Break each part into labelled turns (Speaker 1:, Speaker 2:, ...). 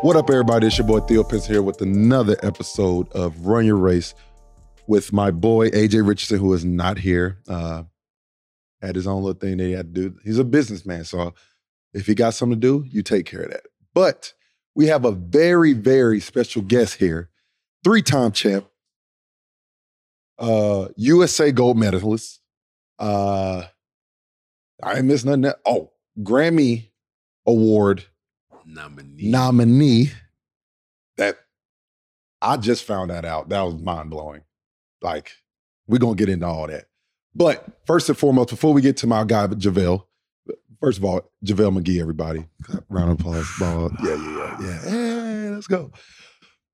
Speaker 1: What up, everybody? It's your boy Theo Pence here with another episode of Run Your Race with my boy AJ Richardson, who is not here. Uh, had his own little thing that he had to do. He's a businessman, so if he got something to do, you take care of that. But we have a very, very special guest here, three-time champ, uh, USA gold medalist. Uh, I ain't missed nothing. Else. Oh, Grammy award
Speaker 2: nominee.
Speaker 1: nominee that I just found that out. That was mind blowing. Like, we're gonna get into all that. But first and foremost, before we get to my guy JaVale, first of all, JaVale McGee, everybody. Clap, Round of applause. Ball. Yeah, yeah, yeah. Yeah. Hey, let's go.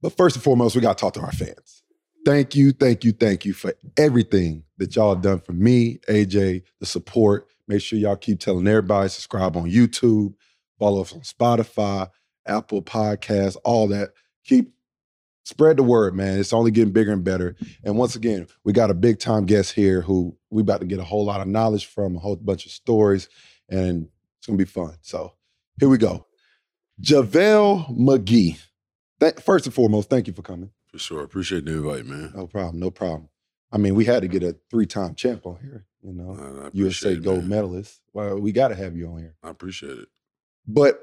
Speaker 1: But first and foremost, we gotta talk to our fans. Thank you, thank you, thank you for everything that y'all have done for me, AJ, the support. Make sure y'all keep telling everybody, subscribe on YouTube, follow us on Spotify, Apple Podcasts, all that. Keep spread the word, man. It's only getting bigger and better. And once again, we got a big time guest here who we about to get a whole lot of knowledge from, a whole bunch of stories, and it's gonna be fun. So here we go. JaVale McGee. Thank first and foremost, thank you for coming.
Speaker 2: For sure. Appreciate the invite, man.
Speaker 1: No problem, no problem. I mean, we had to get a three-time champ on here, you know,
Speaker 2: I- I appreciate
Speaker 1: USA
Speaker 2: it,
Speaker 1: gold
Speaker 2: man.
Speaker 1: medalist. Well, we gotta have you on here.
Speaker 2: I appreciate it.
Speaker 1: But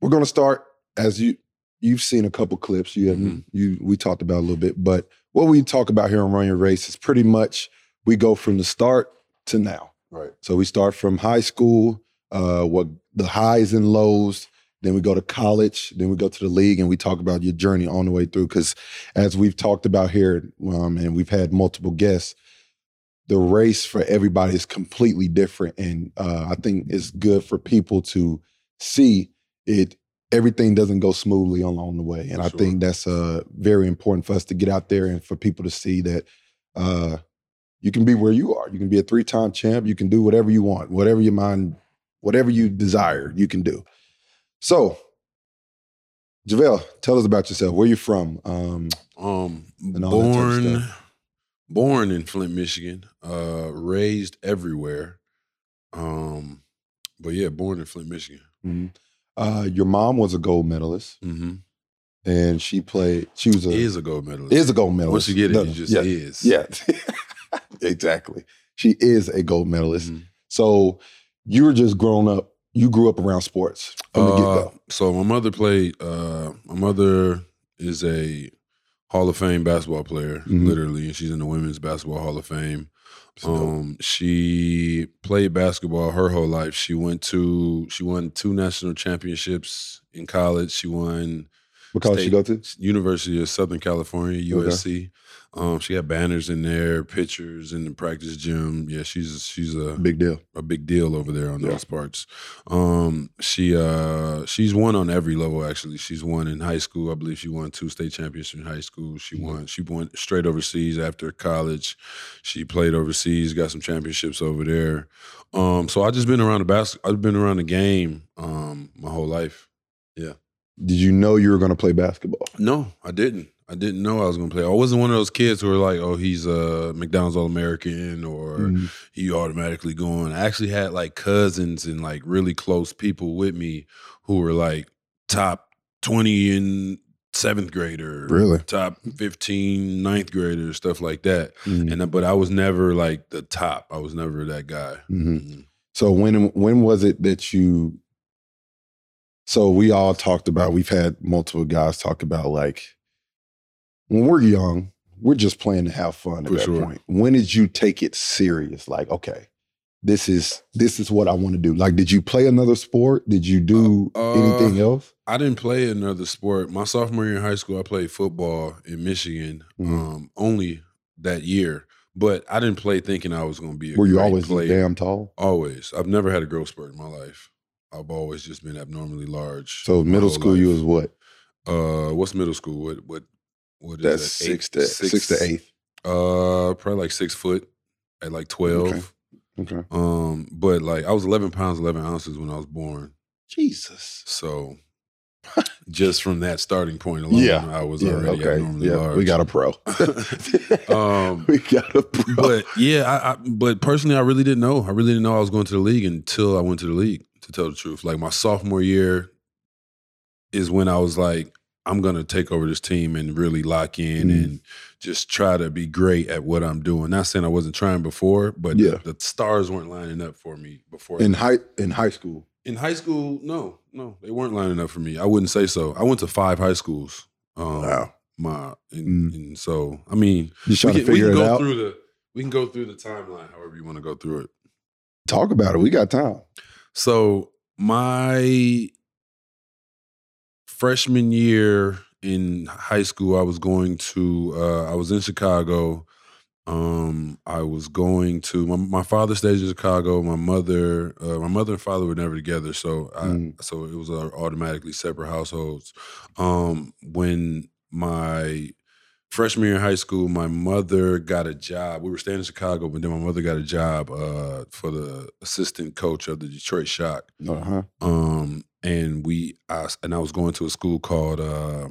Speaker 1: we're gonna start as you you've seen a couple clips. You haven't
Speaker 2: Mhm.
Speaker 1: you we talked about a little bit, but what we talk about here on Run Your Race is pretty much we go from the start to now.
Speaker 2: Right.
Speaker 1: So we start from high school, uh, what the highs and lows. Then we go to college. Then we go to the league, and we talk about your journey on the way through. Because as we've talked about here, um, and we've had multiple guests, the race for everybody is completely different, and uh, I think it's good for people to see it. Everything doesn't go smoothly along the way, and I
Speaker 2: Sure.
Speaker 1: think that's uh, very important for us to get out there and for people to see that uh, you can be where you are. You can be a three time champ. You can do whatever you want, whatever your mind, whatever you desire, you can do. So, JaVale, tell us about yourself. Where you from? Um,
Speaker 2: Um
Speaker 1: all that type of
Speaker 2: born born in Flint, Michigan. Uh raised everywhere. Um but yeah, born in Flint, Michigan.
Speaker 1: uh, your mom was a gold medalist,
Speaker 2: Mm-hmm.
Speaker 1: and she played. She was a is,
Speaker 2: Is a gold medalist.
Speaker 1: a gold medalist.
Speaker 2: Once you get it,
Speaker 1: No,
Speaker 2: you
Speaker 1: no,
Speaker 2: just
Speaker 1: yeah,
Speaker 2: is.
Speaker 1: yeah, exactly. She is a gold medalist.
Speaker 2: Mhm.
Speaker 1: So you were just grown up. You grew up around sports from the get
Speaker 2: Uh,
Speaker 1: go.
Speaker 2: So my mother played. Uh, my mother is a Hall of Fame basketball player,
Speaker 1: Mhm.
Speaker 2: literally, and she's in the Women's Basketball Hall of Fame.
Speaker 1: dope.
Speaker 2: Um, she played basketball her whole life. She went to she won two national championships in college. She won
Speaker 1: What college she
Speaker 2: state-
Speaker 1: go to?
Speaker 2: University of Southern California,
Speaker 1: Okay.
Speaker 2: USC. Um, she had banners in there, pictures in the practice gym. Yeah, she's she's a
Speaker 1: Big deal.
Speaker 2: a big deal over there on
Speaker 1: Yeah.
Speaker 2: those parts. Um, she uh, she's won on every level actually. She's won in high school. I believe she won two state championships in high school. She
Speaker 1: Mhm.
Speaker 2: won. She went straight overseas after college. She played overseas, got some championships over there. Um, so I just been around the bas- I've been around the game um, my whole life.
Speaker 1: Did you know you were going to play basketball?
Speaker 2: No, I didn't. I didn't know I was gonna play. I wasn't one of those kids who were like, "Oh, he's a McDonald's All American," or
Speaker 1: Mm-hmm.
Speaker 2: he automatically going. I actually had like cousins and like really close people with me who were like top 20 in seventh grader,
Speaker 1: Really? Mm-hmm.
Speaker 2: top 15, ninth grader, stuff like that.
Speaker 1: Mhm.
Speaker 2: And uh, but I was never like the top. I was never that guy.
Speaker 1: Mhm. So when when was it that you? So we all talked about. We've had multiple guys talk about like when we're young, we're just playing to have fun. At
Speaker 2: For
Speaker 1: that
Speaker 2: sure.
Speaker 1: point, when did you take it serious? Like, okay, this is this is what I want to do. Like, did you play another sport? Did you do
Speaker 2: Uh, uh,
Speaker 1: anything else?
Speaker 2: I didn't play another sport. My sophomore year in high school, I played football in Michigan
Speaker 1: Mhm.
Speaker 2: um, only that year. But I didn't play thinking I was going to be a
Speaker 1: Were you
Speaker 2: great
Speaker 1: always
Speaker 2: player.
Speaker 1: damn tall?
Speaker 2: Always. I've never had a growth spurt in my life. I've always just been abnormally large.
Speaker 1: So
Speaker 2: my
Speaker 1: middle
Speaker 2: whole
Speaker 1: school, you was
Speaker 2: life.
Speaker 1: what?
Speaker 2: uh, what's middle school? What what what is
Speaker 1: That's
Speaker 2: that?
Speaker 1: six
Speaker 2: Eight-
Speaker 1: to six, to eighth.
Speaker 2: Uh, probably like six foot at like twelve.
Speaker 1: Okay. Okay.
Speaker 2: Um, but like I was eleven pounds eleven ounces when I was born.
Speaker 1: Jesus.
Speaker 2: So just from that starting point alone,
Speaker 1: Yeah.
Speaker 2: I was
Speaker 1: Yeah.
Speaker 2: already
Speaker 1: Okay.
Speaker 2: abnormally
Speaker 1: Yeah.
Speaker 2: large.
Speaker 1: We got a pro.
Speaker 2: um.
Speaker 1: we got a pro.
Speaker 2: But yeah, I, I but personally, I really didn't know. I really didn't know I was going to the league until I went to the league. To tell the truth, like my sophomore year, is when I was like, I'm gonna take over this team and really lock in
Speaker 1: Mhm.
Speaker 2: and just try to be great at what I'm doing. Not saying I wasn't trying before, but
Speaker 1: Yeah.
Speaker 2: the, the stars weren't lining up for me before.
Speaker 1: in high in high school.
Speaker 2: in high school, no, no, they weren't lining up for me. I wouldn't say so. I went to five high schools. Um, My and,
Speaker 1: Mm.
Speaker 2: and so I mean,
Speaker 1: Just
Speaker 2: we
Speaker 1: trying
Speaker 2: can,
Speaker 1: to
Speaker 2: we
Speaker 1: figure
Speaker 2: can
Speaker 1: it
Speaker 2: go
Speaker 1: out.
Speaker 2: through the we can go through the timeline however you want to go through it.
Speaker 1: Talk about it. We got time.
Speaker 2: So my freshman year in high school, I was going to uh, I was in Chicago. Um, I was going to my, my father stayed in Chicago. My mother, uh, my mother and father were never together, so I,
Speaker 1: Mm.
Speaker 2: so it was uh, automatically separate households. Um, when my freshman year in high school, my mother got a job. We were staying in Chicago, but then my mother got a job uh, for the assistant coach of the Detroit Shock
Speaker 1: Uh-huh.
Speaker 2: um and we I, s- and I was going to a school called uh,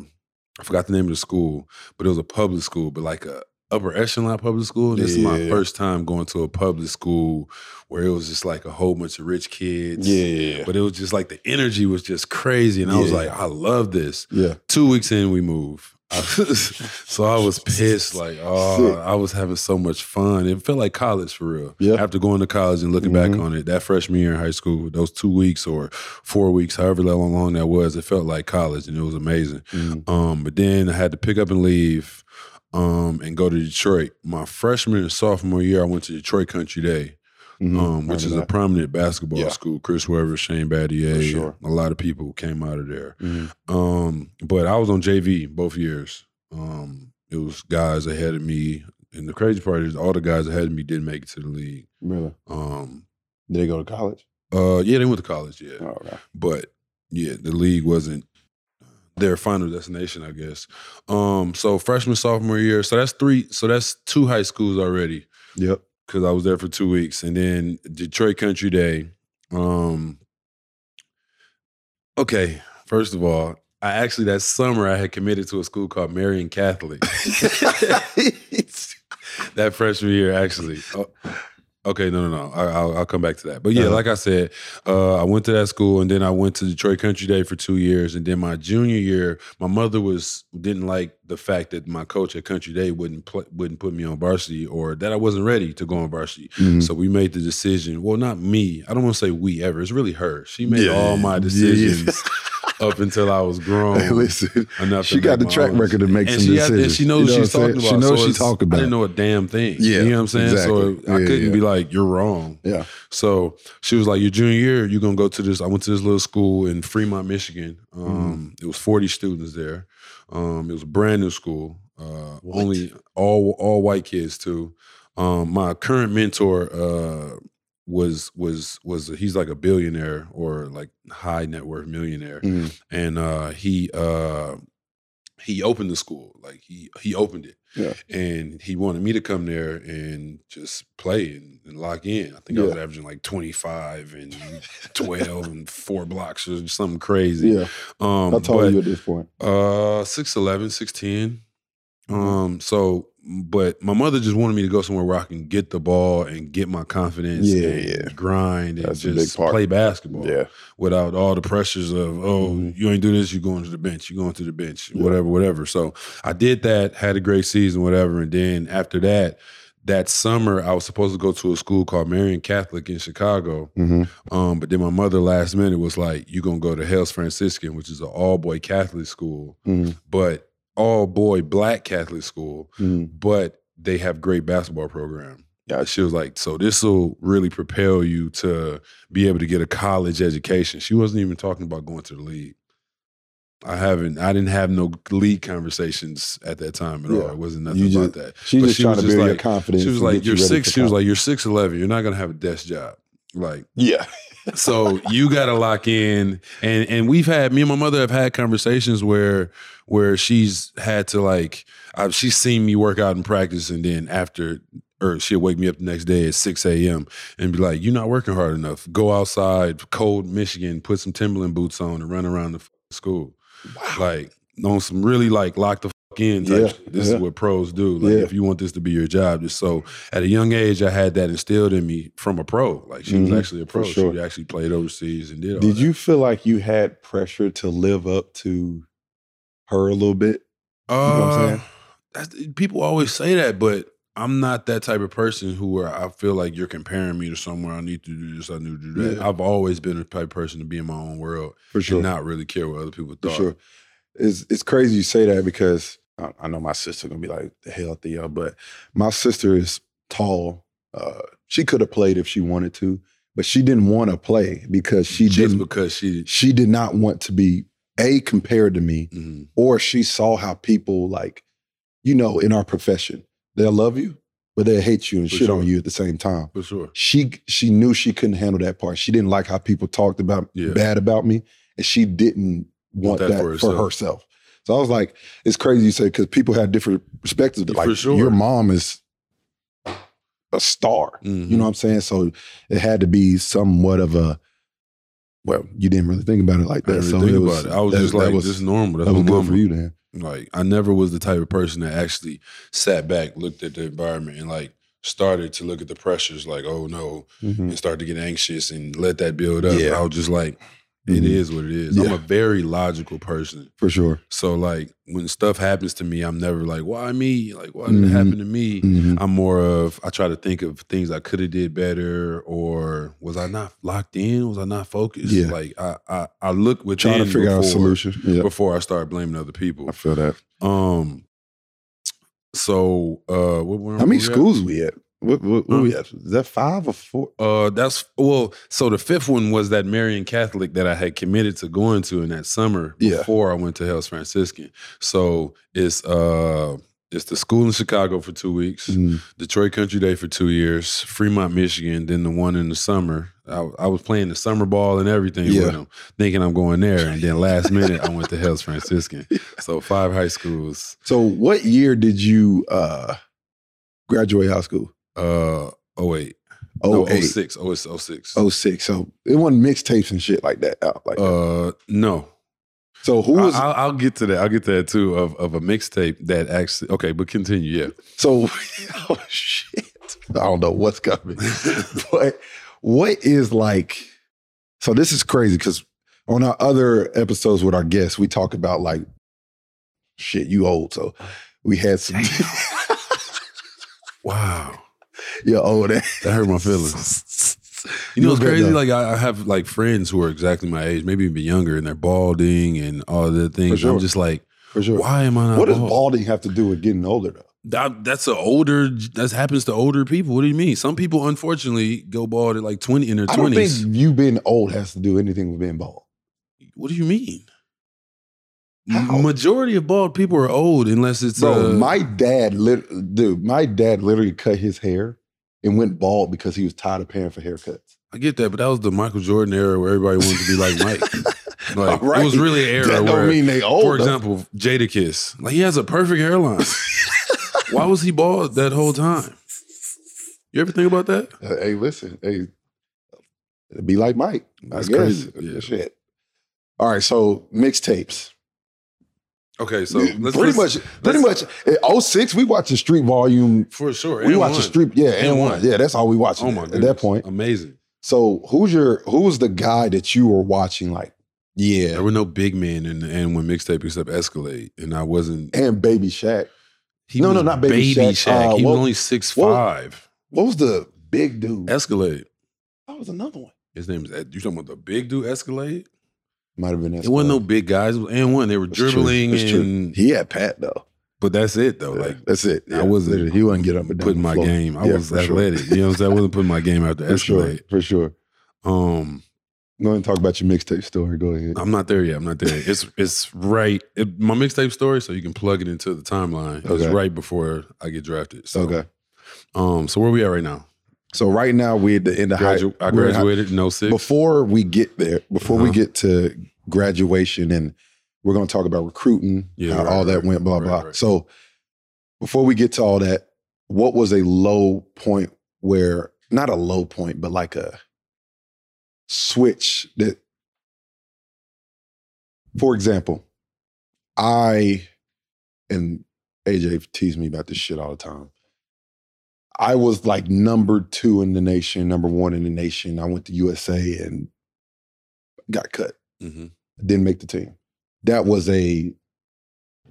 Speaker 2: I forgot the name of the school, but it was a public school, but like a upper echelon public school. This is my
Speaker 1: Yeah.
Speaker 2: first time going to a public school where it was just like a whole bunch of rich kids.
Speaker 1: Yeah.
Speaker 2: But it was just like the energy was just crazy, and I was
Speaker 1: Yeah.
Speaker 2: like, I love this.
Speaker 1: Yeah.
Speaker 2: Two weeks in, we move. so I was pissed, like, oh,
Speaker 1: Sick.
Speaker 2: I was having so much fun. It felt like college for real.
Speaker 1: Yeah.
Speaker 2: After going to college and looking
Speaker 1: Mhm.
Speaker 2: back on it, that freshman year in high school, those two weeks or four weeks, however long, long that was, it felt like college and it was amazing.
Speaker 1: Mm.
Speaker 2: Um, but then I had to pick up and leave um, and go to Detroit. My freshman and sophomore year, I went to Detroit Country Day
Speaker 1: Mhm.
Speaker 2: um, which is a
Speaker 1: Remember
Speaker 2: prominent basketball
Speaker 1: Yeah.
Speaker 2: school. Chris Webber, Shane
Speaker 1: For
Speaker 2: Battier,
Speaker 1: sure.
Speaker 2: a lot of people came out of there.
Speaker 1: that. Mhm.
Speaker 2: Um, but I was on JV both years. Um, it was guys ahead of me, and the crazy part is all the guys ahead of me didn't make it to the league.
Speaker 1: Really?
Speaker 2: Um,
Speaker 1: Did they go to college?
Speaker 2: uh, yeah, they went to college, yeah,
Speaker 1: Oh, okay.
Speaker 2: but yeah, the league wasn't their final destination, I guess. Um, so freshman sophomore year, so that's three, so that's two high schools already.
Speaker 1: Yep.
Speaker 2: because I was there for two weeks, and then Detroit Country Day. Um, okay, first of all, I actually that summer I had committed to a school called Marian Catholic. Mm-hmm. that freshman year, actually. Oh, okay, no, no, no. I, I'll, I'll come back to that. But yeah,
Speaker 1: Uh-huh.
Speaker 2: like I said, uh, I went to that school, and then I went to Detroit Country Day for two years, and then my junior year, my mother was didn't like the fact that my coach at Country Day wouldn't pl- wouldn't put me on varsity, or that I wasn't ready to go on varsity.
Speaker 1: Mm.
Speaker 2: So we made the decision. Well, not me. I don't want to say we ever. It's really her. She made
Speaker 1: Yeah,
Speaker 2: all my
Speaker 1: yeah.
Speaker 2: decisions up until I was
Speaker 1: Hey,
Speaker 2: grown
Speaker 1: listen,
Speaker 2: enough.
Speaker 1: she
Speaker 2: Um, to
Speaker 1: got the
Speaker 2: make my
Speaker 1: track
Speaker 2: own
Speaker 1: record to make
Speaker 2: and
Speaker 1: some
Speaker 2: she had-
Speaker 1: decisions.
Speaker 2: and she knows
Speaker 1: You
Speaker 2: what
Speaker 1: know
Speaker 2: she's
Speaker 1: I'm
Speaker 2: talking about.
Speaker 1: saying? She knows
Speaker 2: so
Speaker 1: she
Speaker 2: it's-
Speaker 1: talking
Speaker 2: I
Speaker 1: about.
Speaker 2: didn't know a damn thing.
Speaker 1: Yeah,
Speaker 2: you know what I'm saying. So
Speaker 1: exactly.
Speaker 2: I
Speaker 1: Yeah,
Speaker 2: couldn't
Speaker 1: yeah.
Speaker 2: be like, "You're wrong."
Speaker 1: Yeah.
Speaker 2: So she was like, "Your junior year, you're gonna go to this." I went to this little school in Fremont, Michigan.
Speaker 1: Mm-hmm.
Speaker 2: Um, It was 40 students there. Um, it was a brand new school. Uh,
Speaker 1: What?
Speaker 2: only all all white kids too. Um, my current mentor uh, was was was he's like a billionaire or like high net worth millionaire
Speaker 1: Mhm.
Speaker 2: and uh he uh he opened the school like he he opened it
Speaker 1: Yeah.
Speaker 2: and he wanted me to come there and just play and, and lock in i think i was averaging like 25 and 12 and four blocks or something crazy
Speaker 1: Yeah.
Speaker 2: um
Speaker 1: How tall are
Speaker 2: but-
Speaker 1: you Mm-hmm. at this point?
Speaker 2: uh, 6'11, 6'10. Um, so, but my mother just wanted me to go somewhere where I can get the ball and get my confidence,
Speaker 1: Yeah,
Speaker 2: and
Speaker 1: yeah.
Speaker 2: grind and
Speaker 1: That's a big
Speaker 2: just
Speaker 1: part.
Speaker 2: play basketball without all the pressures of, oh,
Speaker 1: Mhm.
Speaker 2: you ain't do this, you going to the bench, you going to the bench,
Speaker 1: Yeah.
Speaker 2: whatever, whatever. So I did that, had a great season, whatever. And then after that, that summer, I was supposed to go to a school called Marian Catholic in Chicago.
Speaker 1: Mm-hmm.
Speaker 2: Um, but then my mother last minute was like, "You gonna go to Hell's Franciscan, which is an all boy Catholic school,
Speaker 1: Mm-hmm.
Speaker 2: but all boy black Catholic school, but they have great basketball program."
Speaker 1: Gotcha.
Speaker 2: She was like, "So this will really propel you to be able to get a college education." She wasn't even talking about going to the league. I haven't. I didn't have no league conversations at that time at all.
Speaker 1: Yeah.
Speaker 2: It wasn't nothing
Speaker 1: You
Speaker 2: about that.
Speaker 1: She
Speaker 2: But
Speaker 1: just
Speaker 2: she
Speaker 1: trying
Speaker 2: was
Speaker 1: to
Speaker 2: just
Speaker 1: build your
Speaker 2: like-
Speaker 1: confidence.
Speaker 2: She was
Speaker 1: and
Speaker 2: like,
Speaker 1: get you
Speaker 2: "You're
Speaker 1: ready
Speaker 2: six.
Speaker 1: for
Speaker 2: She was
Speaker 1: college."
Speaker 2: like, "You're six eleven. You're not gonna have a desk job." Like
Speaker 1: yeah,
Speaker 2: so you got to lock in, and and we've had me and my mother have had conversations where where she's had to like uh, she's seen me work out in practice, and then after or she'll wake me up the next day at six a.m. and be like, "You're not working hard enough. Go outside, cold Michigan, put some Timberland boots on, and run around the f- school." Like on some really like lock the f- walk in. Type
Speaker 1: Yeah,
Speaker 2: shit. This
Speaker 1: yeah.
Speaker 2: is what pros do. Like
Speaker 1: Yeah.
Speaker 2: if you want this to be your job. Just so at a young age, I had that instilled in me from a pro. Like she
Speaker 1: Mhm,
Speaker 2: was actually a pro.
Speaker 1: sure.
Speaker 2: She actually played overseas and did. All
Speaker 1: Did
Speaker 2: that.
Speaker 1: you feel like you had pressure to live up to her a little bit?
Speaker 2: Uh,
Speaker 1: know what I'm saying?
Speaker 2: that's- people always say that, but I'm not that type of person who where I feel like you're comparing me to somewhere. I need to do this. I need to do that.
Speaker 1: Yeah.
Speaker 2: I've always been the type of person to be in my own world
Speaker 1: For sure.
Speaker 2: and not really care what other people
Speaker 1: For
Speaker 2: thought.
Speaker 1: sure. It's it's crazy you say that because I, I know my sister gonna be like the hell Theo, but my sister is tall. Uh, she could have played if she wanted to, but she didn't want to play because she
Speaker 2: just
Speaker 1: didn't.
Speaker 2: because she.
Speaker 1: she did not want to be a compared to me,
Speaker 2: Mhm.
Speaker 1: or she saw how people like, you know, in our profession, they'll love you, but they'll hate you and
Speaker 2: For
Speaker 1: shit on
Speaker 2: sure.
Speaker 1: you at the same time
Speaker 2: For sure.
Speaker 1: she she knew she couldn't handle that part. She didn't like how people talked about
Speaker 2: Yeah.
Speaker 1: bad about me, and she didn't want, that, for, herself. So I was like, it's crazy you say because people have different perspectives.
Speaker 2: For
Speaker 1: Like
Speaker 2: sure.
Speaker 1: your mom is a star.
Speaker 2: Mm-hmm.
Speaker 1: You know what I'm saying? So it had to be somewhat of a. Well, you didn't really think about it like
Speaker 2: I
Speaker 1: that.
Speaker 2: didn't
Speaker 1: so
Speaker 2: really
Speaker 1: it
Speaker 2: think
Speaker 1: was,
Speaker 2: about it. I was
Speaker 1: that-
Speaker 2: just
Speaker 1: that
Speaker 2: like,
Speaker 1: was,
Speaker 2: this is normal. That's
Speaker 1: that was
Speaker 2: what
Speaker 1: good for
Speaker 2: mama-
Speaker 1: you, then.
Speaker 2: Like, I never was the type of person that actually sat back, looked at the environment, and like started to look at the pressures. Like, oh no,
Speaker 1: Mm-hmm.
Speaker 2: and start to get anxious and let that build up.
Speaker 1: Yeah.
Speaker 2: I was just like, it is
Speaker 1: Mhm.
Speaker 2: what it is. I'm
Speaker 1: Yeah.
Speaker 2: a very logical person.
Speaker 1: For sure.
Speaker 2: So like when stuff happens to me, I'm never like, why me? Like, why did
Speaker 1: Mhm.
Speaker 2: it happen to me?
Speaker 1: Mhm.
Speaker 2: I'm more of I try to think of things I could have did better or was I not locked in? Was I not focused?
Speaker 1: Yeah.
Speaker 2: Like I I, I look with
Speaker 1: Trying to figure
Speaker 2: before,
Speaker 1: out a solution. Yeah,
Speaker 2: before I start blaming other people.
Speaker 1: I feel that.
Speaker 2: Um so uh what, where
Speaker 1: How many
Speaker 2: were we at?
Speaker 1: schools we at? What, what, what
Speaker 2: Huh?
Speaker 1: we at? Is that five or four?
Speaker 2: Uh, that's well. So the fifth one was that Marian Catholic that I had committed to going to in that summer
Speaker 1: Yeah.
Speaker 2: before I went to Hell's Franciscan. So it's uh, it's the school in Chicago for two weeks,
Speaker 1: Mm-hmm.
Speaker 2: Detroit Country Day for two years, Fremont, Michigan, then the one in the summer. I, I was playing the summer ball and everything
Speaker 1: Yeah.
Speaker 2: with them, thinking I'm going there, and then last minute I went to Hell's Franciscan. So five high schools.
Speaker 1: So what year did you uh graduate high school?
Speaker 2: Uh, oh wait,
Speaker 1: Oh
Speaker 2: no,
Speaker 1: eight,
Speaker 2: 06, oh, it's 06.
Speaker 1: oh six. So it wasn't mixtapes and shit like that out. Like that.
Speaker 2: Uh, no,
Speaker 1: so who was
Speaker 2: I, will I'll get to that. I'll get to that too of, of a mixtape that actually. Okay, but continue. Yeah,
Speaker 1: so oh shit. I don't know what's coming. but what is like so this is crazy because on our other episodes with our guests, we talk about like shit, you old. So
Speaker 2: Uh,
Speaker 1: we had some
Speaker 2: wow,
Speaker 1: you're old eh? ass.
Speaker 2: that hurt my feelings. You know, it's crazy. Like I, I have like friends who are exactly my age, maybe even younger, and they're balding and all the things.
Speaker 1: sure.
Speaker 2: I'm just like,
Speaker 1: for sure.
Speaker 2: why am I not?
Speaker 1: What does
Speaker 2: bald?
Speaker 1: balding have to do with getting older though?
Speaker 2: That, that's an older. That happens to older people. What do you mean? Some people unfortunately go bald at like twenty in their
Speaker 1: I don't
Speaker 2: twenties.
Speaker 1: think you being old has to do anything with being bald.
Speaker 2: What do you mean?
Speaker 1: How?
Speaker 2: Majority of bald people are old unless it's
Speaker 1: Bro,
Speaker 2: uh,
Speaker 1: my dad, lit- dude, my dad literally cut his hair and went bald because he was tired of paying for haircuts.
Speaker 2: I get that, but that was the Michael Jordan era where everybody wanted to be like Mike. Like
Speaker 1: All right.
Speaker 2: it was really an era
Speaker 1: that
Speaker 2: where,
Speaker 1: don't mean they old.
Speaker 2: for
Speaker 1: though.
Speaker 2: example, Jadakiss, like he has a perfect hairline. Why was he bald that whole time? You ever think about that?
Speaker 1: Uh, hey, listen, hey, it'd be like Mike.
Speaker 2: That's
Speaker 1: I guess.
Speaker 2: crazy. Yeah.
Speaker 1: Shit. All right, so mixtapes.
Speaker 2: Okay, so
Speaker 1: pretty
Speaker 2: let's let's-
Speaker 1: much, pretty much.
Speaker 2: let's-
Speaker 1: At 06, we watching Street Volume.
Speaker 2: for sure.
Speaker 1: we
Speaker 2: and
Speaker 1: watching
Speaker 2: one.
Speaker 1: Street, yeah, and,
Speaker 2: And
Speaker 1: one.
Speaker 2: one.
Speaker 1: yeah. That's all we watching.
Speaker 2: Oh my
Speaker 1: at
Speaker 2: god,
Speaker 1: that point.
Speaker 2: amazing.
Speaker 1: So who's your who's the guy that you were watching? Like,
Speaker 2: There
Speaker 1: yeah,
Speaker 2: were no big men in the N one mixtape except Escalade, and I wasn't.
Speaker 1: and Baby Shaq.
Speaker 2: He
Speaker 1: No,
Speaker 2: was
Speaker 1: no, not Baby
Speaker 2: Baby
Speaker 1: Shaq. Uh,
Speaker 2: he
Speaker 1: what-
Speaker 2: was only six
Speaker 1: what-
Speaker 2: five.
Speaker 1: What was the big dude?
Speaker 2: Escalade.
Speaker 1: that was another one.
Speaker 2: His name is. You talking about the big dude Escalade?
Speaker 1: Might have been that.
Speaker 2: It wasn't no big guys. It was and one. They were dribbling and
Speaker 1: He had Pat though.
Speaker 2: but that's it though. Like
Speaker 1: Like that's it.
Speaker 2: I wasn't
Speaker 1: Literally, He wasn't getting up and down
Speaker 2: putting
Speaker 1: the
Speaker 2: my
Speaker 1: floor.
Speaker 2: game. I
Speaker 1: Yeah,
Speaker 2: was
Speaker 1: for sure.
Speaker 2: athletic. You know what I'm saying? I wasn't putting my game out to
Speaker 1: For sure.
Speaker 2: escalate.
Speaker 1: For sure.
Speaker 2: Um
Speaker 1: Go ahead and talk about your mixtape story. Go ahead.
Speaker 2: I'm not there yet. I'm not there. yet. It's it's right it, my mixtape story, so you can plug it into the timeline. It's
Speaker 1: Okay.
Speaker 2: right before I get drafted. So
Speaker 1: okay.
Speaker 2: um so where we at right now?
Speaker 1: So right now we're at the end of high.
Speaker 2: Gradu- I
Speaker 1: we're in high-
Speaker 2: graduated, no six.
Speaker 1: Before we get there, before we
Speaker 2: Uh-huh.
Speaker 1: get to graduation, and we're going to talk about recruiting,
Speaker 2: Yeah,
Speaker 1: how
Speaker 2: right,
Speaker 1: all that
Speaker 2: right,
Speaker 1: went, blah
Speaker 2: right,
Speaker 1: blah.
Speaker 2: right.
Speaker 1: So, before we get to all that, what was a low point where not a low point, but like a switch that, for example, I and AJ teased me about this shit all the time. I was like number two in the nation, number one in the nation. I went to USA and got cut.
Speaker 2: hmm
Speaker 1: Didn't make the team. That was a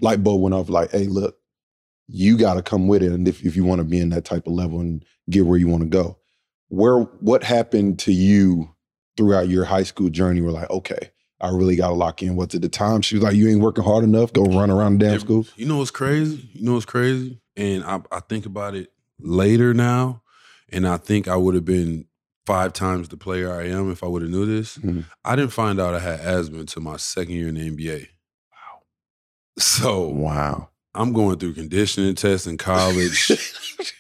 Speaker 1: light bulb went off. Like, hey, look, you got to come with it, and if, if you want to be in that type of level and get where you want to go, where what happened to you throughout your high school journey? Were like, okay, I really got to lock in. What's at the time? She was like, you ain't working hard enough. Go run around the damn
Speaker 2: Every-
Speaker 1: school.
Speaker 2: You know what's crazy? You know what's crazy? And I, I think about it later now, and I think I would have been five times the player I am if I would have knew this.
Speaker 1: Mhm.
Speaker 2: I didn't find out I had asthma until my second year in the NBA. Wow. So
Speaker 1: Wow.
Speaker 2: I'm going through conditioning tests in college,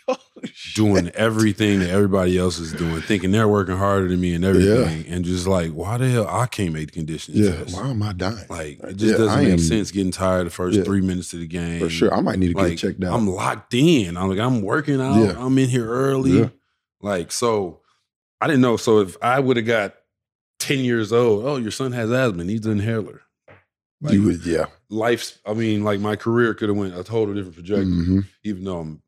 Speaker 2: Oh, doing everything that everybody else is doing, thinking they're working harder than me and everything, and just like, why the hell I can't make the conditioning
Speaker 1: Yeah.
Speaker 2: test?
Speaker 1: Why am I dying?
Speaker 2: Like it just
Speaker 1: Yeah,
Speaker 2: doesn't
Speaker 1: I
Speaker 2: make
Speaker 1: am-
Speaker 2: sense getting tired the first
Speaker 1: Yeah.
Speaker 2: three minutes of the game.
Speaker 1: For sure. I might need to
Speaker 2: like
Speaker 1: get checked out.
Speaker 2: I'm locked in. I'm like I'm working out.
Speaker 1: Yeah.
Speaker 2: I'm in here early.
Speaker 1: Yeah.
Speaker 2: Like so, I didn't know. So if I would have got ten years old, oh, your son has asthma. Needs an inhaler. Like
Speaker 1: you would, yeah.
Speaker 2: life's. I mean, like my career could have went a total different trajectory.
Speaker 1: Mhm.
Speaker 2: Even though I'm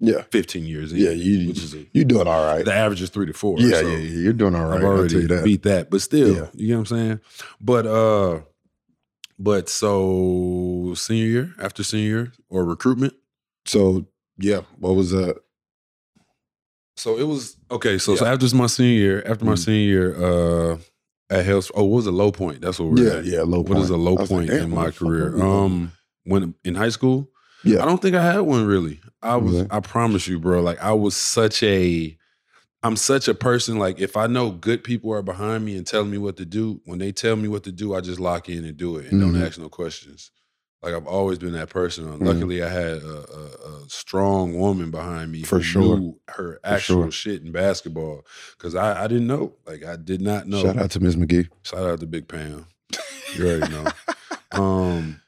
Speaker 1: Yeah.
Speaker 2: 15 years in.
Speaker 1: Yeah. You,
Speaker 2: which is a,
Speaker 1: you doing all right.
Speaker 2: the average is three to four.
Speaker 1: yeah,
Speaker 2: so
Speaker 1: yeah, yeah. You're doing all right.
Speaker 2: I've
Speaker 1: I'll tell
Speaker 2: already
Speaker 1: you that.
Speaker 2: beat that. But still,
Speaker 1: Yeah.
Speaker 2: you know what I'm saying. But uh, but so senior year after senior year or recruitment.
Speaker 1: so, yeah. What was that?
Speaker 2: So it was Mm-hmm. okay. So, so
Speaker 1: Yeah.
Speaker 2: after my senior year, after my
Speaker 1: Mhm.
Speaker 2: senior year, uh, at Hales, oh, what was a low point? That's what we're
Speaker 1: Yeah,
Speaker 2: at.
Speaker 1: yeah. Low
Speaker 2: What is a low
Speaker 1: I was like,
Speaker 2: point
Speaker 1: damn,
Speaker 2: in
Speaker 1: what
Speaker 2: my
Speaker 1: the fuck are
Speaker 2: career?
Speaker 1: we doing?
Speaker 2: Um, when in high school,
Speaker 1: Yeah.
Speaker 2: I don't think I had one really. I was,
Speaker 1: Okay.
Speaker 2: I promise you, bro. Like I was such a, I'm such a person. Like if I know good people are behind me and telling me what to do, when they tell me what to do, I just lock in and do it and don't
Speaker 1: Mhm.
Speaker 2: ask no questions. Like I've always been that person. Uh,
Speaker 1: Mhm.
Speaker 2: Luckily, I had a, a, a strong woman behind me
Speaker 1: For
Speaker 2: who
Speaker 1: sure.
Speaker 2: knew her actual
Speaker 1: sure.
Speaker 2: shit in basketball because I, I didn't know. Like I did not know.
Speaker 1: Shout out to Ms. McGee.
Speaker 2: Shout out to Big Pam. You already know. um,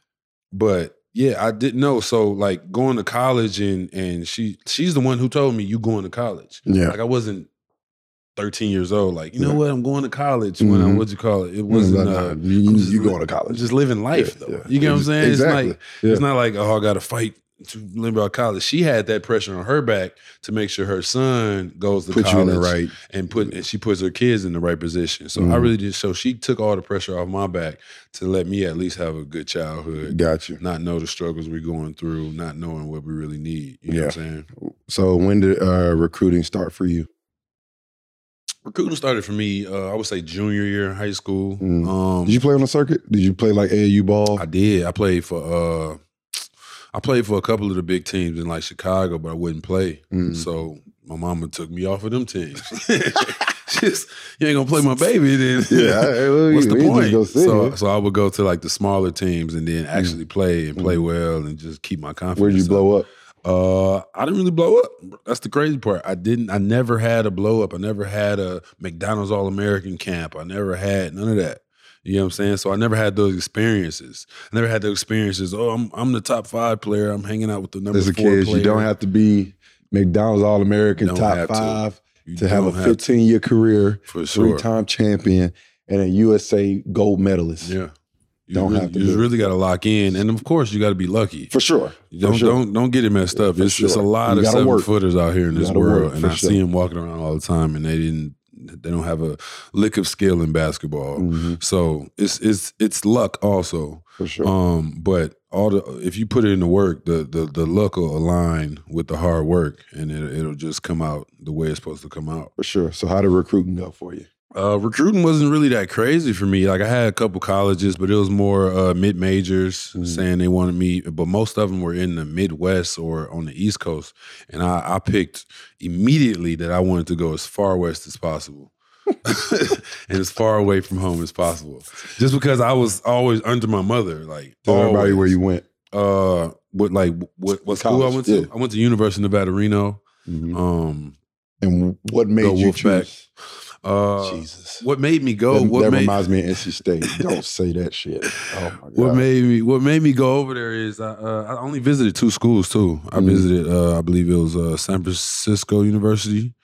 Speaker 2: but yeah, I didn't know. So like going to college and and she she's the one who told me you going to college.
Speaker 1: Yeah.
Speaker 2: Like I wasn't 13 years old. Like you know
Speaker 1: Yeah.
Speaker 2: what? I'm going to college when I
Speaker 1: Mhm.
Speaker 2: what you call it. It wasn't. Uh,
Speaker 1: you, you,
Speaker 2: I'm just-
Speaker 1: you going to
Speaker 2: I'm
Speaker 1: college.
Speaker 2: just living life
Speaker 1: Yeah,
Speaker 2: though.
Speaker 1: yeah.
Speaker 2: You get what I'm saying?
Speaker 1: Exactly.
Speaker 2: It's like
Speaker 1: Yeah.
Speaker 2: it's not like oh I got to fight to live about college. She had that pressure on her back to make sure her son goes to
Speaker 1: Put
Speaker 2: college
Speaker 1: you in the right.
Speaker 2: and put and she puts her kids in the right position. So I
Speaker 1: Mhm.
Speaker 2: really just so she took all the pressure off my back to let me at least have a good childhood,
Speaker 1: Got you.
Speaker 2: not know the struggles we're going through, not knowing what we really need. You know what I'm saying?
Speaker 1: So, when did uh, recruiting start for you?
Speaker 2: Recruiting started for me, uh, I would say junior year in high school.
Speaker 1: Mm.
Speaker 2: Um,
Speaker 1: Did you play on the circuit? Did you play like AAU ball?
Speaker 2: I did. I played for uh, I played for a couple of the big teams in like Chicago, but I wouldn't play.
Speaker 1: Mm.
Speaker 2: So my mama took me off of them teams. Just you ain't gonna play my baby then.
Speaker 1: yeah. I- well,
Speaker 2: What's
Speaker 1: you-
Speaker 2: the
Speaker 1: we just
Speaker 2: point?
Speaker 1: go sit
Speaker 2: so,
Speaker 1: here.
Speaker 2: so I would go to like the smaller teams and then actually play and
Speaker 1: Mm.
Speaker 2: play well and just keep my confidence.
Speaker 1: Where'd you blow up?
Speaker 2: Uh, I didn't really blow up. That's the crazy part. I didn't. I never had a blow up. I never had a McDonald's All American camp. I never had none of that. You know what I'm saying? So I never had those experiences. I never had those experiences. Oh, I'm I'm the top five player. I'm hanging out with the number
Speaker 1: As a
Speaker 2: four
Speaker 1: kid,
Speaker 2: player.
Speaker 1: you don't have to be McDonald's All American
Speaker 2: Don't
Speaker 1: top
Speaker 2: have to.
Speaker 1: five
Speaker 2: You
Speaker 1: to have a
Speaker 2: don't have to,
Speaker 1: 15 year career,
Speaker 2: for
Speaker 1: three
Speaker 2: sure.
Speaker 1: time champion, and a USA gold medalist.
Speaker 2: Yeah. You
Speaker 1: Don't
Speaker 2: really,
Speaker 1: have to
Speaker 2: You
Speaker 1: do it.
Speaker 2: really got to lock in, and of course, you got to be lucky.
Speaker 1: For sure.
Speaker 2: Don't
Speaker 1: For sure.
Speaker 2: don't don't get it messed up.
Speaker 1: For
Speaker 2: It's just a
Speaker 1: sure.
Speaker 2: lot
Speaker 1: You
Speaker 2: of
Speaker 1: gotta
Speaker 2: seven
Speaker 1: work.
Speaker 2: footers out here in
Speaker 1: You
Speaker 2: this
Speaker 1: gotta
Speaker 2: world,
Speaker 1: work,
Speaker 2: and
Speaker 1: for
Speaker 2: I see
Speaker 1: sure.
Speaker 2: them walking around all the time, and they didn't they don't have a lick of skill in basketball.
Speaker 1: Mhm.
Speaker 2: So it's it's it's luck also.
Speaker 1: For sure.
Speaker 2: Um, but all the if you put it in the work, the the the luck will align with the hard work, and it, it'll just come out the way it's supposed to come out.
Speaker 1: for sure. So, how did recruiting go for you?
Speaker 2: Uh, recruiting wasn't really that crazy for me. Like I had a couple colleges, but it was more uh, mid majors
Speaker 1: Mhm.
Speaker 2: saying they wanted me. But most of them were in the Midwest or on the East Coast, and I, I picked immediately that I wanted to go as far west as possible. and as far away from home as possible, just because I was always under my mother. Like
Speaker 1: Tell everybody
Speaker 2: always.
Speaker 1: where you went.
Speaker 2: uh, what like what what school I
Speaker 1: College,
Speaker 2: went to?
Speaker 1: yeah.
Speaker 2: I went to University of Nevada Reno.
Speaker 1: Mhm.
Speaker 2: Um,
Speaker 1: And what made
Speaker 2: Go
Speaker 1: you
Speaker 2: Wolfpack.
Speaker 1: choose?
Speaker 2: uh,
Speaker 1: Jesus.
Speaker 2: what made me go?
Speaker 1: that
Speaker 2: what
Speaker 1: that
Speaker 2: made
Speaker 1: reminds me of NC State. Don't say that shit. Oh, my God.
Speaker 2: What made me What made me go over there is I, uh, I only visited two schools too. I
Speaker 1: Mhm.
Speaker 2: visited, uh, I believe it was uh, San Francisco University,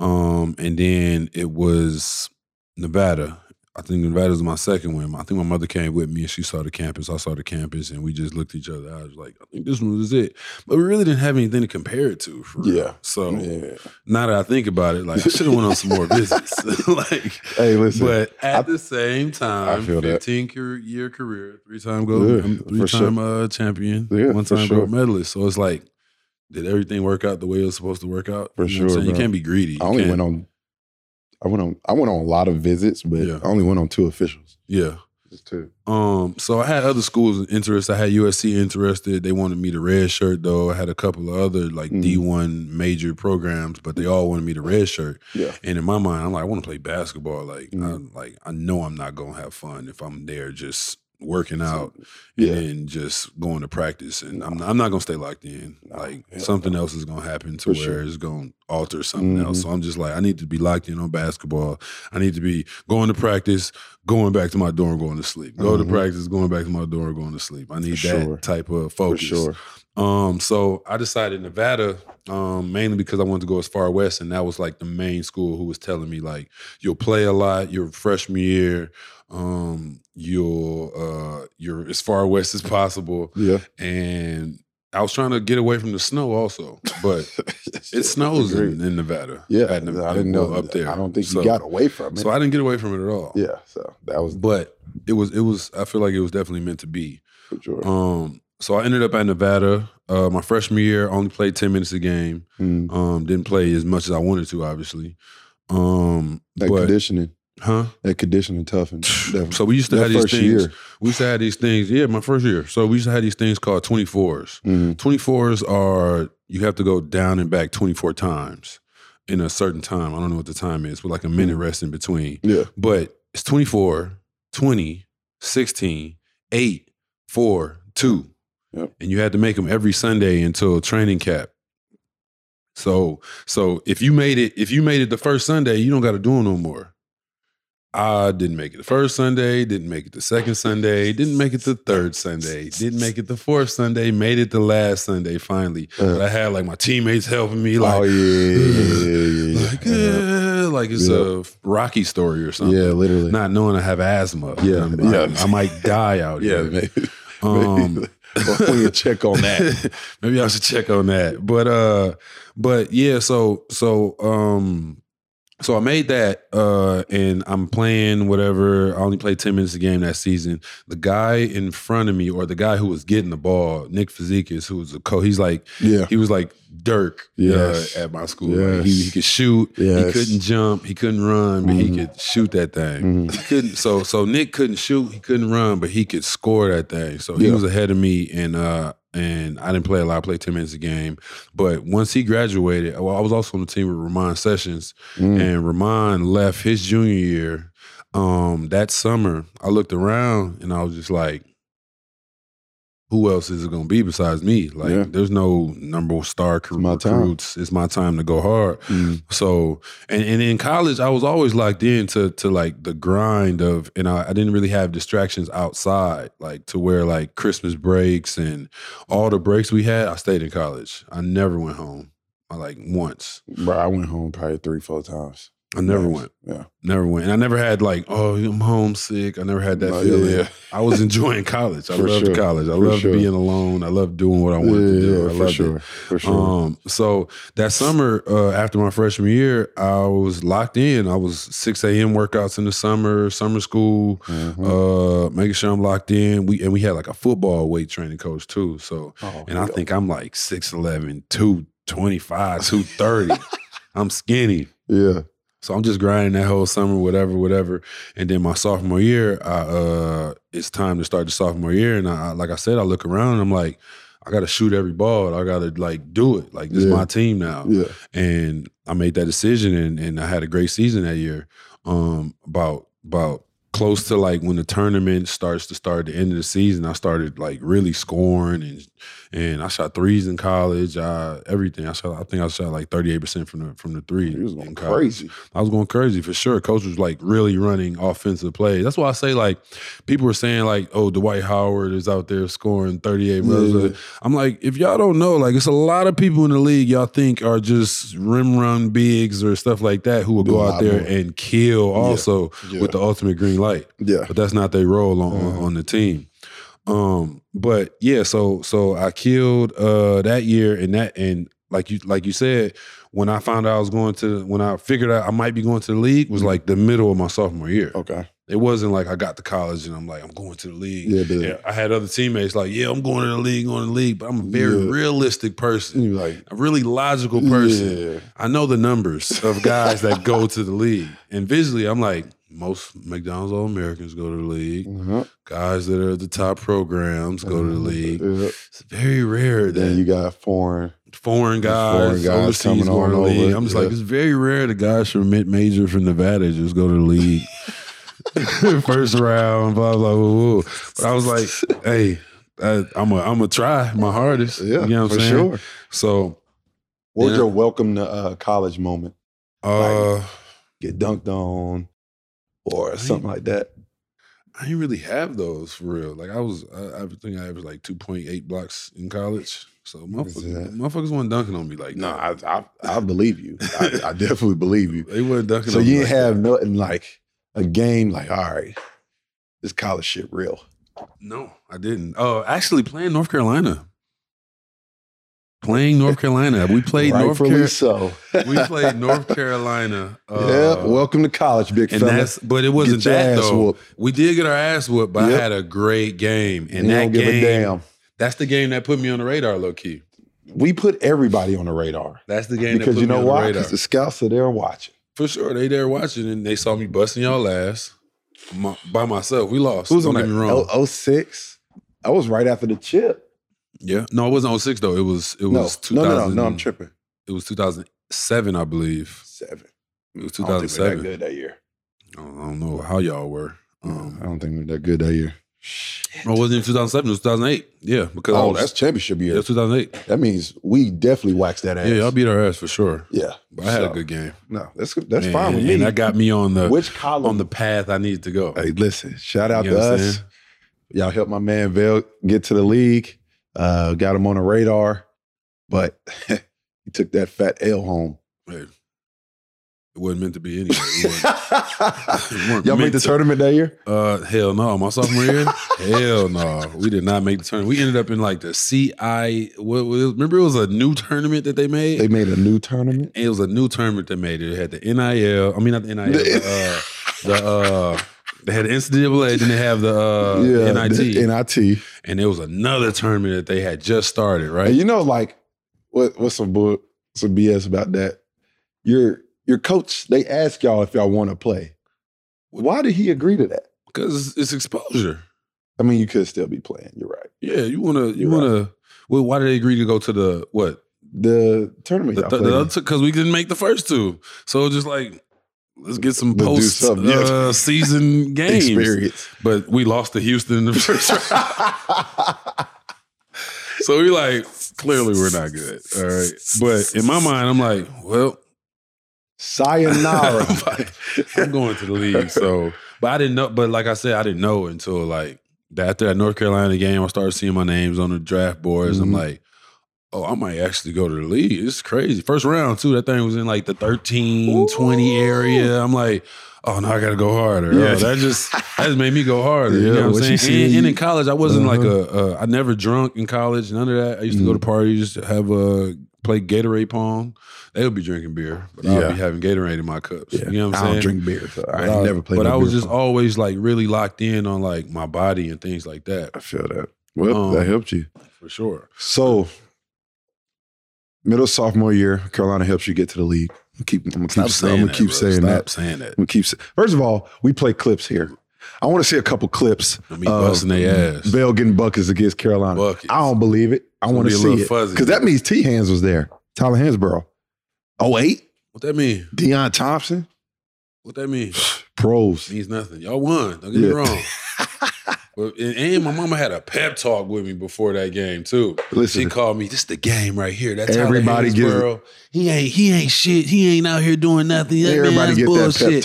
Speaker 2: um, and then it was Nevada. I think Nevada was my second one. I think my mother came with me and she saw the campus. I saw the campus and we just looked at each other. I was like, I think this one was it. But we really didn't have anything to compare it to. For real.
Speaker 1: Yeah.
Speaker 2: So
Speaker 1: Yeah.
Speaker 2: now that I think about it, like I should have went on some more visits. like,
Speaker 1: Hey, listen.
Speaker 2: but at
Speaker 1: I-
Speaker 2: the same time,
Speaker 1: I feel that.
Speaker 2: 15 car- year career, three time
Speaker 1: Yeah,
Speaker 2: gold, um,
Speaker 1: for
Speaker 2: three time uh, champion,
Speaker 1: Yeah,
Speaker 2: one
Speaker 1: for
Speaker 2: time
Speaker 1: sure.
Speaker 2: gold medalist. So it's like, did everything work out the way it was supposed to work out?
Speaker 1: For
Speaker 2: You know what
Speaker 1: sure,
Speaker 2: I'm saying? You
Speaker 1: bro.
Speaker 2: can't be greedy.
Speaker 1: I only
Speaker 2: You can't-
Speaker 1: went on. I went on. I went on a lot of visits, but
Speaker 2: Yeah.
Speaker 1: I only went on two officials.
Speaker 2: Yeah.
Speaker 1: Just two.
Speaker 2: Um, so I had other schools interested. I had USC interested. They wanted me to red shirt though. I had a couple of other like
Speaker 1: Mhm.
Speaker 2: D one major programs, but they all wanted me to red shirt.
Speaker 1: Yeah.
Speaker 2: And in my mind, I'm like, I want to play basketball. Like,
Speaker 1: Mhm.
Speaker 2: I, like I know I'm not gonna have fun if I'm there just working out
Speaker 1: Yeah.
Speaker 2: and then just going to practice. And I'm not, I'm not gonna stay locked in.
Speaker 1: No,
Speaker 2: like
Speaker 1: hell
Speaker 2: something
Speaker 1: no.
Speaker 2: else is gonna happen to
Speaker 1: For
Speaker 2: where
Speaker 1: sure.
Speaker 2: it's gonna alter something else.
Speaker 1: Mhm.
Speaker 2: So I'm just like, I need to be locked in on basketball. I need to be going to practice, going back to my dorm, going to sleep. Go
Speaker 1: Mhm.
Speaker 2: to practice, going back to my dorm, going to sleep. I need that
Speaker 1: sure.
Speaker 2: type of
Speaker 1: For
Speaker 2: focus.
Speaker 1: sure.
Speaker 2: Um, so I decided Nevada, um, mainly because I wanted to go as far west, and that was like the main school who was telling me like you'll play a lot your freshman year, um, you'll uh, you're as far west as possible,
Speaker 1: Yeah.
Speaker 2: and I was trying to get away from the snow also, but it snows in, in Nevada.
Speaker 1: Yeah.
Speaker 2: at Nev-
Speaker 1: I didn't know
Speaker 2: well, up there.
Speaker 1: I don't think
Speaker 2: So-
Speaker 1: you got away from it.
Speaker 2: So I didn't get away from it at all.
Speaker 1: yeah. So that was
Speaker 2: but it was it was I feel like it was definitely meant to be.
Speaker 1: for sure.
Speaker 2: Um, so I ended up at Nevada. Uh, my freshman year, I only played ten minutes a game.
Speaker 1: Mm.
Speaker 2: Um, didn't play as much as I wanted to, obviously. Um,
Speaker 1: That
Speaker 2: but
Speaker 1: conditioning.
Speaker 2: huh?
Speaker 1: That conditioning toughened. That,
Speaker 2: So we used to
Speaker 1: that
Speaker 2: have these
Speaker 1: first
Speaker 2: things.
Speaker 1: year.
Speaker 2: We used to have these things. Yeah, my first year. So we used to have these things called twenty fours.
Speaker 1: Mhm.
Speaker 2: Twenty fours are you have to go down and back twenty four times in a certain time. I don't know what the time is, but like a minute rest in between.
Speaker 1: Yeah.
Speaker 2: But it's 24, 20, 16, 8, 4, 2.
Speaker 1: Yep.
Speaker 2: And you had to make them every Sunday until training cap. So so if you made it, if you made it the first Sunday, you don't gotta do it no more. I didn't make it the first Sunday, didn't make it the second Sunday, didn't make it the third Sunday, didn't make it the fourth Sunday, made it the last Sunday finally.
Speaker 1: Uh,
Speaker 2: But I had like my teammates helping me, like,
Speaker 1: oh yeah, yeah, yeah, Oh, yeah, yeah.
Speaker 2: like,
Speaker 1: yeah. Uh-huh.
Speaker 2: eh, like it's a Rocky story or something
Speaker 1: yeah, literally.
Speaker 2: not knowing I have asthma.
Speaker 1: Yeah,
Speaker 2: I'm-
Speaker 1: yeah.
Speaker 2: I, I might die out
Speaker 1: yeah,
Speaker 2: here.
Speaker 1: maybe.
Speaker 2: Um,
Speaker 1: when you check on that.
Speaker 2: maybe I should check on that. But uh, but yeah. So so um, so I made that uh, and I'm playing whatever. I only played ten minutes a game that season. The guy in front of me, or the guy who was getting the ball, Nick Fizikis, who was a coach. He's like
Speaker 1: Yeah.
Speaker 2: he was like Dirk
Speaker 1: Yes.
Speaker 2: uh, at my school. Like, he,
Speaker 1: Yes.
Speaker 2: he could shoot. He
Speaker 1: Yes.
Speaker 2: couldn't jump. He couldn't run, but
Speaker 1: Mhm.
Speaker 2: he could shoot that thing.
Speaker 1: Mhm.
Speaker 2: He couldn't. So so Nick couldn't shoot. He couldn't run, but he could score that thing. So he
Speaker 1: Yeah.
Speaker 2: was ahead of me, and uh, and I didn't play a lot. I played ten minutes a game. But once he graduated, well, I was also on the team with Ramon Sessions,
Speaker 1: Mm.
Speaker 2: and Ramon left his junior year. Um, that summer, I looked around and I was just like, "Who else is it going to be besides me? Like,
Speaker 1: Yeah.
Speaker 2: there's no number one star cr-
Speaker 1: my time.
Speaker 2: recruits. It's my time to go hard."
Speaker 1: Mm.
Speaker 2: So and, and in college, I was always locked in to to like the grind of, and I, I didn't really have distractions outside, like to where like Christmas breaks and all the breaks we had. I stayed in college. I never went home. I like once.
Speaker 1: Bro, I went home probably three, four times.
Speaker 2: I never
Speaker 1: Nice.
Speaker 2: went.
Speaker 1: Yeah.
Speaker 2: Never went. And I never had like, oh, I'm homesick. I never had that
Speaker 1: No, yeah,
Speaker 2: feeling.
Speaker 1: yeah.
Speaker 2: I was enjoying college. I
Speaker 1: For
Speaker 2: loved
Speaker 1: sure.
Speaker 2: college. I
Speaker 1: For
Speaker 2: loved
Speaker 1: sure.
Speaker 2: being alone. I loved doing what I wanted to
Speaker 1: Yeah,
Speaker 2: do.
Speaker 1: yeah,
Speaker 2: I
Speaker 1: for
Speaker 2: loved it.
Speaker 1: sure. For sure.
Speaker 2: Um, so that summer, uh, after my freshman year, I was locked in. I was 6 a.m. workouts in the summer, summer school,
Speaker 1: Mhm.
Speaker 2: uh, making sure I'm locked in. We and we had like a football weight training coach too. So
Speaker 1: Oh,
Speaker 2: and I
Speaker 1: yeah.
Speaker 2: think I'm like 6'11, 225, 230. I'm skinny.
Speaker 1: yeah.
Speaker 2: So I'm just grinding that whole summer, whatever, whatever. And then my sophomore year, I, uh, it's time to start the sophomore year. And I, I- like I said, I look around and I'm like, I gotta shoot every ball. I gotta like do it. Like this is
Speaker 1: Yeah.
Speaker 2: my team now.
Speaker 1: Yeah.
Speaker 2: And I made that decision and, and I had a great season that year. Um, about about close to like when the tournament starts to start the end of the season, I started like really scoring and and I shot threes in college, uh everything. I shot I think I shot like 38% from the from the three.
Speaker 1: He was
Speaker 2: in
Speaker 1: going
Speaker 2: college.
Speaker 1: crazy.
Speaker 2: I was going crazy for sure. Coach was like really running offensive plays. That's why I say like people are saying like, oh, Dwight Howard is out there scoring 38 runs.
Speaker 1: Yeah.
Speaker 2: I'm like, if y'all don't know, like it's a lot of people in the league y'all think are just rim run bigs or stuff like that who will
Speaker 1: Do a
Speaker 2: go
Speaker 1: lot
Speaker 2: out there
Speaker 1: more.
Speaker 2: and kill also
Speaker 1: Yeah.
Speaker 2: with the ultimate green light,
Speaker 1: Yeah.
Speaker 2: but that's not their role on,
Speaker 1: Mhm.
Speaker 2: on the team. Um, but yeah, so so I killed uh that year and that and like you like you said, when I found out I was going to when I figured out I might be going to the league was like the middle of my sophomore year.
Speaker 1: Okay.
Speaker 2: It wasn't like I got to college and I'm like, I'm going to the league.
Speaker 1: Yeah, but
Speaker 2: Yeah, I had other teammates like, yeah, I'm going to the league, going to the league, but I'm a very
Speaker 1: Yeah.
Speaker 2: realistic person,
Speaker 1: you like
Speaker 2: a really logical person.
Speaker 1: Yeah.
Speaker 2: I know the numbers of guys that go to the league, and visually, I'm like, most McDonald's All Americans go to the league.
Speaker 1: Uh-huh.
Speaker 2: Guys that are at the top programs go to the league.
Speaker 1: Yeah.
Speaker 2: It's very rare
Speaker 1: Then
Speaker 2: that
Speaker 1: Mm-hmm. you got foreign.
Speaker 2: foreign guys,
Speaker 1: Foreign guys
Speaker 2: overseas
Speaker 1: coming
Speaker 2: going to the
Speaker 1: on
Speaker 2: league.
Speaker 1: over,
Speaker 2: I'm just
Speaker 1: yeah.
Speaker 2: like, it's very rare the guys from mid major from Nevada just go to the league. First round, blah blah blah. blah. But I was like, hey, I, I'm a I'm a try my hardest.
Speaker 1: Yeah,
Speaker 2: you know what I'm
Speaker 1: for
Speaker 2: saying.
Speaker 1: sure.
Speaker 2: So,
Speaker 1: What was
Speaker 2: Yeah.
Speaker 1: your welcome to uh, college moment?
Speaker 2: uh,
Speaker 1: Get dunked on or something like that.
Speaker 2: I didn't really have those for real. Like I was, I, I think I averaged like 2.8 blocks in college. So
Speaker 1: that?
Speaker 2: motherfuckers, motherfuckers weren't dunking on me like
Speaker 1: No,
Speaker 2: that.
Speaker 1: I I, I believe you. I, I definitely believe you.
Speaker 2: they weren't dunking.
Speaker 1: So
Speaker 2: on me
Speaker 1: you didn't
Speaker 2: like
Speaker 1: have
Speaker 2: that.
Speaker 1: nothing like a game like, all right, this college shit real.
Speaker 2: No, I didn't. Oh, actually, playing North Carolina. Playing North Carolina. We played North
Speaker 1: Rightfully
Speaker 2: Carolina.
Speaker 1: so.
Speaker 2: We played North Carolina. uh,
Speaker 1: yeah, welcome to college, big
Speaker 2: and
Speaker 1: fella.
Speaker 2: that's but it wasn't
Speaker 1: Get your
Speaker 2: that
Speaker 1: ass
Speaker 2: though.
Speaker 1: whooped.
Speaker 2: We did get our ass whooped, but
Speaker 1: Yep.
Speaker 2: I had a great game. And
Speaker 1: You
Speaker 2: that
Speaker 1: don't give a
Speaker 2: game,
Speaker 1: damn.
Speaker 2: that's the game that put me on the radar, low key.
Speaker 1: We put everybody on the radar
Speaker 2: That's the game that
Speaker 1: because
Speaker 2: put
Speaker 1: you
Speaker 2: me
Speaker 1: know
Speaker 2: on the
Speaker 1: why?
Speaker 2: radar.
Speaker 1: Because the scouts are there watching.
Speaker 2: For sure, they there watching and they saw me busting y'all ass my, by myself. We lost.
Speaker 1: Who's
Speaker 2: Don't
Speaker 1: on
Speaker 2: get
Speaker 1: that?
Speaker 2: me wrong.
Speaker 1: Oh, 06? I was right after the chip.
Speaker 2: yeah, no, it wasn't 06 though. It was it
Speaker 1: No,
Speaker 2: was
Speaker 1: no,
Speaker 2: 2000.
Speaker 1: no, no, no, I'm tripping.
Speaker 2: It was 2007, I believe.
Speaker 1: Seven.
Speaker 2: It was
Speaker 1: I don't think we were that
Speaker 2: 2007.
Speaker 1: good that year.
Speaker 2: I don't, I don't know how y'all were.
Speaker 1: I
Speaker 2: Um,
Speaker 1: don't think we were that good that year.
Speaker 2: no, it wasn't in 2007. It was 2008. Yeah, because I
Speaker 1: Oh,
Speaker 2: was,
Speaker 1: that's championship
Speaker 2: yeah, it
Speaker 1: year.
Speaker 2: was 2008.
Speaker 1: That means we definitely waxed that ass.
Speaker 2: Yeah, y'all beat our ass for sure.
Speaker 1: Yeah,
Speaker 2: But I had
Speaker 1: So,
Speaker 2: a good game.
Speaker 1: No, that's that's
Speaker 2: And-
Speaker 1: fine with
Speaker 2: and,
Speaker 1: me.
Speaker 2: that got me on the
Speaker 1: Which column?
Speaker 2: on the path I needed to go.
Speaker 1: hey, listen, shout out
Speaker 2: You
Speaker 1: to
Speaker 2: know what I'm
Speaker 1: us.
Speaker 2: saying?
Speaker 1: Y'all helped my man Vel get to the league. Uh, got him on the radar, but he took that fat L home.
Speaker 2: Hey, it wasn't meant to be anyway. It wasn't- it weren't
Speaker 1: Y'all made
Speaker 2: meant
Speaker 1: the
Speaker 2: to-
Speaker 1: tournament that year.
Speaker 2: Uh, hell no, my sophomore year. hell no, we did not make the tournament. We ended up in like the CI. What was, remember, it was a new tournament that they made.
Speaker 1: They made a new tournament.
Speaker 2: it was a new tournament they made. It had the NIL. I mean, not the NIL. the, uh, the uh, they had the NCAA. Then they have the uh, NIT,
Speaker 1: the NIT.
Speaker 2: and it was another tournament that they had just started.
Speaker 1: And
Speaker 2: Right?
Speaker 1: you know, like what what's some bull, some BS about that? Your your coach, they ask y'all if y'all want to play. Why did he agree to that?
Speaker 2: Because it's, it's exposure.
Speaker 1: I mean, you could still be playing. You're right.
Speaker 2: Yeah, you wanna, you
Speaker 1: You're right.
Speaker 2: wanna. Well, why did they agree to go to the what?
Speaker 1: The tournament y'all played in.
Speaker 2: because we didn't make the first two. So just like let's get some
Speaker 1: Let's do
Speaker 2: post
Speaker 1: something, yeah.
Speaker 2: uh, season games.
Speaker 1: experience.
Speaker 2: But we lost to Houston in the first round, so we like clearly we're not good. All right, but in my mind, I'm like, well,
Speaker 1: Sayonara.
Speaker 2: I'm going to the league. So, but I didn't know. But like I said, I didn't know until like that after that North Carolina game, I started seeing my names on the draft boards.
Speaker 1: Mhm.
Speaker 2: I'm like, oh, I might actually go to the league. It's crazy. First round too. That thing was in like the 13, 20 area. I'm like. Oh no! I gotta go harder.
Speaker 1: Yeah.
Speaker 2: Oh, that just that just made me go harder.
Speaker 1: Yeah,
Speaker 2: you know
Speaker 1: what
Speaker 2: what
Speaker 1: you
Speaker 2: I'm
Speaker 1: see-
Speaker 2: saying? And, and in college, I wasn't like
Speaker 1: Uh-huh. Mm-hmm.
Speaker 2: a, a. I never drunk in college. None of that. I used to go to parties, have a play Gatorade pong. They would be drinking beer, but I'll
Speaker 1: Yeah.
Speaker 2: be having Gatorade in my cups.
Speaker 1: Yeah.
Speaker 2: You know what I'm
Speaker 1: I
Speaker 2: saying?
Speaker 1: don't drink beer, so I
Speaker 2: But
Speaker 1: ain't never played.
Speaker 2: But
Speaker 1: no
Speaker 2: I was
Speaker 1: beer
Speaker 2: just
Speaker 1: pong.
Speaker 2: always like really locked in on like my body and things like that
Speaker 1: I feel that. Well,
Speaker 2: Um,
Speaker 1: that helped you.
Speaker 2: for sure.
Speaker 1: So, middle sophomore year, Carolina helps you get to the league. I'm keep, I'm gonna keep, saying, I'm gonna keep
Speaker 2: bro.
Speaker 1: saying
Speaker 2: Stop
Speaker 1: that.
Speaker 2: saying that.
Speaker 1: I'm gonna keep. sa- First of all, we play clips here. I want to see a couple clips.
Speaker 2: I mean, busting their ass.
Speaker 1: Bell getting buckets against Carolina.
Speaker 2: Buckets.
Speaker 1: I don't believe it. I
Speaker 2: It's gonna
Speaker 1: want to
Speaker 2: be a
Speaker 1: see
Speaker 2: little
Speaker 1: it
Speaker 2: fuzzy.
Speaker 1: because that means T Hands was there. Tyler Hansborough. Oh eight,
Speaker 2: What that mean?
Speaker 1: Deion Thompson,
Speaker 2: What that mean?
Speaker 1: pros.
Speaker 2: means nothing. Y'all won. Don't get me
Speaker 1: Yeah.
Speaker 2: wrong. But, and, and my mama had a pep talk with me before that game too. She
Speaker 1: Listen,
Speaker 2: called me. This the game right here. That's
Speaker 1: Everybody
Speaker 2: everybody
Speaker 1: gives-
Speaker 2: Hansborough. He ain't. He ain't shit. He ain't out here doing nothing. That man,
Speaker 1: everybody
Speaker 2: that's
Speaker 1: gets
Speaker 2: bullshit.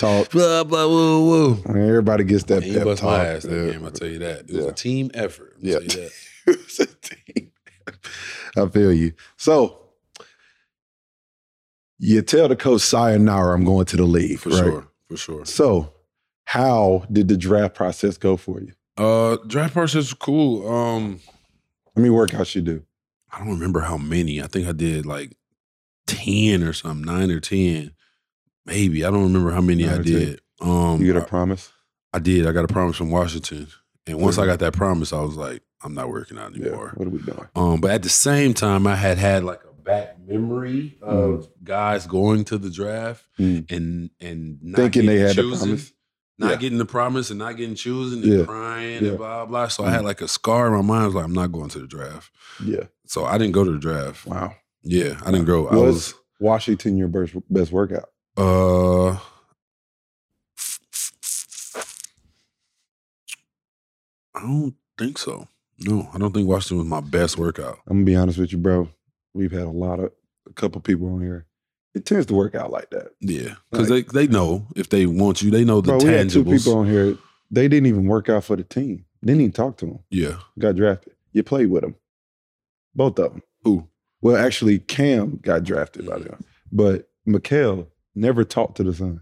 Speaker 1: that pep talk.
Speaker 2: Blah blah. Whoa whoa.
Speaker 1: Everybody gets that
Speaker 2: he
Speaker 1: pep
Speaker 2: bust my
Speaker 1: talk.
Speaker 2: ass that game. I tell you that. It was
Speaker 1: Yeah.
Speaker 2: a team effort. I'll
Speaker 1: Yeah.
Speaker 2: tell you that.
Speaker 1: It was a team. I feel you. So you tell the coach sayonara, I'm going to the league.
Speaker 2: For
Speaker 1: right?
Speaker 2: sure. For sure.
Speaker 1: So How did the draft process go for you?
Speaker 2: Uh, draft process was cool. Um,
Speaker 1: How many workouts you do?
Speaker 2: I don't remember how many. I think I did like ten or something, nine or ten, maybe. I don't remember how many
Speaker 1: Nine
Speaker 2: I
Speaker 1: or 10.
Speaker 2: did. Um,
Speaker 1: You get a promise?
Speaker 2: I, I did. I got a promise from Washington, and once I
Speaker 1: Mhm.
Speaker 2: got that promise, I was like, I'm not working out
Speaker 1: Yeah.
Speaker 2: anymore.
Speaker 1: What are we doing?
Speaker 2: Um, but at the same time, I had had like a back memory of guys going to the draft
Speaker 1: Mm.
Speaker 2: and and not
Speaker 1: Thinking they
Speaker 2: getting
Speaker 1: had the
Speaker 2: chosen,
Speaker 1: promise.
Speaker 2: not
Speaker 1: Yeah.
Speaker 2: getting the promise and not getting chosen and
Speaker 1: Yeah.
Speaker 2: crying
Speaker 1: Yeah. Mm.
Speaker 2: and blah blah. So I had like a scar in my mind. I was like, I'm not going to the draft.
Speaker 1: Yeah.
Speaker 2: So I didn't go to the draft.
Speaker 1: Wow.
Speaker 2: Yeah, I didn't go. I
Speaker 1: Was
Speaker 2: was
Speaker 1: Washington your best, best workout?
Speaker 2: uh. I don't think so. No, I don't think Washington was my best workout.
Speaker 1: I'm gonna be honest with you, bro. We've had a lot of a couple people on here. It tends to work out like that.
Speaker 2: Yeah, because they, they know if they want you, they know
Speaker 1: Bro,
Speaker 2: the
Speaker 1: we had two
Speaker 2: tangibles.
Speaker 1: people on here. They didn't even work out for the team. Didn't even talk to them.
Speaker 2: Yeah.
Speaker 1: Got drafted. You played with them. Both of them.
Speaker 2: Who? Mm.
Speaker 1: Well, actually, Cam got drafted by them, but Mikhail never talked to the Suns.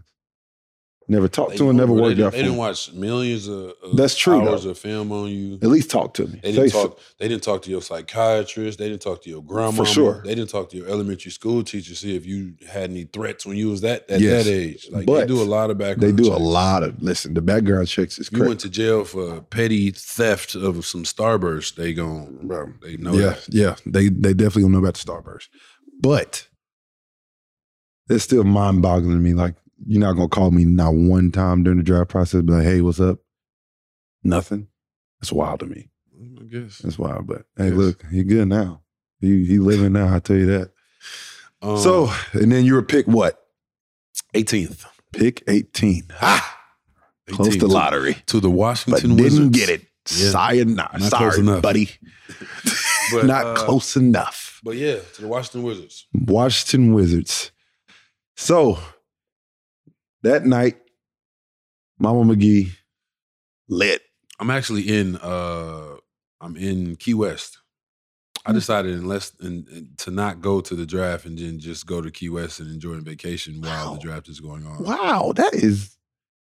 Speaker 1: Never talked to him. Never
Speaker 2: they,
Speaker 1: worked
Speaker 2: didn't-
Speaker 1: out
Speaker 2: They
Speaker 1: for
Speaker 2: didn't
Speaker 1: him.
Speaker 2: watch millions of, of
Speaker 1: That's true,
Speaker 2: hours
Speaker 1: though.
Speaker 2: of film on you.
Speaker 1: At least talk to me.
Speaker 2: They didn't
Speaker 1: Say so-
Speaker 2: talk. They didn't talk to your psychiatrist. They didn't talk to your grandma.
Speaker 1: sure.
Speaker 2: They didn't talk to your elementary school teacher. See if you had any threats when you was that at
Speaker 1: Yes.
Speaker 2: that age. Like
Speaker 1: But
Speaker 2: they do a lot of background.
Speaker 1: They do a
Speaker 2: checks.
Speaker 1: lot of listen. The background checks is
Speaker 2: You went
Speaker 1: crazy.
Speaker 2: to jail for petty theft of some Starburst. They gon'
Speaker 1: Bro,
Speaker 2: They know
Speaker 1: yeah,
Speaker 2: that.
Speaker 1: yeah. They they definitely don't know about the Starburst, but it's still mind boggling to me. Like you're not gonna call me not one time during the draft process, be like, "Hey, what's up?" Nothing. That's wild to me.
Speaker 2: I guess.
Speaker 1: That's wild. But hey,
Speaker 2: Yes.
Speaker 1: look, he good now. He he living now. I tell you that.
Speaker 2: Um,
Speaker 1: so and then you were pick what?
Speaker 2: 18th,
Speaker 1: Pick 18. Ah, close
Speaker 2: 18th
Speaker 1: to lottery,
Speaker 2: to the
Speaker 1: but
Speaker 2: Washington
Speaker 1: didn't
Speaker 2: Wizards.
Speaker 1: get it.
Speaker 2: Yeah.
Speaker 1: Sayonara.
Speaker 2: Not close
Speaker 1: Sorry,
Speaker 2: enough.
Speaker 1: buddy.
Speaker 2: But,
Speaker 1: not
Speaker 2: uh,
Speaker 1: close enough.
Speaker 2: But yeah, to the Washington Wizards.
Speaker 1: Washington Wizards. So that night, Mama McGee lit.
Speaker 2: I'm actually in uh I'm in Key West. I
Speaker 1: Mm.
Speaker 2: decided unless and, and to not go to the draft and then just go to Key West and enjoy a vacation while
Speaker 1: Wow.
Speaker 2: the draft is going on.
Speaker 1: Wow, that is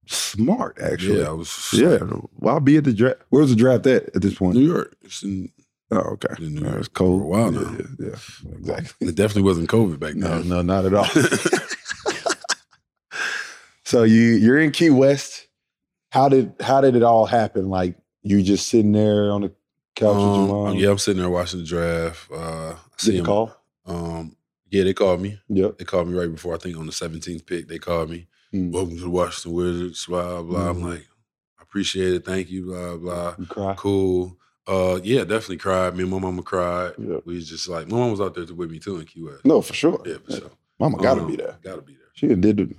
Speaker 1: smart, actually.
Speaker 2: Yeah, I was
Speaker 1: Yeah. Well, I'll be at the draft. Where was the draft at at this point?
Speaker 2: New York. It's in-
Speaker 1: Oh, okay.
Speaker 2: In New
Speaker 1: Yeah,
Speaker 2: York
Speaker 1: it's cold.
Speaker 2: for a while
Speaker 1: yeah,
Speaker 2: now.
Speaker 1: Yeah, yeah. exactly.
Speaker 2: it definitely wasn't COVID back
Speaker 1: No,
Speaker 2: then.
Speaker 1: no, not at all. so you you're in Key West. How did how did it all happen? Like you just sitting there on the couch with your
Speaker 2: Um,
Speaker 1: mom?
Speaker 2: yeah, I'm sitting there watching the draft. Uh I
Speaker 1: Did
Speaker 2: see
Speaker 1: you
Speaker 2: him.
Speaker 1: call?
Speaker 2: Um yeah, they called me.
Speaker 1: Yep.
Speaker 2: They called me right before I think on the 17th pick. They called me.
Speaker 1: Mm.
Speaker 2: Welcome to the Washington Wizards. Blah blah.
Speaker 1: Mhm.
Speaker 2: I'm like, I appreciate it. Thank you. Blah blah.
Speaker 1: You cry.
Speaker 2: cool. Uh, yeah, definitely cried. Me and my mama cried.
Speaker 1: Yeah.
Speaker 2: We was just like, my mom was out there with me too in Key West.
Speaker 1: Mm. No, for sure.
Speaker 2: Yeah, for sure.
Speaker 1: Mama gotta
Speaker 2: Um,
Speaker 1: be there.
Speaker 2: Gotta be there.
Speaker 1: She done did it.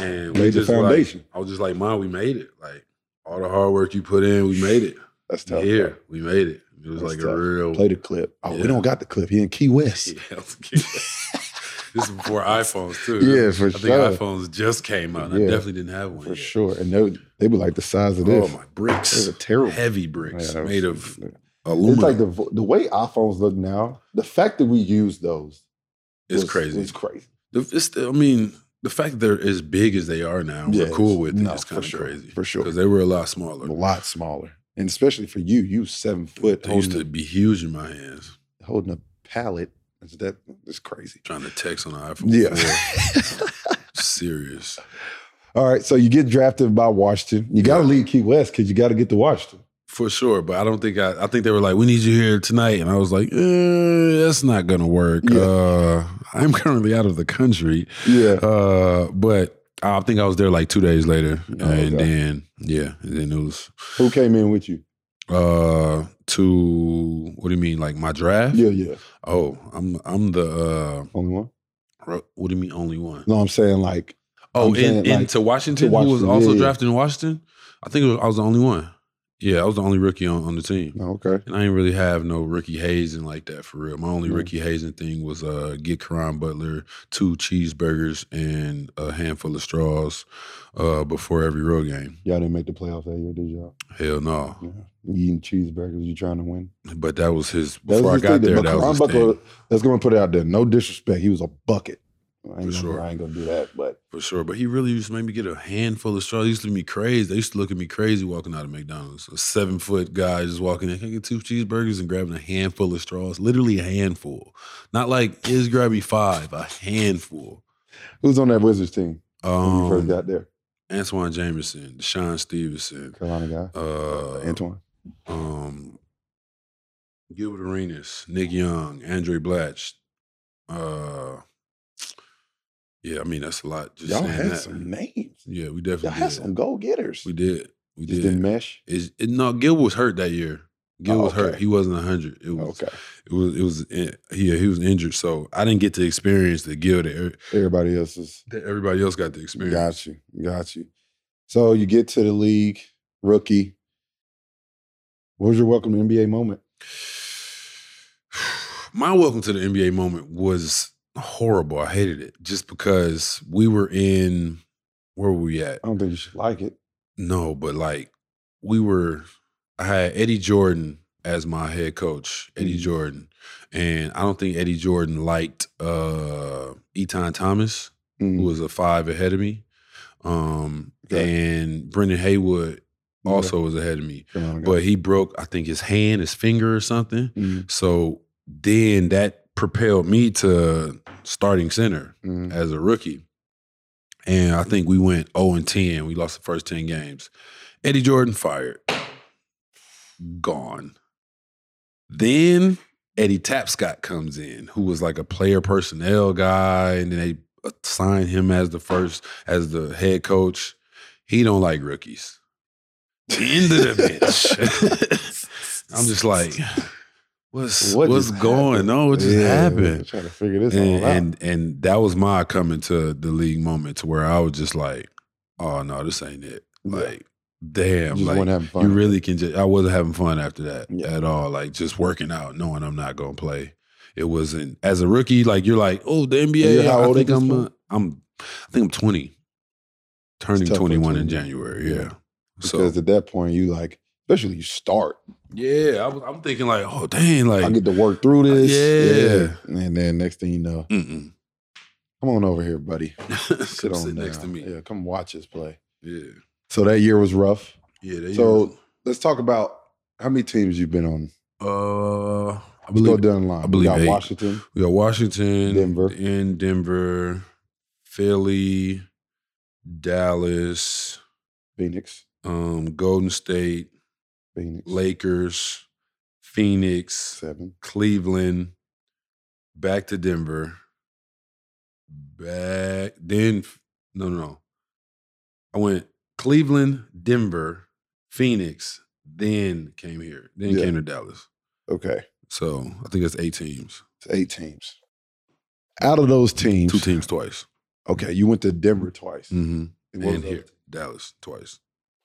Speaker 2: And we
Speaker 1: Made the
Speaker 2: just like-
Speaker 1: foundation.
Speaker 2: I was just like, mom, we made it. Like all the hard work you put in, we made it.
Speaker 1: That's tough.
Speaker 2: Here,
Speaker 1: bro.
Speaker 2: we made it. It was
Speaker 1: That's
Speaker 2: like
Speaker 1: tough.
Speaker 2: a real.
Speaker 1: Play the clip. Oh, we
Speaker 2: Yeah.
Speaker 1: don't got the clip. He in Key West.
Speaker 2: Yeah, I was kidding. this is before iPhones too.
Speaker 1: Yeah, for
Speaker 2: I think iPhones just came out. I
Speaker 1: Yeah.
Speaker 2: definitely didn't have one.
Speaker 1: For
Speaker 2: yet.
Speaker 1: sure. And they, they were like the size of
Speaker 2: Oh
Speaker 1: this.
Speaker 2: my bricks,
Speaker 1: They were terrible.
Speaker 2: heavy
Speaker 1: Yeah,
Speaker 2: bricks
Speaker 1: that was-
Speaker 2: made of
Speaker 1: It's
Speaker 2: aluminum.
Speaker 1: like the vo- the way iPhones look now, the fact that we use those
Speaker 2: it's
Speaker 1: was-
Speaker 2: crazy.
Speaker 1: It's crazy.
Speaker 2: The, it's the, I mean, the fact that they're as big as they are now,
Speaker 1: Yeah,
Speaker 2: we're cool with it.
Speaker 1: no,
Speaker 2: it's kind
Speaker 1: for
Speaker 2: of
Speaker 1: sure,
Speaker 2: crazy.
Speaker 1: for sure.
Speaker 2: Because they were a lot
Speaker 1: A
Speaker 2: smaller.
Speaker 1: lot smaller. And especially for you, you seven foot
Speaker 2: They used
Speaker 1: holding,
Speaker 2: to be huge in my hands,
Speaker 1: a, holding a pallet. Is that is crazy.
Speaker 2: trying to text on an iPhone.
Speaker 1: Yeah.
Speaker 2: 4. Serious.
Speaker 1: All right. So you get drafted by Washington. You gotta
Speaker 2: Yeah.
Speaker 1: leave Key West because you gotta get to Washington.
Speaker 2: For sure. But I don't think I, I think they were like, we need you here tonight. And I was like, eh, that's not going to work.
Speaker 1: Yeah.
Speaker 2: Uh, I'm currently out of the country.
Speaker 1: Yeah.
Speaker 2: Uh, but I think I was there like two days later.
Speaker 1: Oh, okay.
Speaker 2: And then, yeah, and then it was
Speaker 1: Who came in with you?
Speaker 2: uh, to, what do you mean, like my draft?
Speaker 1: Yeah, yeah.
Speaker 2: Oh, I'm I'm the uh
Speaker 1: Only one.
Speaker 2: ro- what do you mean only one?
Speaker 1: No, I'm saying like
Speaker 2: oh,
Speaker 1: I'm saying,
Speaker 2: in, in
Speaker 1: like,
Speaker 2: to Washington,
Speaker 1: to
Speaker 2: who was
Speaker 1: Washington,
Speaker 2: also
Speaker 1: yeah, yeah.
Speaker 2: drafted in Washington? I think it was, I was the only one. Yeah, I was the only rookie on, on the team.
Speaker 1: no, okay.
Speaker 2: And I didn't really have no Ricky Hazen like that for real. My only
Speaker 1: Mhm.
Speaker 2: Ricky Hazen thing was uh get Karan Butler two cheeseburgers and a handful of straws uh before every road game.
Speaker 1: Y'all didn't make the playoffs that year, did y'all?
Speaker 2: Hell no.
Speaker 1: Yeah. You eating cheeseburgers, you trying to win.
Speaker 2: But that was his
Speaker 1: That was
Speaker 2: before I
Speaker 1: his
Speaker 2: got
Speaker 1: thing,
Speaker 2: there,
Speaker 1: but
Speaker 2: that
Speaker 1: Karan
Speaker 2: was his thing.
Speaker 1: Butler- Let's go and put it out there. No disrespect. He was a bucket. I ain't,
Speaker 2: For
Speaker 1: gonna,
Speaker 2: sure.
Speaker 1: I ain't gonna do that, but
Speaker 2: for sure. But he really used to make me get a handful of straws. He used to be crazy. They used to look at me crazy walking out of McDonald's. A seven foot guy just walking in, can I get two cheeseburgers and grabbing a handful of straws? Literally a handful. Not like is grab me five, a handful.
Speaker 1: Who's on that Wizards team when you first
Speaker 2: Um,
Speaker 1: got there?
Speaker 2: Antoine Jameson, Deshaun Stevenson,
Speaker 1: Carolina guy,
Speaker 2: uh,
Speaker 1: Antoine.
Speaker 2: um, Gilbert Arenas, Nick Young, Andre Blatch. Uh, yeah, I mean that's a lot. Just
Speaker 1: Y'all
Speaker 2: saying
Speaker 1: had
Speaker 2: that.
Speaker 1: some names.
Speaker 2: Yeah, we
Speaker 1: Y'all
Speaker 2: definitely
Speaker 1: had
Speaker 2: did.
Speaker 1: some goal getters.
Speaker 2: We did. We
Speaker 1: Just
Speaker 2: did.
Speaker 1: didn't mesh.
Speaker 2: It's, it, no, Gil was hurt that year. Gil
Speaker 1: Oh,
Speaker 2: was hurt.
Speaker 1: okay.
Speaker 2: He wasn't hundred. It was.
Speaker 1: Okay,
Speaker 2: It was. It was. eh, Yeah, he was injured, so I didn't get to experience the Gil that, er-
Speaker 1: everybody else is
Speaker 2: that everybody else got to experience.
Speaker 1: Got you. Got you. So you get to the league, rookie. What was your welcome to NBA moment?
Speaker 2: My welcome to the NBA moment was horrible. I hated it just because we were in where were we at?
Speaker 1: I don't think you should like it.
Speaker 2: No, but like we were I had Eddie Jordan as my head coach, Eddie
Speaker 1: Mhm.
Speaker 2: Jordan. And I don't think Eddie Jordan liked uh Eton Thomas,
Speaker 1: Mm,
Speaker 2: who was a five ahead of me. Um
Speaker 1: Okay.
Speaker 2: and Brendan Haywood also was ahead of me. But he broke, I think, his hand, his finger or something. So then that propelled me to starting center
Speaker 1: Mm-hmm.
Speaker 2: as a rookie. And I think we went 0 and 10. We lost the first 10 games. Eddie Jordan fired. Gone. Then Eddie Tapscott comes in, who was like a player personnel guy, and then they assigned him as the first, as the head coach. He don't like rookies. End of the bench. I'm just like, what's
Speaker 1: What
Speaker 2: what's
Speaker 1: just
Speaker 2: going
Speaker 1: happened?
Speaker 2: on? What just happened?
Speaker 1: Trying to figure this
Speaker 2: and,
Speaker 1: all out.
Speaker 2: and and that was my coming to the league moment to where I was just like, oh no, this ain't it.
Speaker 1: Yeah.
Speaker 2: Like,
Speaker 1: you
Speaker 2: damn,
Speaker 1: just
Speaker 2: like
Speaker 1: weren't having fun.
Speaker 2: you really can just. I wasn't having fun after that
Speaker 1: Yeah.
Speaker 2: at all. Like just working out, knowing I'm not gonna play. It wasn't as a rookie. Like you're like, oh, the NBA.
Speaker 1: you're how
Speaker 2: I
Speaker 1: old at
Speaker 2: think
Speaker 1: this
Speaker 2: I'm. Uh,
Speaker 1: point?
Speaker 2: I'm. I think I'm 20, turning
Speaker 1: tough for a
Speaker 2: 21 in
Speaker 1: 20.
Speaker 2: January.
Speaker 1: Yeah.
Speaker 2: Yeah.
Speaker 1: because
Speaker 2: So
Speaker 1: at that point you like, especially you start.
Speaker 2: yeah, I was, I'm thinking like, oh dang,
Speaker 1: I
Speaker 2: like uh,
Speaker 1: get to work through this.
Speaker 2: Yeah.
Speaker 1: And then next thing you know,
Speaker 2: mm-mm.
Speaker 1: come on over here, buddy. Sit
Speaker 2: Come
Speaker 1: on
Speaker 2: sit next
Speaker 1: down.
Speaker 2: to me. Yeah,
Speaker 1: Yeah, come watch us play.
Speaker 2: yeah.
Speaker 1: So that year was rough.
Speaker 2: there you
Speaker 1: So-
Speaker 2: go.
Speaker 1: Let's talk about how many teams you've been on.
Speaker 2: Uh, I
Speaker 1: Let's go
Speaker 2: believe
Speaker 1: down the line.
Speaker 2: I believe
Speaker 1: we got
Speaker 2: eight.
Speaker 1: Washington.
Speaker 2: we got Washington,
Speaker 1: Denver.
Speaker 2: in Denver, Philly, Dallas,
Speaker 1: Phoenix.
Speaker 2: um, Golden State,
Speaker 1: Phoenix.
Speaker 2: Lakers, Phoenix,
Speaker 1: Seven.
Speaker 2: Cleveland, back to Denver, back then. No, no, no. I went Cleveland, Denver, Phoenix, then came here, then
Speaker 1: Yeah.
Speaker 2: came to Dallas.
Speaker 1: Okay.
Speaker 2: So I think that's eight teams.
Speaker 1: It's eight teams. Out of those teams.
Speaker 2: Two teams twice.
Speaker 1: Okay. You went to Denver twice.
Speaker 2: Mm-hmm.
Speaker 1: And what was
Speaker 2: and
Speaker 1: the
Speaker 2: here,
Speaker 1: other-
Speaker 2: Dallas twice.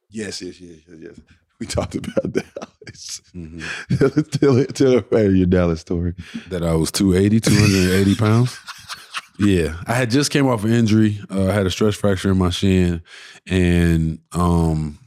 Speaker 1: Yes, yes, yes, yes, yes. We talked about Dallas.
Speaker 2: Mhm.
Speaker 1: tell, tell, tell everybody your Dallas story.
Speaker 2: That I was 280, 280 pounds. Yeah, I had just came off an injury. Uh, I had a stress fracture in my shin, and um,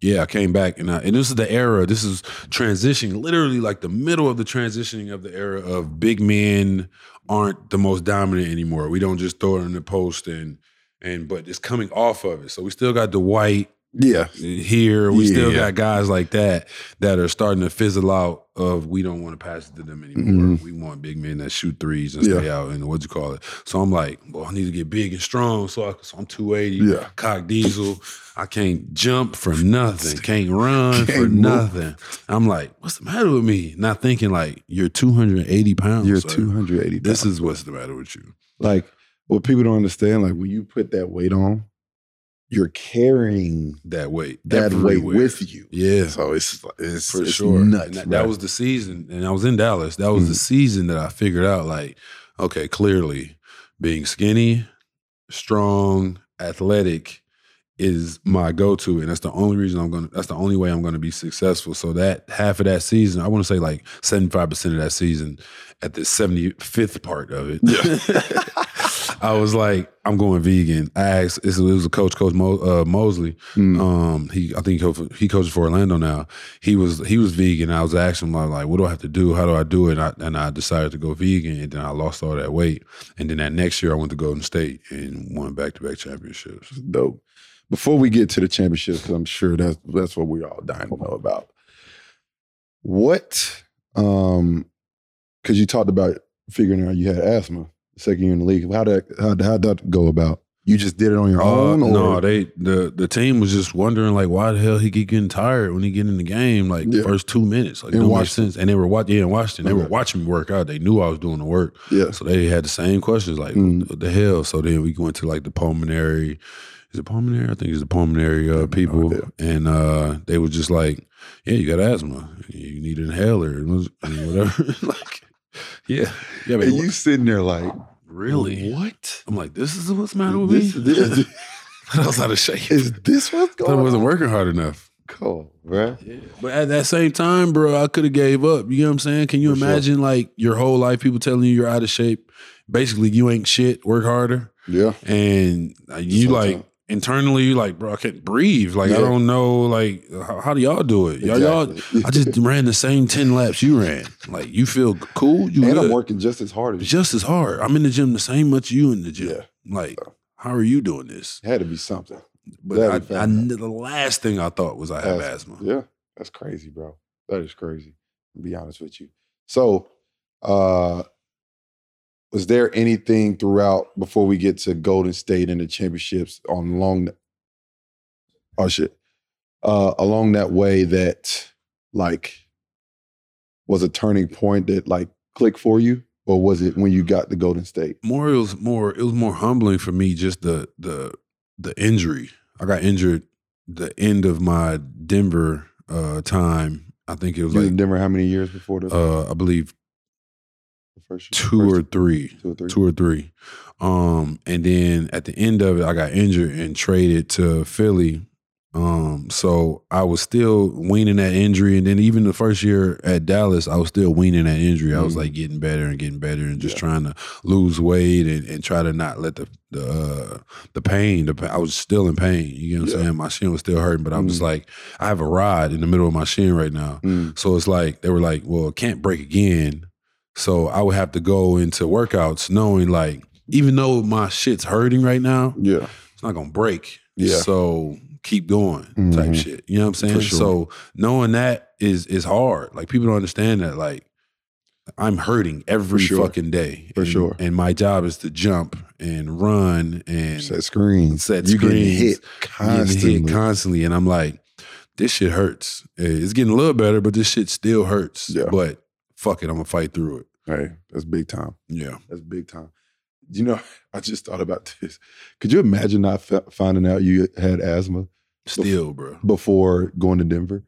Speaker 2: yeah, I came back, and I, and this is the era. This is transitioning, literally like the middle of the transitioning of the era of big men aren't the most dominant anymore. We don't just throw it in the post and and but it's coming off of it. So we still got Dwight.
Speaker 1: Yeah.
Speaker 2: here. We still
Speaker 1: Yeah.
Speaker 2: got guys like that that are starting to fizzle out. Of we don't want to pass it to them anymore.
Speaker 1: Mhm.
Speaker 2: We want big men that shoot threes and stay out and what you call it. So I'm like, well, I need to get big and strong. So, I, so I'm 280,
Speaker 1: Yeah.
Speaker 2: cock diesel. I can't jump for nothing. Can't run
Speaker 1: Can't
Speaker 2: for
Speaker 1: move.
Speaker 2: nothing. I'm like, what's the matter with me? Not thinking like you're 280 pounds.
Speaker 1: You're
Speaker 2: sir.
Speaker 1: 280.
Speaker 2: This is what's the matter with you.
Speaker 1: like what people don't understand. Like when you put that weight on, you're carrying
Speaker 2: That weight.
Speaker 1: that weight
Speaker 2: everywhere.
Speaker 1: with you.
Speaker 2: Yeah.
Speaker 1: So it's it's
Speaker 2: for
Speaker 1: it's
Speaker 2: sure.
Speaker 1: nuts. Hmm.
Speaker 2: And that,
Speaker 1: bro.
Speaker 2: that was the season, and I was in Dallas. That was the season that I figured out, like, okay, clearly, being skinny, strong, athletic is my go-to, and that's the only reason I'm gonna. That's the only way I'm gonna be successful. So that half of that season, I want to say like 75 percent of that season, at the 75th part of it. I was like, I'm going vegan. I asked, it was a coach, Coach Mo, uh, Mosley.
Speaker 1: Mm.
Speaker 2: Um, he, I think he, co- he coaches for Orlando now. He was he was vegan. I was asking him like, what do I have to do? How do I do it? And I, and I decided to go vegan, and then I lost all that weight. And then that next year, I went to Golden State and won back to back championships.
Speaker 1: Dope. Before we get to the championship, 'cause I'm sure that's that's what we're all dying to know about. What? Um, because you talked about figuring out you had asthma the second year in the league. How did how how that go about? You just did it on your
Speaker 2: Uh,
Speaker 1: own, or
Speaker 2: no, they the the team was just wondering like, why the hell he keep getting tired when he get in the game? Like the
Speaker 1: Yeah.
Speaker 2: first two minutes, like
Speaker 1: In
Speaker 2: don't make
Speaker 1: Washington.
Speaker 2: sense. And they were watching, yeah, in Washington, they were
Speaker 1: Okay.
Speaker 2: watching me work out. They knew I was doing the work.
Speaker 1: yeah,
Speaker 2: So they had the same questions, like
Speaker 1: Mm.
Speaker 2: what the hell. So then we went to like the pulmonary, is it pulmonary? I think it's the pulmonary
Speaker 1: I
Speaker 2: uh,
Speaker 1: have no
Speaker 2: people,
Speaker 1: idea.
Speaker 2: and uh, they were just like, "Yeah, you got asthma. You need an inhaler and was- and whatever." like, yeah, yeah, but
Speaker 1: and you sitting there like
Speaker 2: really?
Speaker 1: what?
Speaker 2: I'm like, this is what's the matter with
Speaker 1: This,
Speaker 2: me.
Speaker 1: this,
Speaker 2: But I was out of shape.
Speaker 1: is this what's
Speaker 2: I
Speaker 1: going?
Speaker 2: wasn't
Speaker 1: on?
Speaker 2: working hard enough.
Speaker 1: Cool, bro.
Speaker 2: But at that same time, bro, I could have gave up. You know what I'm saying? Can you
Speaker 1: For sure.
Speaker 2: imagine like your whole life people telling you you're out of shape? Basically, you ain't shit. Work harder.
Speaker 1: Yeah,
Speaker 2: and uh, you
Speaker 1: whole
Speaker 2: like
Speaker 1: time.
Speaker 2: internally you like bro i can't breathe like
Speaker 1: Yeah.
Speaker 2: i don't know like how, how do y'all do it y'all, y'all
Speaker 1: exactly.
Speaker 2: i just ran the same 10 laps you ran like you feel cool you
Speaker 1: and
Speaker 2: good.
Speaker 1: I'm working just as hard
Speaker 2: It's
Speaker 1: as
Speaker 2: just as hard i'm in the gym the same much you in the
Speaker 1: you.
Speaker 2: gym
Speaker 1: Yeah,
Speaker 2: like how are you doing this
Speaker 1: it had to be something.
Speaker 2: but
Speaker 1: That'd
Speaker 2: I,
Speaker 1: be
Speaker 2: I
Speaker 1: fun.
Speaker 2: kn- the last thing i thought was i have asthma
Speaker 1: Yeah, that's crazy, bro. That is crazy. To be honest with you. So, uh was there anything throughout before we get to Golden State and the championships on long? Oh shit! Uh, along that way, that like was a turning point that like clicked for you, or was it when you got to Golden State?
Speaker 2: more it was more it was more humbling for me just the the the injury i got injured the end of my denver uh time i think it was
Speaker 1: you was
Speaker 2: like
Speaker 1: in Denver how many years before the,
Speaker 2: uh, I believe
Speaker 1: the first year?
Speaker 2: two or
Speaker 1: First-
Speaker 2: three,
Speaker 1: two or three?
Speaker 2: two or three. Um, and then at the end of it, I got injured and traded to Philly. Um, so I was still weaning that injury, and then even the first year at Dallas, I was still weaning that injury. I was
Speaker 1: Mhm.
Speaker 2: like getting better and getting better, and just
Speaker 1: Yeah.
Speaker 2: trying to lose weight and, and try to not let the the uh, the pain. The pa- I was still in pain. You know what
Speaker 1: Yeah.
Speaker 2: I'm saying? My shin was still hurting, but I'm just
Speaker 1: Mhm.
Speaker 2: like, I have a rod in the middle of my shin right now.
Speaker 1: Mm,
Speaker 2: So it's like they were like, well, it can't break again. So I would have to go into workouts knowing like, even though my shit's hurting right now,
Speaker 1: yeah,
Speaker 2: it's not gonna break.
Speaker 1: yeah.
Speaker 2: So keep going type
Speaker 1: Mhm.
Speaker 2: shit. You know what I'm saying?
Speaker 1: For sure.
Speaker 2: So knowing that is is hard. Like people don't understand that. Like I'm hurting every
Speaker 1: For sure.
Speaker 2: fucking day.
Speaker 1: For
Speaker 2: And-
Speaker 1: sure.
Speaker 2: And my job is to jump and run and
Speaker 1: set screens.
Speaker 2: set
Speaker 1: you getting
Speaker 2: screens.
Speaker 1: hit
Speaker 2: constantly.
Speaker 1: constantly.
Speaker 2: hit constantly, and I'm like, this shit hurts. Eh, It's getting a little better, but this shit still hurts.
Speaker 1: Yeah.
Speaker 2: But fuck it, I'm gonna fight through it.
Speaker 1: hey, that's big time.
Speaker 2: Yeah,
Speaker 1: That's big time. You know, I just thought about this. Could you imagine not f- finding out you had asthma
Speaker 2: still, bro.
Speaker 1: before going to Denver?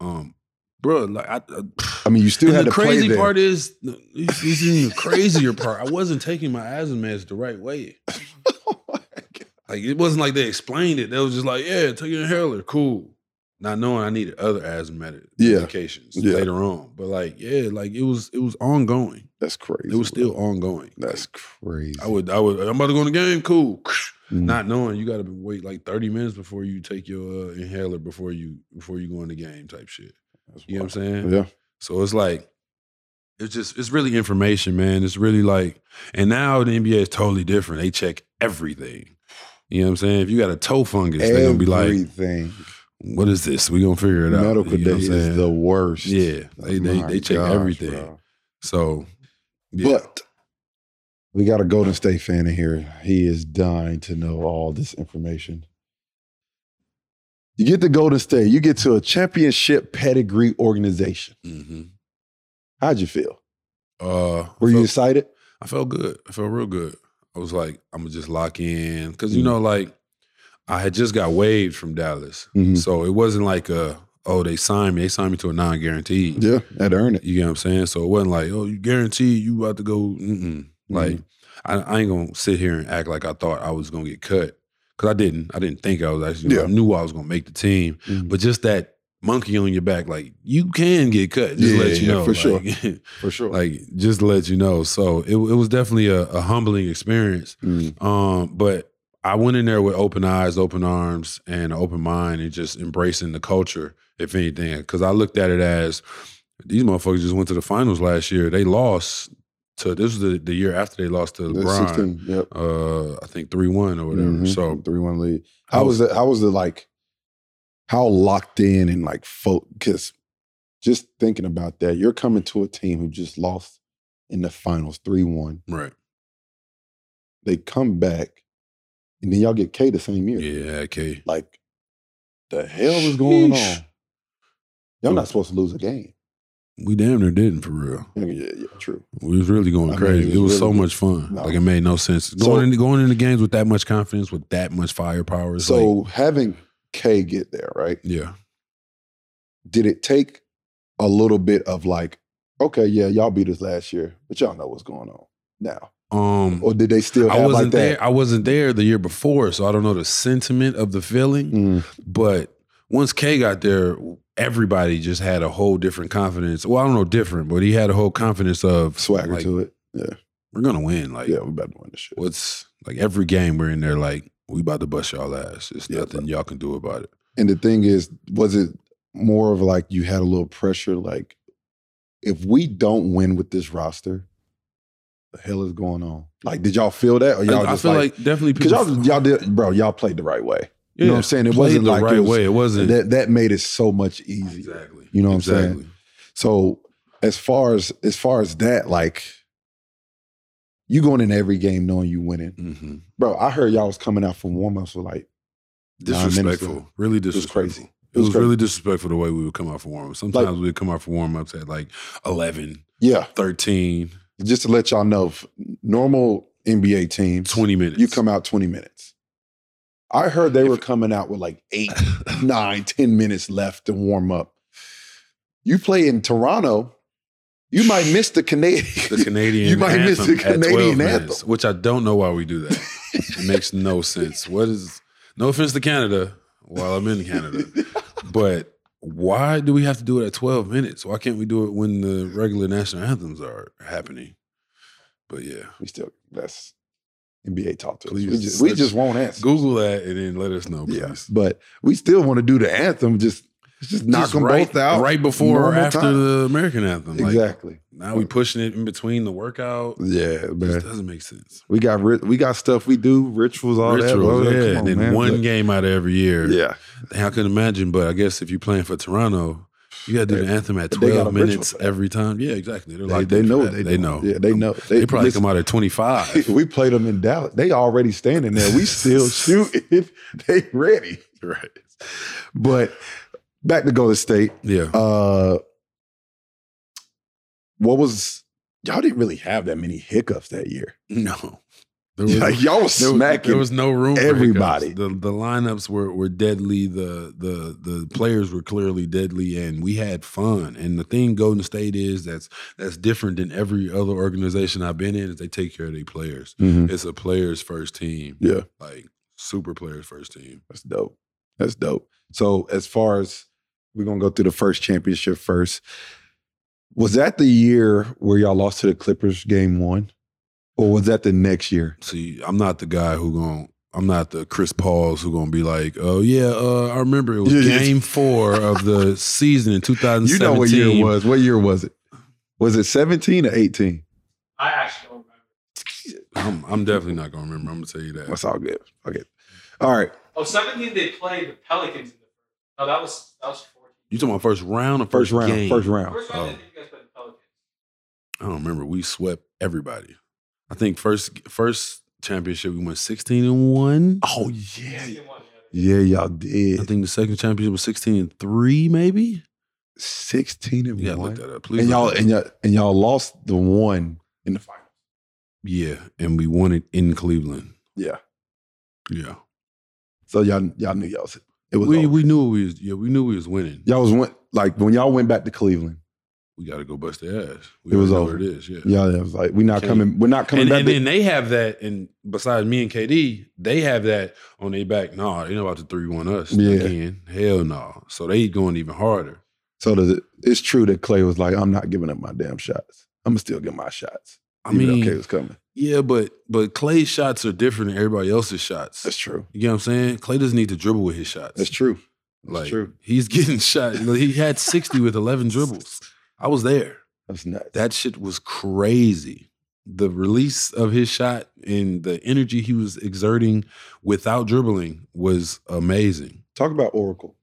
Speaker 2: Um, bro, like I. I
Speaker 1: I mean, you still
Speaker 2: and
Speaker 1: had
Speaker 2: the
Speaker 1: to play
Speaker 2: crazy
Speaker 1: there.
Speaker 2: part is, this this is even the crazier part. I wasn't taking my asthma meds the right way.
Speaker 1: Oh my God.
Speaker 2: Like it wasn't like they explained it. They was just like, yeah, take your inhaler, cool. Not knowing I needed other asthma med-
Speaker 1: Yeah.
Speaker 2: medications
Speaker 1: Yeah.
Speaker 2: later on, but like, yeah, like it was it was ongoing.
Speaker 1: That's crazy.
Speaker 2: It was
Speaker 1: bro.
Speaker 2: still ongoing.
Speaker 1: That's crazy.
Speaker 2: I would, I would. I'm about to go in the game. Cool.
Speaker 1: Mm.
Speaker 2: Not knowing you got to wait like 30 minutes before you take your uh, inhaler before you before you go in the game type shit.
Speaker 1: That's
Speaker 2: You know what I'm
Speaker 1: wild.
Speaker 2: saying?
Speaker 1: Yeah.
Speaker 2: So it's like it's just it's really information, man. It's really like, and now the NBA is totally different. They check everything. You know what I'm saying? If you got a toe fungus, they're gonna be like,
Speaker 1: Everything.
Speaker 2: "What is this? We gonna figure it out."
Speaker 1: Medical
Speaker 2: you know
Speaker 1: day
Speaker 2: what I'm
Speaker 1: is
Speaker 2: saying?
Speaker 1: the worst. Oh
Speaker 2: yeah. They they,
Speaker 1: My
Speaker 2: they check
Speaker 1: gosh,
Speaker 2: everything.
Speaker 1: bro.
Speaker 2: So, yeah.
Speaker 1: But we got a Golden State fan in here. He is dying to know all this information. You get to Golden State, you get to a championship pedigree organization.
Speaker 2: Mhm.
Speaker 1: How'd you feel?
Speaker 2: uh,
Speaker 1: Were you
Speaker 2: so-
Speaker 1: excited?
Speaker 2: I felt good. I felt real good. I was like, I'm gonna just lock in because you
Speaker 1: Mm.
Speaker 2: know, like I had just got waived from Dallas,
Speaker 1: Mhm.
Speaker 2: so it wasn't like a oh they signed me. They signed me to a non guaranteed.
Speaker 1: Yeah, had to earn it.
Speaker 2: You get what I'm saying? So it wasn't like oh you guaranteed you about to go. Mm-mm. Like
Speaker 1: Mm.
Speaker 2: I, I ain't gonna sit here and act like I thought I was gonna get cut because I didn't. I didn't think I was actually.
Speaker 1: Yeah.
Speaker 2: I knew I was gonna make the team,
Speaker 1: Mhm.
Speaker 2: but just that monkey on your back. Like you can get cut. Just
Speaker 1: Yeah,
Speaker 2: let you
Speaker 1: yeah,
Speaker 2: know
Speaker 1: for sure.
Speaker 2: Like,
Speaker 1: Mm-hmm. for sure.
Speaker 2: like just to let you know. So it it was definitely a, a humbling experience.
Speaker 1: Mm.
Speaker 2: Um, but I went in there with open eyes, open arms, and an open mind, and just embracing the culture, if anything. Because I looked at it as these motherfuckers just went to the finals last year. They lost to this was the, the year after they lost to
Speaker 1: That's
Speaker 2: LeBron.
Speaker 1: 16, Yep.
Speaker 2: Uh, I think three one or whatever.
Speaker 1: Mm-hmm.
Speaker 2: So
Speaker 1: three one lead. How was the how was the like how locked in and like focus? Just thinking about that, you're coming to a team who just lost in the finals three one.
Speaker 2: right?
Speaker 1: They come back, and then y'all get K the same year.
Speaker 2: Yeah, okay.
Speaker 1: Like, the hell is going
Speaker 2: Sheesh.
Speaker 1: on? Y'all not supposed to lose a game.
Speaker 2: We damn near didn't for real.
Speaker 1: Yeah, yeah, yeah, true.
Speaker 2: We was really going
Speaker 1: I mean,
Speaker 2: crazy.
Speaker 1: it was
Speaker 2: it was
Speaker 1: really
Speaker 2: so
Speaker 1: good.
Speaker 2: much fun.
Speaker 1: No.
Speaker 2: Like it made no sense.
Speaker 1: So-
Speaker 2: Going into going into games with that much confidence, with that much firepower. Is
Speaker 1: So
Speaker 2: like,
Speaker 1: having K get there, right?
Speaker 2: yeah,
Speaker 1: did it take a little bit of like, okay, yeah, y'all beat us last year, but y'all know what's going on now?
Speaker 2: um,
Speaker 1: Or did they still
Speaker 2: I
Speaker 1: have
Speaker 2: wasn't
Speaker 1: like that?
Speaker 2: there. I wasn't there the year before, so I don't know the sentiment of the feeling.
Speaker 1: Mm,
Speaker 2: But once K got there, everybody just had a whole different confidence. Well, I don't know different, but he had a whole confidence of
Speaker 1: swagger
Speaker 2: like,
Speaker 1: to it. Yeah,
Speaker 2: We're gonna win. Like
Speaker 1: yeah, we better win this shit.
Speaker 2: what's like every game we're in there. Like we about to bust y'all ass. It's
Speaker 1: Yeah,
Speaker 2: nothing y'all can do about it.
Speaker 1: And the thing is, was it more of like you had a little pressure, like if we don't win with this roster, the hell is going on? Like, did y'all feel that, or y'all
Speaker 2: I, I
Speaker 1: just
Speaker 2: feel
Speaker 1: like
Speaker 2: like, definitely
Speaker 1: because
Speaker 2: people.
Speaker 1: y'all y'all did, bro, y'all played the right way. You know what I'm saying? It
Speaker 2: Played
Speaker 1: wasn't
Speaker 2: the
Speaker 1: like it
Speaker 2: right
Speaker 1: was-
Speaker 2: way. It wasn't
Speaker 1: That that made it so much easier.
Speaker 2: Exactly.
Speaker 1: You know what I'm
Speaker 2: exactly.
Speaker 1: saying? So as far as as far as that, like you going in every game knowing you winning,
Speaker 2: Mm-hmm.
Speaker 1: bro. I heard y'all was coming out from warm ups with like minutes
Speaker 2: Disrespectful. Really
Speaker 1: was
Speaker 2: disrespectful.
Speaker 1: crazy.
Speaker 2: It was,
Speaker 1: crazy.
Speaker 2: really disrespectful the way we would come out for warm ups. Sometimes we would come out for warm ups at like 11,
Speaker 1: yeah.
Speaker 2: 13,
Speaker 1: Just to let y'all know, f- normal NBA teams,
Speaker 2: 20 minutes.
Speaker 1: you come out twenty minutes. I heard they
Speaker 2: If-
Speaker 1: were coming out with like eight, nine, ten minutes left to warm up. You play in Toronto, you might miss the Canadian.
Speaker 2: the Canadian
Speaker 1: You might
Speaker 2: anthem
Speaker 1: miss the
Speaker 2: at 12
Speaker 1: Canadian
Speaker 2: minutes,
Speaker 1: anthem.
Speaker 2: which I don't know why we do that. it makes no sense. What is, no offense to Canada while I'm in Canada, but why do we have to do it at 12 minutes? Why can't we do it when the regular national anthems are happening? But yeah.
Speaker 1: we still that's NBA talk to us. We
Speaker 2: Please,
Speaker 1: just, we
Speaker 2: let's-
Speaker 1: just won't answer.
Speaker 2: Google that and then let us know, please.
Speaker 1: Yeah, but we still want to do the anthem. Just just knock
Speaker 2: Just
Speaker 1: them
Speaker 2: right,
Speaker 1: both out.
Speaker 2: right before or
Speaker 1: normal
Speaker 2: after
Speaker 1: time.
Speaker 2: the American anthem. Like,
Speaker 1: exactly.
Speaker 2: Now we pushing it in between the workout.
Speaker 1: Yeah,
Speaker 2: This
Speaker 1: man.
Speaker 2: doesn't make sense.
Speaker 1: We got ri- we got stuff we do rituals all
Speaker 2: Rituals,
Speaker 1: that.
Speaker 2: yeah, and then one
Speaker 1: game.
Speaker 2: game out of every year.
Speaker 1: Yeah,
Speaker 2: Dang, I couldn't imagine, but I guess if you're playing for Toronto, you got to do the anthem at
Speaker 1: They got a
Speaker 2: 12
Speaker 1: ritual
Speaker 2: minutes
Speaker 1: for that.
Speaker 2: every time. Yeah, exactly. They're
Speaker 1: they,
Speaker 2: like
Speaker 1: they know what they
Speaker 2: they
Speaker 1: doing.
Speaker 2: know.
Speaker 1: Yeah, they know.
Speaker 2: They, probably
Speaker 1: listen,
Speaker 2: come out at 25.
Speaker 1: We played them in Dallas. They already standing there. We still shooting. they ready.
Speaker 2: right.
Speaker 1: But back to Golden State.
Speaker 2: Yeah.
Speaker 1: Uh, what was y'all didn't really have that many hiccups that year.
Speaker 2: no. There
Speaker 1: Like y'all was
Speaker 2: there was,
Speaker 1: smacking.
Speaker 2: there was no room for
Speaker 1: everybody.
Speaker 2: hiccups. the the lineups were were deadly. The the the players were clearly deadly, and we had fun. And the thing Golden State is that's that's different than every other organization I've been in is they take care of their players.
Speaker 1: Mm-hmm.
Speaker 2: It's a players first team,
Speaker 1: Yeah,
Speaker 2: like super players first team.
Speaker 1: that's dope. That's dope. So as far as we're gonna go through the first championship first. Was that the year where y'all lost to the Clippers game one, or was that the next year?
Speaker 2: See, I'm not the guy who going. I'm not the Chris Pauls who gonna be like, oh yeah, uh, I remember it was
Speaker 1: Yeah, yeah.
Speaker 2: game four of the season in 2017.
Speaker 1: You know what year it was. What year was it? Was it seventeen or eighteen?
Speaker 3: I actually don't remember.
Speaker 2: I'm, I'm definitely not gonna remember. I'm gonna tell you that.
Speaker 1: That's all good. Okay. All right.
Speaker 3: Oh, 17 they played the Pelicans in the first. No, that was that was 14.
Speaker 2: You talking about first round or
Speaker 1: First
Speaker 2: first,
Speaker 1: round.
Speaker 2: game?
Speaker 1: First round.
Speaker 3: First round,
Speaker 2: Oh.
Speaker 3: I think you guys played the Pelicans.
Speaker 2: I don't remember. We swept everybody. I think first first championship we went sixteen and one.
Speaker 1: Oh yeah.
Speaker 3: 16-1, yeah.
Speaker 1: Yeah, y'all
Speaker 2: I
Speaker 1: did.
Speaker 2: think the second championship was sixteen and three, maybe.
Speaker 1: Sixteen and
Speaker 2: You gotta
Speaker 1: one.
Speaker 2: look that up, please.
Speaker 1: And y'all
Speaker 2: look that
Speaker 1: and
Speaker 2: up.
Speaker 1: y'all and y'all lost the one in the final.
Speaker 2: yeah, and we won it in Cleveland.
Speaker 1: Yeah.
Speaker 2: Yeah,
Speaker 1: So y'all y'all knew y'all was it was
Speaker 2: we
Speaker 1: over.
Speaker 2: we knew we was yeah we knew we was winning.
Speaker 1: y'all was went like when y'all went back to Cleveland.
Speaker 2: we got to go bust their ass. We
Speaker 1: It was
Speaker 2: already know
Speaker 1: over.
Speaker 2: what it is. Yeah.
Speaker 1: Yeah, it was like we're not
Speaker 2: Can't-
Speaker 1: coming. We're not coming
Speaker 2: And,
Speaker 1: back.
Speaker 2: and then they have that, and besides me and KD, they have that on their back. Nah, they know about to three one us
Speaker 1: Yeah.
Speaker 2: again. Hell no. So they going even harder.
Speaker 1: so does it, it's true that Clay was like, "I'm not giving up my damn shots. I'm gonna still get my shots."
Speaker 2: I
Speaker 1: even though
Speaker 2: mean,
Speaker 1: Clay was coming.
Speaker 2: yeah, but but Clay's shots are different than everybody else's shots.
Speaker 1: That's true.
Speaker 2: You get what I'm saying? Clay doesn't need to dribble with his shots.
Speaker 1: That's true. That's
Speaker 2: Like
Speaker 1: true.
Speaker 2: he's getting shot. You know, he had 60 with 11 dribbles. I was there.
Speaker 1: That's nuts.
Speaker 2: That shit was crazy. The release of his shot and the energy he was exerting without dribbling was amazing.
Speaker 1: Talk about Oracle.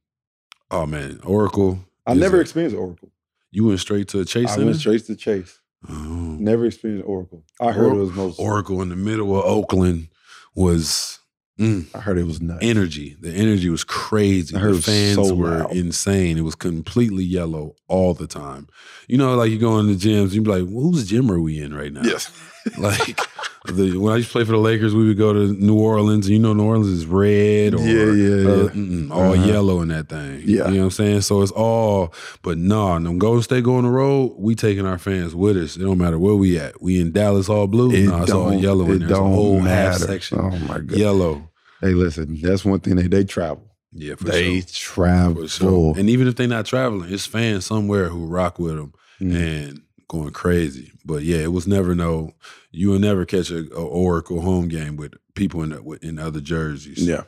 Speaker 2: Oh man, Oracle.
Speaker 1: I
Speaker 2: is
Speaker 1: never
Speaker 2: a-
Speaker 1: experienced Oracle.
Speaker 2: you went straight to a chase
Speaker 1: I
Speaker 2: center.
Speaker 1: went straight to Chase.
Speaker 2: Oh.
Speaker 1: Never experienced Oracle. I heard
Speaker 2: Or-
Speaker 1: it was most.
Speaker 2: Oracle in the middle of Oakland was mm,
Speaker 1: I heard it was nuts.
Speaker 2: energy. The energy was crazy.
Speaker 1: I heard it
Speaker 2: The
Speaker 1: was
Speaker 2: fans
Speaker 1: so
Speaker 2: were
Speaker 1: loud.
Speaker 2: insane. It was completely yellow all the time. You know, like you go in the gyms, you be like, well, whose gym are we in right now?
Speaker 1: yes.
Speaker 2: Like the when I used to play for the Lakers, we would go to New Orleans, and you know New Orleans is red or
Speaker 1: yeah, yeah,
Speaker 2: uh,
Speaker 1: yeah.
Speaker 2: mm-mm, all
Speaker 1: Uh-huh.
Speaker 2: yellow in that thing.
Speaker 1: Yeah.
Speaker 2: You know what I'm saying? So it's all, but nah, them Golden State go on the road, we taking our fans with us. It don't matter where we at. We in Dallas all blue. nah, it's all
Speaker 1: don't-
Speaker 2: yellow in there. It's a whole half section.
Speaker 1: Oh my god.
Speaker 2: Yellow.
Speaker 1: Hey, listen, that's one thing they they travel.
Speaker 2: Yeah, for
Speaker 1: they
Speaker 2: sure.
Speaker 1: travel.
Speaker 2: For sure. And even if they not traveling, it's fans somewhere who rock with them
Speaker 1: Mm.
Speaker 2: and going crazy. But yeah, it was never no. You will never catch a, a Oracle home game with people in the, with- in other jerseys.
Speaker 1: yeah.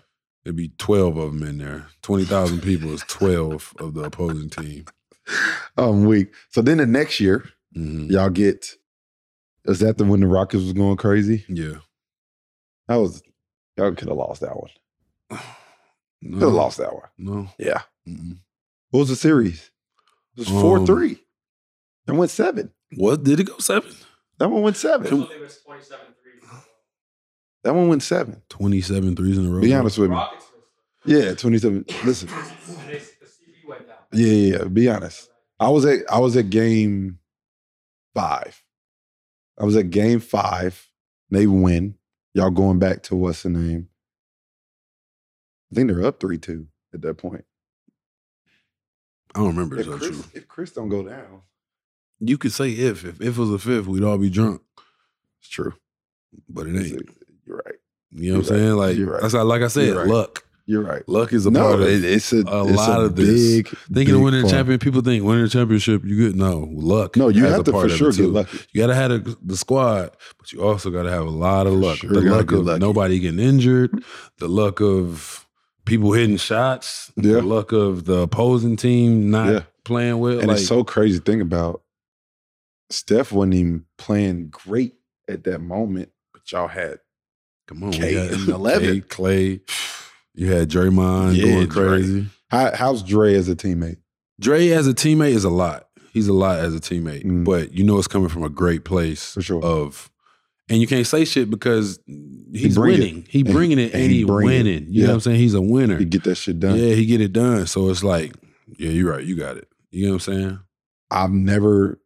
Speaker 2: It'd be 12 of them in there. 20,000 people is 12 of the opposing team.
Speaker 1: I'm weak. Um, So then the next year,
Speaker 2: hmm
Speaker 1: y'all get. Is that the when the Rockets was going crazy?
Speaker 2: Yeah.
Speaker 1: That was y'all could have lost that one.
Speaker 2: No.
Speaker 1: Could have lost that one.
Speaker 2: No.
Speaker 1: Yeah.
Speaker 2: Mm-mm.
Speaker 1: What was the series? It was four
Speaker 2: Um,
Speaker 1: three. That went seven.
Speaker 2: What? Did it go seven?
Speaker 1: That one went
Speaker 3: That's
Speaker 1: seven.
Speaker 3: when they was 27 threes.
Speaker 1: That one went seven.
Speaker 2: 27 threes in a row.
Speaker 1: Be honest with me.
Speaker 3: Rockets was.
Speaker 1: Yeah, twenty seven. Listen.
Speaker 3: And they, the CB went down.
Speaker 1: Yeah, yeah, yeah. Be honest. I was at I was at game five. I was at game five. They win. Y'all going back to what's the name? I think they're up three two at that point.
Speaker 2: I don't remember.
Speaker 1: If
Speaker 2: If
Speaker 1: Chris,
Speaker 2: true.
Speaker 1: if Chris don't go down,
Speaker 2: You could say if. If if was a fifth, we'd all be drunk.
Speaker 1: it's true.
Speaker 2: But it ain't.
Speaker 1: You're right.
Speaker 2: You know what I'm
Speaker 1: You're right.
Speaker 2: saying? Like,
Speaker 1: You're right.
Speaker 2: that's how, like I said,
Speaker 1: You're right.
Speaker 2: luck.
Speaker 1: You're right.
Speaker 2: Luck is a
Speaker 1: No,
Speaker 2: part of
Speaker 1: it- it's a, it's
Speaker 2: lot of this.
Speaker 1: big
Speaker 2: Thinking of
Speaker 1: big
Speaker 2: winning a
Speaker 1: part.
Speaker 2: championship, people think winning a championship, you good. No, luck.
Speaker 1: No, you
Speaker 2: has
Speaker 1: have
Speaker 2: a
Speaker 1: to
Speaker 2: part
Speaker 1: for
Speaker 2: of it,
Speaker 1: sure get
Speaker 2: too.
Speaker 1: lucky.
Speaker 2: You gotta have a, the squad, but you also gotta have a lot of
Speaker 1: For
Speaker 2: luck.
Speaker 1: sure,
Speaker 2: the
Speaker 1: you gotta
Speaker 2: luck
Speaker 1: get
Speaker 2: of
Speaker 1: lucky.
Speaker 2: nobody getting injured, the luck of people hitting shots,
Speaker 1: Yeah.
Speaker 2: the luck of the opposing team not
Speaker 1: Yeah.
Speaker 2: playing well.
Speaker 1: And
Speaker 2: like,
Speaker 1: it's so crazy to think about Steph wasn't even playing great at that moment, but y'all had
Speaker 2: come on, we
Speaker 1: K-
Speaker 2: had
Speaker 1: 11.
Speaker 2: K- Clay. You had Draymond
Speaker 1: Yeah,
Speaker 2: going
Speaker 1: Dre.
Speaker 2: crazy.
Speaker 1: How, how's Dre as a teammate?
Speaker 2: Dre. as a teammate is a lot. He's a lot as a teammate,
Speaker 1: Mm.
Speaker 2: but you know it's coming from a great place
Speaker 1: For sure.
Speaker 2: of. And you can't say shit because he's
Speaker 1: bring it.
Speaker 2: winning. He bringing it and,
Speaker 1: and he
Speaker 2: he
Speaker 1: bring it.
Speaker 2: winning.
Speaker 1: Yeah.
Speaker 2: You know what I'm saying? He's a winner.
Speaker 1: You get that shit done.
Speaker 2: Yeah, he get it done. So it's like, yeah, you're right. You got it. You know what I'm saying?
Speaker 1: I've never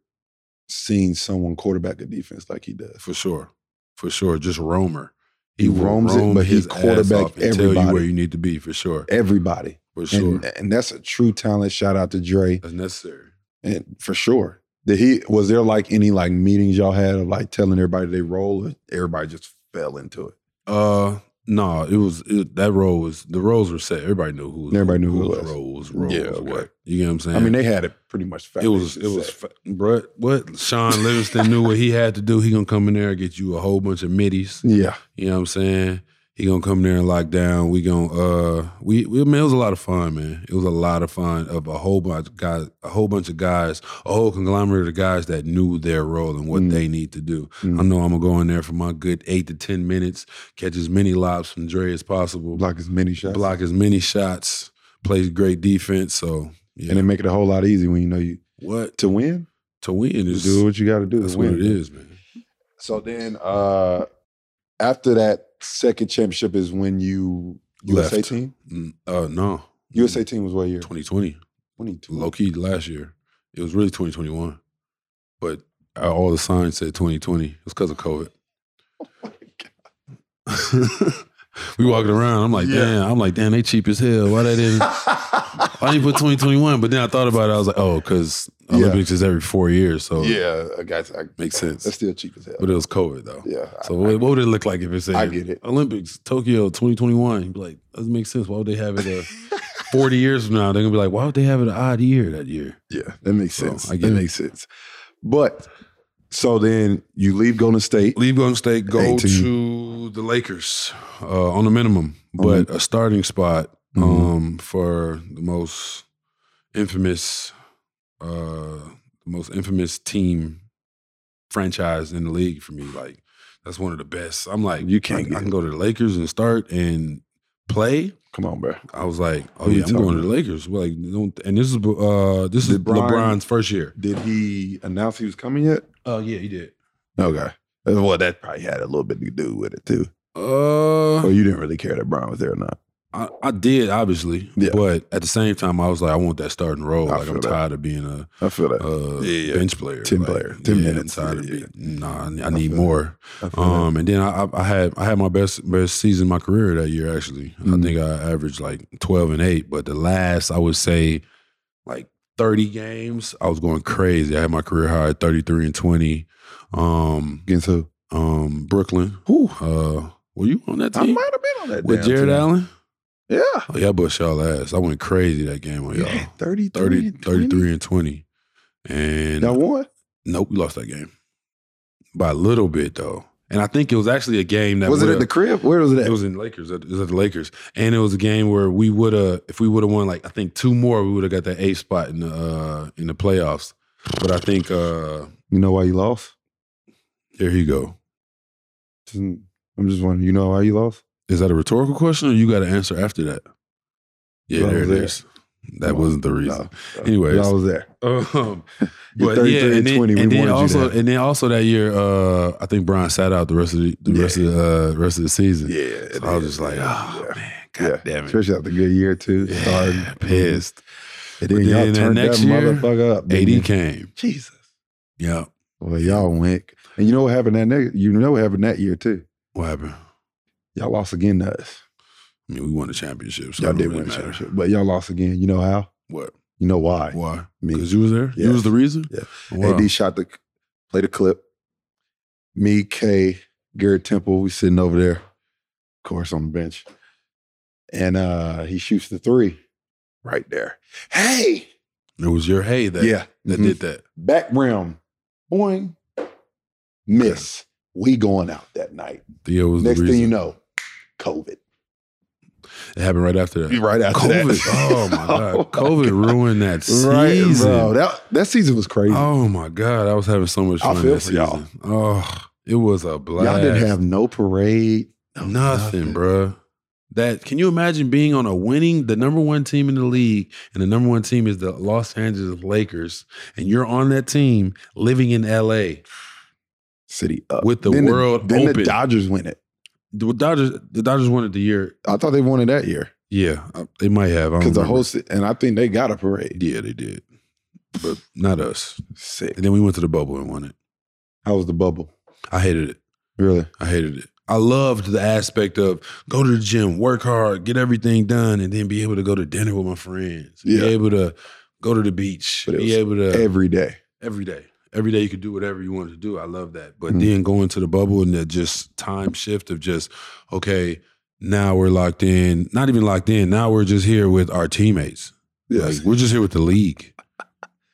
Speaker 1: seen someone quarterback a defense like he does.
Speaker 2: For sure. For sure. Just roamer.
Speaker 1: He
Speaker 2: will
Speaker 1: roams it, but he
Speaker 2: his ass
Speaker 1: quarterback
Speaker 2: off and Tell you
Speaker 1: everybody.
Speaker 2: where you need to be. For sure.
Speaker 1: Everybody.
Speaker 2: For sure.
Speaker 1: And, and that's a true talent. Shout out to Dre.
Speaker 2: That's necessary.
Speaker 1: And for sure. Did he was there like any like meetings y'all had of like telling everybody they roll or everybody just fell into it?
Speaker 2: Uh, no, it was it, that role was the roles were set. Everybody knew who. Was
Speaker 1: Everybody knew who it was.
Speaker 2: Roles, roles,
Speaker 1: Yeah, okay.
Speaker 2: what? You know what I'm saying?
Speaker 1: I mean, they had it pretty much
Speaker 2: it was it
Speaker 1: foundation
Speaker 2: was
Speaker 1: set.
Speaker 2: fa- bruh, What Sean Livingston knew what he had to do. He gonna come in there and get you a whole bunch of middies.
Speaker 1: Yeah.
Speaker 2: You know what I'm saying? He gonna come there and lock down. We gonna uh we, we man, it was a lot of fun, man. It was a lot of fun of a whole bunch of guys, a whole bunch of guys, a whole conglomerate of guys that knew their role and what
Speaker 1: Mm.
Speaker 2: they need to do.
Speaker 1: Mm.
Speaker 2: I know I'm gonna go in there for my good eight to ten minutes, catch as many lobs from Dre as possible,
Speaker 1: Block as many shots.
Speaker 2: block as many shots, play great defense. So yeah.
Speaker 1: And it make it a whole lot easier when you know you
Speaker 2: what
Speaker 1: to win,
Speaker 2: to win
Speaker 1: just
Speaker 2: is
Speaker 1: do what you gotta do.
Speaker 2: that's
Speaker 1: to
Speaker 2: what
Speaker 1: win.
Speaker 2: it is, man.
Speaker 1: So then, uh, after that second championship is when you
Speaker 2: Left.
Speaker 1: USA team.
Speaker 2: Mm, Uh no.
Speaker 1: USA team was what year?
Speaker 2: twenty twenty.
Speaker 1: Twenty two.
Speaker 2: low key last year. It was really 2021, but uh, all the signs said 2020. It was because of COVID.
Speaker 1: Oh
Speaker 2: we walking around. I'm like,
Speaker 1: Yeah.
Speaker 2: damn. I'm like, damn. They cheap as hell. Why they didn't? I didn't put 2021, but then I thought about it. I was like, oh, because
Speaker 1: Yeah.
Speaker 2: Olympics is every four years, so
Speaker 1: yeah, I guess I,
Speaker 2: makes
Speaker 1: that's
Speaker 2: sense.
Speaker 1: still cheap as hell.
Speaker 2: But it was COVID though.
Speaker 1: yeah, I-
Speaker 2: So what, what would it look like if it said
Speaker 1: I, get it.
Speaker 2: Olympics Tokyo 2021? You'd be like, doesn't make sense. Why would they have it uh, 40 years from now? They're gonna be like, why would they have it an odd year that year?
Speaker 1: Yeah, that makes
Speaker 2: So,
Speaker 1: sense.
Speaker 2: I get
Speaker 1: that
Speaker 2: it.
Speaker 1: makes sense. But so then you leave Golden State.
Speaker 2: Leave Golden State, go
Speaker 1: 18.
Speaker 2: to the Lakers uh, on the minimum, but a starting spot
Speaker 1: Mhm.
Speaker 2: um, for the most infamous, uh, the most infamous team franchise in the league for me. Like that's one of the best. I'm like,
Speaker 1: You can't
Speaker 2: I- I,
Speaker 1: get
Speaker 2: can
Speaker 1: it.
Speaker 2: go to the Lakers and start and play.
Speaker 1: Come on, bro.
Speaker 2: I was like, oh
Speaker 1: Who you
Speaker 2: yeah, I'm
Speaker 1: talking
Speaker 2: going to the Lakers. Like, don't, and this is uh, this is
Speaker 1: LeBron-
Speaker 2: LeBron's first year.
Speaker 1: Did he announce he was coming yet?
Speaker 2: Oh yeah, he did.
Speaker 1: Okay. Well, that probably had a little bit to do with it too.
Speaker 2: Uh,
Speaker 1: Or Oh, you didn't really care that Brown was there or not.
Speaker 2: I, I did obviously,
Speaker 1: Yeah.
Speaker 2: but at the same time, I was like, I want that starting role.
Speaker 1: I
Speaker 2: like
Speaker 1: feel
Speaker 2: I'm
Speaker 1: that.
Speaker 2: tired of being a,
Speaker 1: I feel that.
Speaker 2: a
Speaker 1: Yeah, yeah.
Speaker 2: bench player,
Speaker 1: Team
Speaker 2: Like,
Speaker 1: player. Team
Speaker 2: yeah,
Speaker 1: minutes.
Speaker 2: I'm tired
Speaker 1: Yeah,
Speaker 2: of
Speaker 1: yeah.
Speaker 2: being. Nah, I, I
Speaker 1: I
Speaker 2: need
Speaker 1: feel
Speaker 2: more.
Speaker 1: I feel that.
Speaker 2: Um, and then I, I- I had I had my best best season of my career that year. Actually, I
Speaker 1: Mhm.
Speaker 2: think I averaged like twelve and eight. But the last I would say, like thirty games, I was going crazy. I had my career high thirty three and twenty. Um,
Speaker 1: Against who?
Speaker 2: um, Brooklyn. Uh, were you on that
Speaker 1: I
Speaker 2: team
Speaker 1: might have been on that.
Speaker 2: with
Speaker 1: damn
Speaker 2: Jared
Speaker 1: team.
Speaker 2: Allen?
Speaker 1: Yeah.
Speaker 2: Oh, y'all bust y'all ass. I went crazy that game on y'all.
Speaker 1: yeah. 33.
Speaker 2: 30,
Speaker 1: 33.
Speaker 2: 33 and 20. And
Speaker 1: Y'all won?
Speaker 2: nope, we lost that game. By a little bit though. And I think it was actually a game that
Speaker 1: Was it
Speaker 2: would've-
Speaker 1: at the crib? Where was it at?
Speaker 2: it was in Lakers. It was at the Lakers, and it was a game where we would have, if we would have won, like I think two more, we would have got that eighth spot in the uh, in the playoffs. But I think uh
Speaker 1: you know why you lost?
Speaker 2: here you go.
Speaker 1: Just- I'm just wondering, you know why you lost?
Speaker 2: Is that a rhetorical question, or you got to answer after that? Yeah,
Speaker 1: Well,
Speaker 2: there it
Speaker 1: there.
Speaker 2: is. That wasn't the reason.
Speaker 1: No.
Speaker 2: Anyways.
Speaker 1: Y'all was there.
Speaker 2: Um,
Speaker 1: You're
Speaker 2: but yeah,
Speaker 1: 33
Speaker 2: and
Speaker 1: and
Speaker 2: then,
Speaker 1: 20, we
Speaker 2: and then
Speaker 1: wanted you
Speaker 2: also,
Speaker 1: to-
Speaker 2: and then also that year, uh, I think Brian sat out the rest of the, the rest of the uh, rest of the season.
Speaker 1: Yeah.
Speaker 2: So I was just like, oh
Speaker 1: Yeah.
Speaker 2: man, god damn it,
Speaker 1: Especially after a good year, too.
Speaker 2: Yeah,
Speaker 1: Starting.
Speaker 2: pissed.
Speaker 1: And then
Speaker 2: But
Speaker 1: y'all
Speaker 2: then that
Speaker 1: turned
Speaker 2: next
Speaker 1: that
Speaker 2: year,
Speaker 1: motherfucker up. didn't
Speaker 2: AD
Speaker 1: you?
Speaker 2: came.
Speaker 1: Jesus.
Speaker 2: Yeah,
Speaker 1: Well, y'all went. And you know what happened that next? You know what happened that year, too.
Speaker 2: what happened?
Speaker 1: Y'all lost again to us.
Speaker 2: I mean, we won the championship. So
Speaker 1: Y'all
Speaker 2: it
Speaker 1: did
Speaker 2: don't
Speaker 1: win the
Speaker 2: really matter.
Speaker 1: championship, but y'all lost again. You know how?
Speaker 2: What?
Speaker 1: You know why?
Speaker 2: Why?
Speaker 1: Me.
Speaker 2: Because you was there. You was
Speaker 1: Yes.
Speaker 2: the reason.
Speaker 1: Yeah.
Speaker 2: Wow.
Speaker 1: AD shot the played the clip. Me, K, Garrett Temple, we sitting over there, of course, on the bench. And uh he shoots the three right there. Hey!
Speaker 2: It was your hey that
Speaker 1: yeah.
Speaker 2: that
Speaker 1: mhm.
Speaker 2: did that.
Speaker 1: Back rim. Boing. Miss. We going out that night.
Speaker 2: Theo was
Speaker 1: Next
Speaker 2: the
Speaker 1: thing
Speaker 2: reason.
Speaker 1: you know, COVID.
Speaker 2: it happened right after that.
Speaker 1: Right after that.
Speaker 2: COVID. Oh my god.
Speaker 1: Oh my
Speaker 2: COVID ruined that season.
Speaker 1: Right, bro. That that season was crazy.
Speaker 2: Oh my god, I was having so much
Speaker 1: I
Speaker 2: fun.
Speaker 1: feel
Speaker 2: that
Speaker 1: for y'all.
Speaker 2: season. Oh, it was a blast.
Speaker 1: Y'all didn't have no parade. no
Speaker 2: nothing, bro. That can you imagine being on a winning, the number one team in the league, and the number one team is the Los Angeles Lakers, and you're on that team living in LA
Speaker 1: City up.
Speaker 2: with the
Speaker 1: Uh, Then
Speaker 2: world
Speaker 1: then
Speaker 2: open.
Speaker 1: the Dodgers win it.
Speaker 2: the Dodgers, the Dodgers won it the year.
Speaker 1: I thought they won it that year
Speaker 2: Yeah, uh, they might have I don't
Speaker 1: because the
Speaker 2: remember.
Speaker 1: whole ci- and I think they got a parade.
Speaker 2: Yeah, they did, but not us.
Speaker 1: Sick.
Speaker 2: And then we went to the bubble and won it.
Speaker 1: How was the bubble?
Speaker 2: I hated it.
Speaker 1: Really?
Speaker 2: I hated it. I loved the aspect of go to the gym, work hard, get everything done, and then be able to go to dinner with my friends.
Speaker 1: Yeah.
Speaker 2: Be able to go to the beach.
Speaker 1: But it
Speaker 2: Be
Speaker 1: was
Speaker 2: able to
Speaker 1: Every day.
Speaker 2: every day. Every day you could do whatever you wanted to do. I love that. But
Speaker 1: Mhm.
Speaker 2: then going to the bubble and that just time shift of just, okay, now we're locked in. Not even locked in. Now we're just here with our teammates.
Speaker 1: Yes.
Speaker 2: Like we're just here with the league.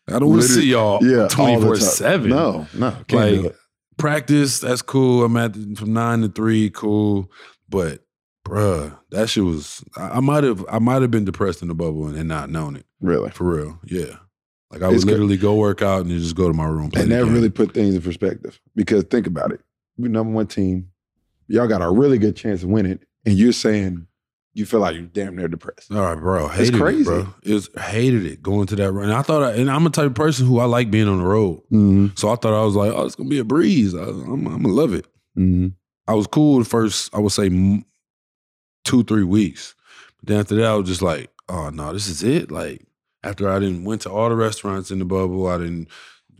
Speaker 2: I don't want to
Speaker 1: Literally-
Speaker 2: see y'all
Speaker 1: yeah. all the time.
Speaker 2: 24-7
Speaker 1: No, no. Can't do
Speaker 2: like
Speaker 1: it.
Speaker 2: practice, that's cool. I'm at from nine to three, cool. But bruh, that shit was. I, I might have, I might have been depressed in the bubble and, and not known it
Speaker 1: Really.
Speaker 2: for real. Yeah, like I would
Speaker 1: It's cra-
Speaker 2: literally go work out and then just go to my room. Play
Speaker 1: And
Speaker 2: the
Speaker 1: that
Speaker 2: game.
Speaker 1: really put things in perspective because think about it. We number one team. Y'all got a really good chance of winning, and you're saying you feel like you're damn near depressed.
Speaker 2: All right, bro. Hated It,
Speaker 1: crazy.
Speaker 2: bro. It was hated it going to that run. I thought, I, and I'm a type of person who I like being on the road.
Speaker 1: Mm-hmm.
Speaker 2: So I thought I was like, oh, it's gonna be a breeze. I, I'm, I'm gonna love it. I was cool the first, I would say, m- two, three weeks. But then after that, I was just like, oh, no, this is it. Like, after I didn't went to all the restaurants in the bubble, I didn't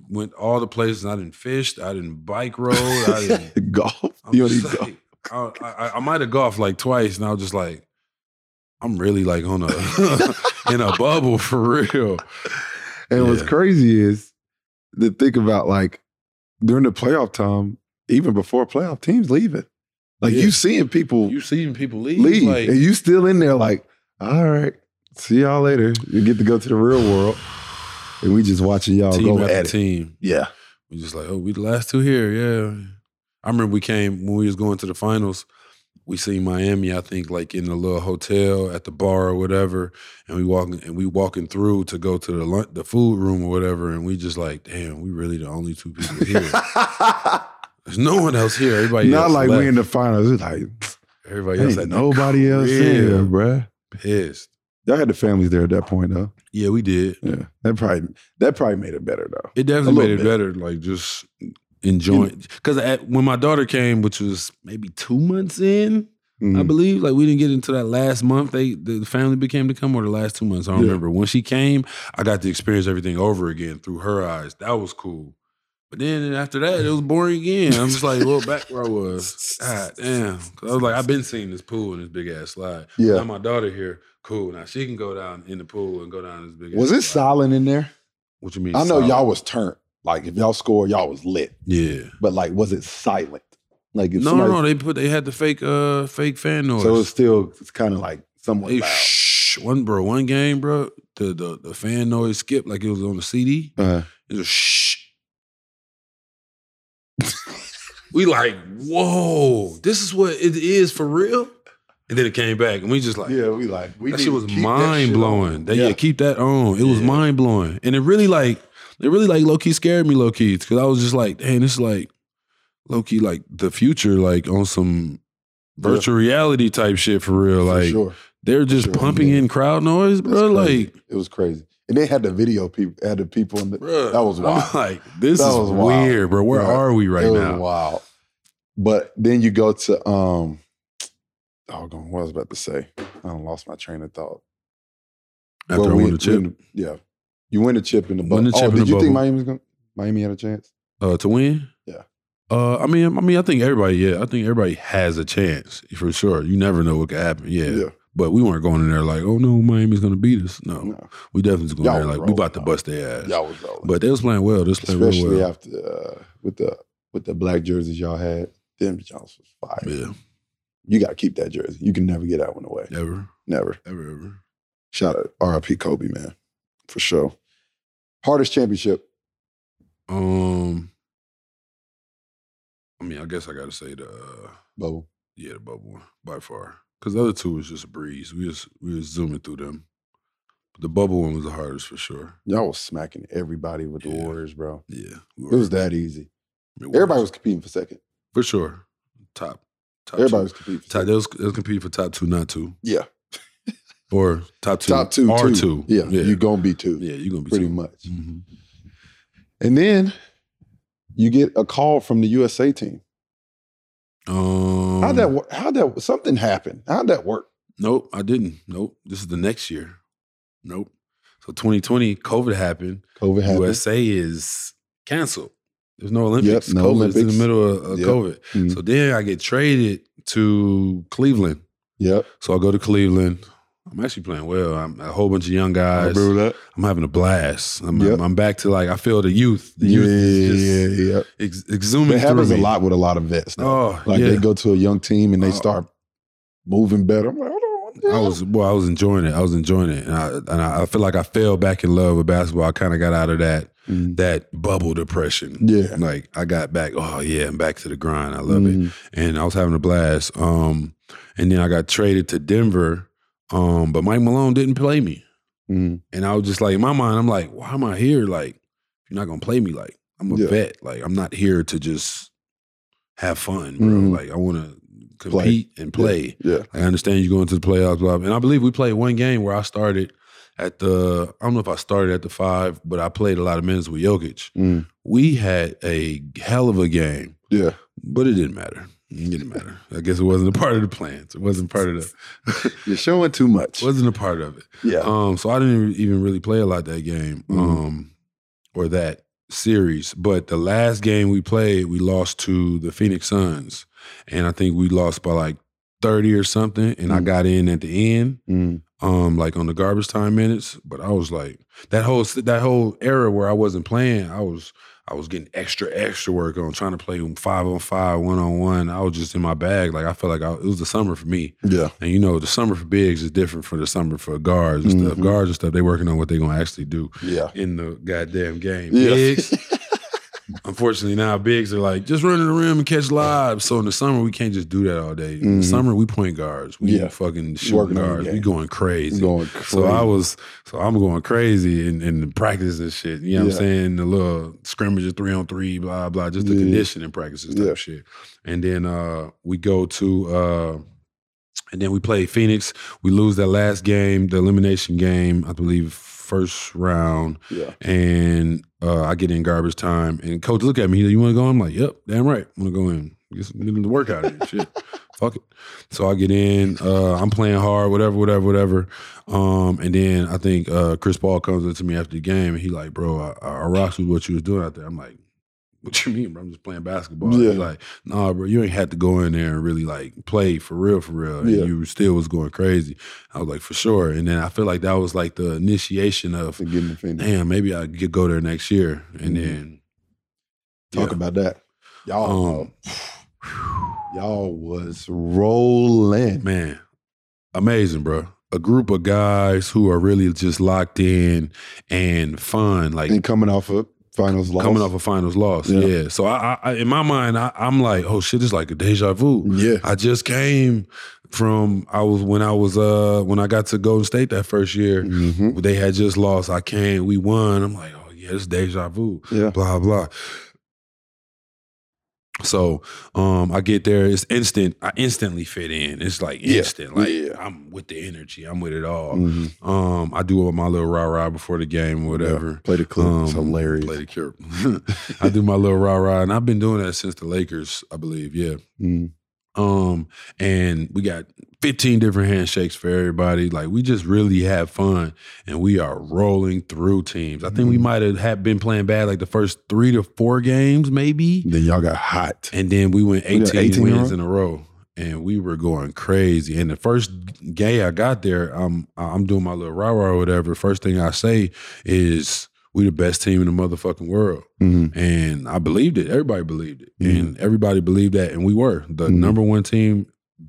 Speaker 2: went all the places. I didn't fished. I didn't bike rode. I didn't.
Speaker 1: golf.
Speaker 2: I'm
Speaker 1: You
Speaker 2: just
Speaker 1: only golf.
Speaker 2: like, I, I, I might have golfed like twice, and I was just like, I'm really like on a in a bubble for real.
Speaker 1: And what's
Speaker 2: Yeah.
Speaker 1: crazy is to think about like during the playoff time, even before playoff teams leaving. Like
Speaker 2: Yeah.
Speaker 1: you seeing people
Speaker 2: You seeing people leave,
Speaker 1: leave
Speaker 2: like
Speaker 1: and you still in there like, all right, see y'all later. You get to go to the real world. And we just watching y'all
Speaker 2: team
Speaker 1: go
Speaker 2: after
Speaker 1: at it.
Speaker 2: team.
Speaker 1: Yeah.
Speaker 2: We just like, oh, we the last two here, yeah. I remember we came when we was going to the finals. We seen Miami, I think, like in the little hotel at the bar or whatever, and we walking and we walking through to go to the lunch, the food room or whatever, and we just like, damn, we really the only two people here. There's no one else here. Everybody
Speaker 1: Not
Speaker 2: else
Speaker 1: like
Speaker 2: left.
Speaker 1: we in the finals. It's like
Speaker 2: everybody else.
Speaker 1: ain't
Speaker 2: Had
Speaker 1: nobody else in here,
Speaker 2: crib.
Speaker 1: bruh.
Speaker 2: pissed.
Speaker 1: Y'all had the families there at that point though.
Speaker 2: Yeah, we did.
Speaker 1: Yeah. That probably that probably made it better though.
Speaker 2: It
Speaker 1: A
Speaker 2: definitely
Speaker 1: little
Speaker 2: made it
Speaker 1: bit.
Speaker 2: better. Like just enjoying because when my daughter came, which was maybe two months in, I
Speaker 1: Mhm.
Speaker 2: believe. Like we didn't get into that last month. They the family became to come or the last two months. I don't
Speaker 1: Yeah.
Speaker 2: remember. When she came, I got to experience everything over again through her eyes. That was cool. But then after that, it was boring again. I'm just like, well, back where I was. God damn. 'Cause I was like, I've been seeing this pool and this big ass slide. Now
Speaker 1: Yeah.
Speaker 2: my daughter here, cool. Now she can go down in the pool and go down this big.
Speaker 1: Was
Speaker 2: ass
Speaker 1: it
Speaker 2: slide.
Speaker 1: silent in there?
Speaker 2: What you mean?
Speaker 1: I know
Speaker 2: solid?
Speaker 1: y'all was turned. Like if y'all scored, y'all was lit.
Speaker 2: Yeah.
Speaker 1: But like, was it silent? Like if
Speaker 2: No,
Speaker 1: somebody,
Speaker 2: no, they put they had the fake uh fake fan noise.
Speaker 1: so it's still it's kind of like somewhat
Speaker 2: Hey,
Speaker 1: loud.
Speaker 2: shh, one bro, one game, bro. The, the the fan noise skipped like it was on the CD.
Speaker 1: Uh,
Speaker 2: It was shh. we like, whoa, this is what it is for real. And then it came back, and we just like,
Speaker 1: yeah, we like we
Speaker 2: that
Speaker 1: need
Speaker 2: shit
Speaker 1: to
Speaker 2: was
Speaker 1: keep that shit
Speaker 2: mind blowing.
Speaker 1: on.
Speaker 2: That- yeah. keep that on. It was
Speaker 1: Yeah.
Speaker 2: mind blowing, and it really like it really like low key scared me, low key, because I was just like, dang, this is like low key like the future, like on some
Speaker 1: Yeah.
Speaker 2: virtual reality type shit for real,
Speaker 1: For
Speaker 2: like.
Speaker 1: sure.
Speaker 2: They're just
Speaker 1: Sure,
Speaker 2: pumping
Speaker 1: yeah.
Speaker 2: in crowd noise,
Speaker 1: That's
Speaker 2: bro.
Speaker 1: crazy.
Speaker 2: Like,
Speaker 1: it was crazy, and they had the video people, had the people in the.
Speaker 2: bruh,
Speaker 1: That was
Speaker 2: I'm
Speaker 1: wild.
Speaker 2: Like, this
Speaker 1: That
Speaker 2: is
Speaker 1: was wild.
Speaker 2: weird, bro. Where
Speaker 1: Yeah.
Speaker 2: are we right
Speaker 1: it
Speaker 2: now?
Speaker 1: was wild. But then you go to um, doggone, what I was about to say, I done lost my train of thought.
Speaker 2: After
Speaker 1: But
Speaker 2: I
Speaker 1: we-
Speaker 2: won the chip
Speaker 1: win the- yeah, you win the chip in the
Speaker 2: Win
Speaker 1: bubble.
Speaker 2: the
Speaker 1: Oh,
Speaker 2: chip in
Speaker 1: did
Speaker 2: the
Speaker 1: you think
Speaker 2: bubble.
Speaker 1: Miami was going? Miami had a chance.
Speaker 2: uh, to win.
Speaker 1: Yeah.
Speaker 2: Uh, I mean, I mean, I think everybody, yeah, I think everybody has a chance for sure. You never know what could happen, yeah. But we weren't going in there like, oh no, Miami's gonna beat us. No,
Speaker 1: No.
Speaker 2: we definitely was going
Speaker 1: Y'all
Speaker 2: there
Speaker 1: was
Speaker 2: like we
Speaker 1: rolling,
Speaker 2: about to
Speaker 1: though.
Speaker 2: bust their ass.
Speaker 1: y'all was rolling.
Speaker 2: But they was playing well. They was playing real
Speaker 1: especially
Speaker 2: well.
Speaker 1: after uh, with the with the black jerseys y'all had. Them Jones was fire.
Speaker 2: Yeah,
Speaker 1: You got to keep that jersey. You can never get that one away.
Speaker 2: ever,
Speaker 1: Never.
Speaker 2: ever, ever.
Speaker 1: Shout out R.I.P. Kobe, man, for sure. Hardest championship.
Speaker 2: Um, I mean, I guess I gotta say the. Uh,
Speaker 1: Bubble.
Speaker 2: Yeah, the bubble one by far. Because the other two was just a breeze. We was we was zooming through them. But the bubble one was the hardest for sure.
Speaker 1: Y'all was smacking everybody with the
Speaker 2: Yeah.
Speaker 1: Warriors, bro.
Speaker 2: Yeah, we
Speaker 1: It
Speaker 2: were.
Speaker 1: was that easy.
Speaker 2: we were.
Speaker 1: Everybody was competing for second.
Speaker 2: for sure top. top
Speaker 1: Everybody
Speaker 2: two.
Speaker 1: was competing for
Speaker 2: top.
Speaker 1: second.
Speaker 2: They was, they was competing for top two, not two,
Speaker 1: Yeah.
Speaker 2: or top two,
Speaker 1: Top two.
Speaker 2: or
Speaker 1: two.
Speaker 2: two.
Speaker 1: Yeah.
Speaker 2: yeah,
Speaker 1: You're going to be two,
Speaker 2: yeah. You gonna be
Speaker 1: pretty
Speaker 2: two.
Speaker 1: much.
Speaker 2: Mhm.
Speaker 1: And then you get a call from the USA team.
Speaker 2: Um, Mm.
Speaker 1: How'd that work? How'd that, something happened. How'd that work?
Speaker 2: Nope, I didn't. Nope. This is the next year. Nope. So 2020, COVID happened.
Speaker 1: COVID happened.
Speaker 2: USA is canceled. There's no Olympics.
Speaker 1: no
Speaker 2: COVID is in
Speaker 1: Olympics.
Speaker 2: the middle of, of
Speaker 1: Yep.
Speaker 2: COVID.
Speaker 1: Mhm.
Speaker 2: So then I get traded to Cleveland.
Speaker 1: Yep.
Speaker 2: So I go to Cleveland. I'm actually playing well. I'm a whole bunch of young
Speaker 1: I
Speaker 2: guys.
Speaker 1: remember that.
Speaker 2: I'm having a blast. I'm,
Speaker 1: Yep.
Speaker 2: I'm, I'm back to like I feel the youth. The
Speaker 1: yeah,
Speaker 2: youth is just
Speaker 1: yeah, yeah.
Speaker 2: ex- exhuming
Speaker 1: It happens
Speaker 2: through
Speaker 1: a
Speaker 2: me.
Speaker 1: lot with a lot of vets. Though.
Speaker 2: Oh,
Speaker 1: like
Speaker 2: yeah.
Speaker 1: they go to a young team and they
Speaker 2: Oh.
Speaker 1: start moving better. I'm like, hold on. what the
Speaker 2: I
Speaker 1: hell?
Speaker 2: was well. I was enjoying it. I was enjoying it, and I and I I feel like I fell back in love with basketball. I kind of got out of that
Speaker 1: Mm.
Speaker 2: that bubble depression.
Speaker 1: yeah.
Speaker 2: Like I got back. Oh yeah, I'm back to the grind. I love it.
Speaker 1: Mm.
Speaker 2: and I was having a blast. Um, and then I got traded to Denver, um, but Mike Malone didn't play me,
Speaker 1: Mm.
Speaker 2: and I was just like in my mind, I'm like, why am I here? Like, if you're not gonna play me, like I'm a
Speaker 1: Yeah.
Speaker 2: vet. Like I'm not here to just have fun, bro.
Speaker 1: Mhm.
Speaker 2: Like I want to compete and play.
Speaker 1: Yeah.
Speaker 2: I understand you going to the playoffs, blah, blah. And I believe we played one game where I started at the. I don't know if I started at the five, but I played a lot of minutes with Jokic.
Speaker 1: Mm.
Speaker 2: We had a hell of a game
Speaker 1: Yeah.
Speaker 2: but it didn't matter. It didn't matter. I guess it wasn't a part of the plans. It wasn't part of the
Speaker 1: You're showing too much.
Speaker 2: wasn't a part of it.
Speaker 1: yeah.
Speaker 2: Um, so I didn't even really play a lot that game,
Speaker 1: Mhm.
Speaker 2: um, or that series. But the last game we played, we lost to the Phoenix Suns, and I think we lost by like thirty or something, and I
Speaker 1: Mm.
Speaker 2: got in at the end,
Speaker 1: Mm.
Speaker 2: um, like on the garbage time minutes. But I was like that whole that whole era where I wasn't playing, I was I was getting extra extra work on trying to play five on five, one on one. I was just in my bag, like I felt like I, it was the summer for me.
Speaker 1: Yeah.
Speaker 2: And you know, the summer for bigs is different from the summer for guards and stuff.
Speaker 1: Mhm.
Speaker 2: Guards and stuff, they working on what they gonna actually do
Speaker 1: Yeah.
Speaker 2: in the goddamn game.
Speaker 1: Yeah.
Speaker 2: Bigs, unfortunately now bigs are like, just run to the rim and catch lives. So in the summer, we can't just do that all day. In
Speaker 1: Mhm.
Speaker 2: the summer, we point guards. We
Speaker 1: Yeah.
Speaker 2: fucking shooting
Speaker 1: Working on the
Speaker 2: guards. We
Speaker 1: game.
Speaker 2: going crazy.
Speaker 1: Going
Speaker 2: So I
Speaker 1: crazy.
Speaker 2: was, so I'm going crazy in, in the practice and shit. You know what
Speaker 1: Yeah.
Speaker 2: I'm saying? The little scrimmages, three on three, blah blah, just the
Speaker 1: Yeah.
Speaker 2: conditioning practices type
Speaker 1: Yeah.
Speaker 2: shit. And then uh we go to, uh and then we play Phoenix. We lose that last game, the elimination game, I believe, first round.
Speaker 1: Yeah.
Speaker 2: And uh I get in garbage time, and coach look at me. He like, you want to go? I'm like, yep, damn right, I'm gonna go in. Get some get the workout in, shit. Fuck it. So I get in. Uh, I'm playing hard, whatever, whatever, whatever. Um, and then I think uh, Chris Paul comes up to me after the game, and he like, "Bro, I, I rocks with what you was doing out there." I'm like, "What you mean, bro? I'm just playing basketball."
Speaker 1: Yeah.
Speaker 2: He's like, "Nah, bro, you ain't had to go in there and really like play for real, for real. And
Speaker 1: Yeah.
Speaker 2: you still was going crazy." I was like, "For sure." And then I feel like that was like the initiation of,
Speaker 1: To give him a Phoenix.
Speaker 2: "Damn, maybe I could go there next year." And
Speaker 1: Mhm.
Speaker 2: then
Speaker 1: Talk
Speaker 2: Yeah.
Speaker 1: about that. Y'all,
Speaker 2: Um,
Speaker 1: y'all was rolling.
Speaker 2: man, amazing, bro. A group of guys who are really just locked in and fun, like
Speaker 1: and coming off of finals loss.
Speaker 2: coming off a finals loss.
Speaker 1: Yeah.
Speaker 2: Yeah. So I, I- I, in my mind, I, I'm like, oh shit, it's like a deja vu.
Speaker 1: Yeah.
Speaker 2: I just came from I was when I was uh when I got to Golden State that first year,
Speaker 1: hmm
Speaker 2: they had just lost. I came, we won. I'm like, oh yeah, it's deja vu.
Speaker 1: Yeah.
Speaker 2: Blah blah. So um I get there, it's instant. I instantly fit in. It's like
Speaker 1: Yeah.
Speaker 2: instant. Like
Speaker 1: Yeah.
Speaker 2: I'm with the energy. I'm with it all.
Speaker 1: Mhm.
Speaker 2: Um I do my little rah-rah before the game or whatever.
Speaker 1: Play the clip. it's
Speaker 2: Um,
Speaker 1: hilarious.
Speaker 2: Play the Mm-hmm. cure. I do my little rah rah, and I've been doing that since the Lakers, I believe. Yeah.
Speaker 1: Mm.
Speaker 2: Um, and we got 15 different handshakes for everybody. Like we just really have fun, and we are rolling through teams. I think we
Speaker 1: Mhm.
Speaker 2: might have had been playing bad like the first three to four games, maybe,
Speaker 1: Then y'all got hot.
Speaker 2: and then we went
Speaker 1: We
Speaker 2: 18,
Speaker 1: got 18 in a
Speaker 2: wins
Speaker 1: row?
Speaker 2: in a row. And we were going crazy. And the first day I got there, I'm I'm doing my little rah rah or whatever. First thing I say is, "We the best team in the motherfucking world."
Speaker 1: Mhm.
Speaker 2: And I believed it. Everybody believed it.
Speaker 1: Mhm.
Speaker 2: And everybody believed that. And we were the
Speaker 1: Mhm.
Speaker 2: number one team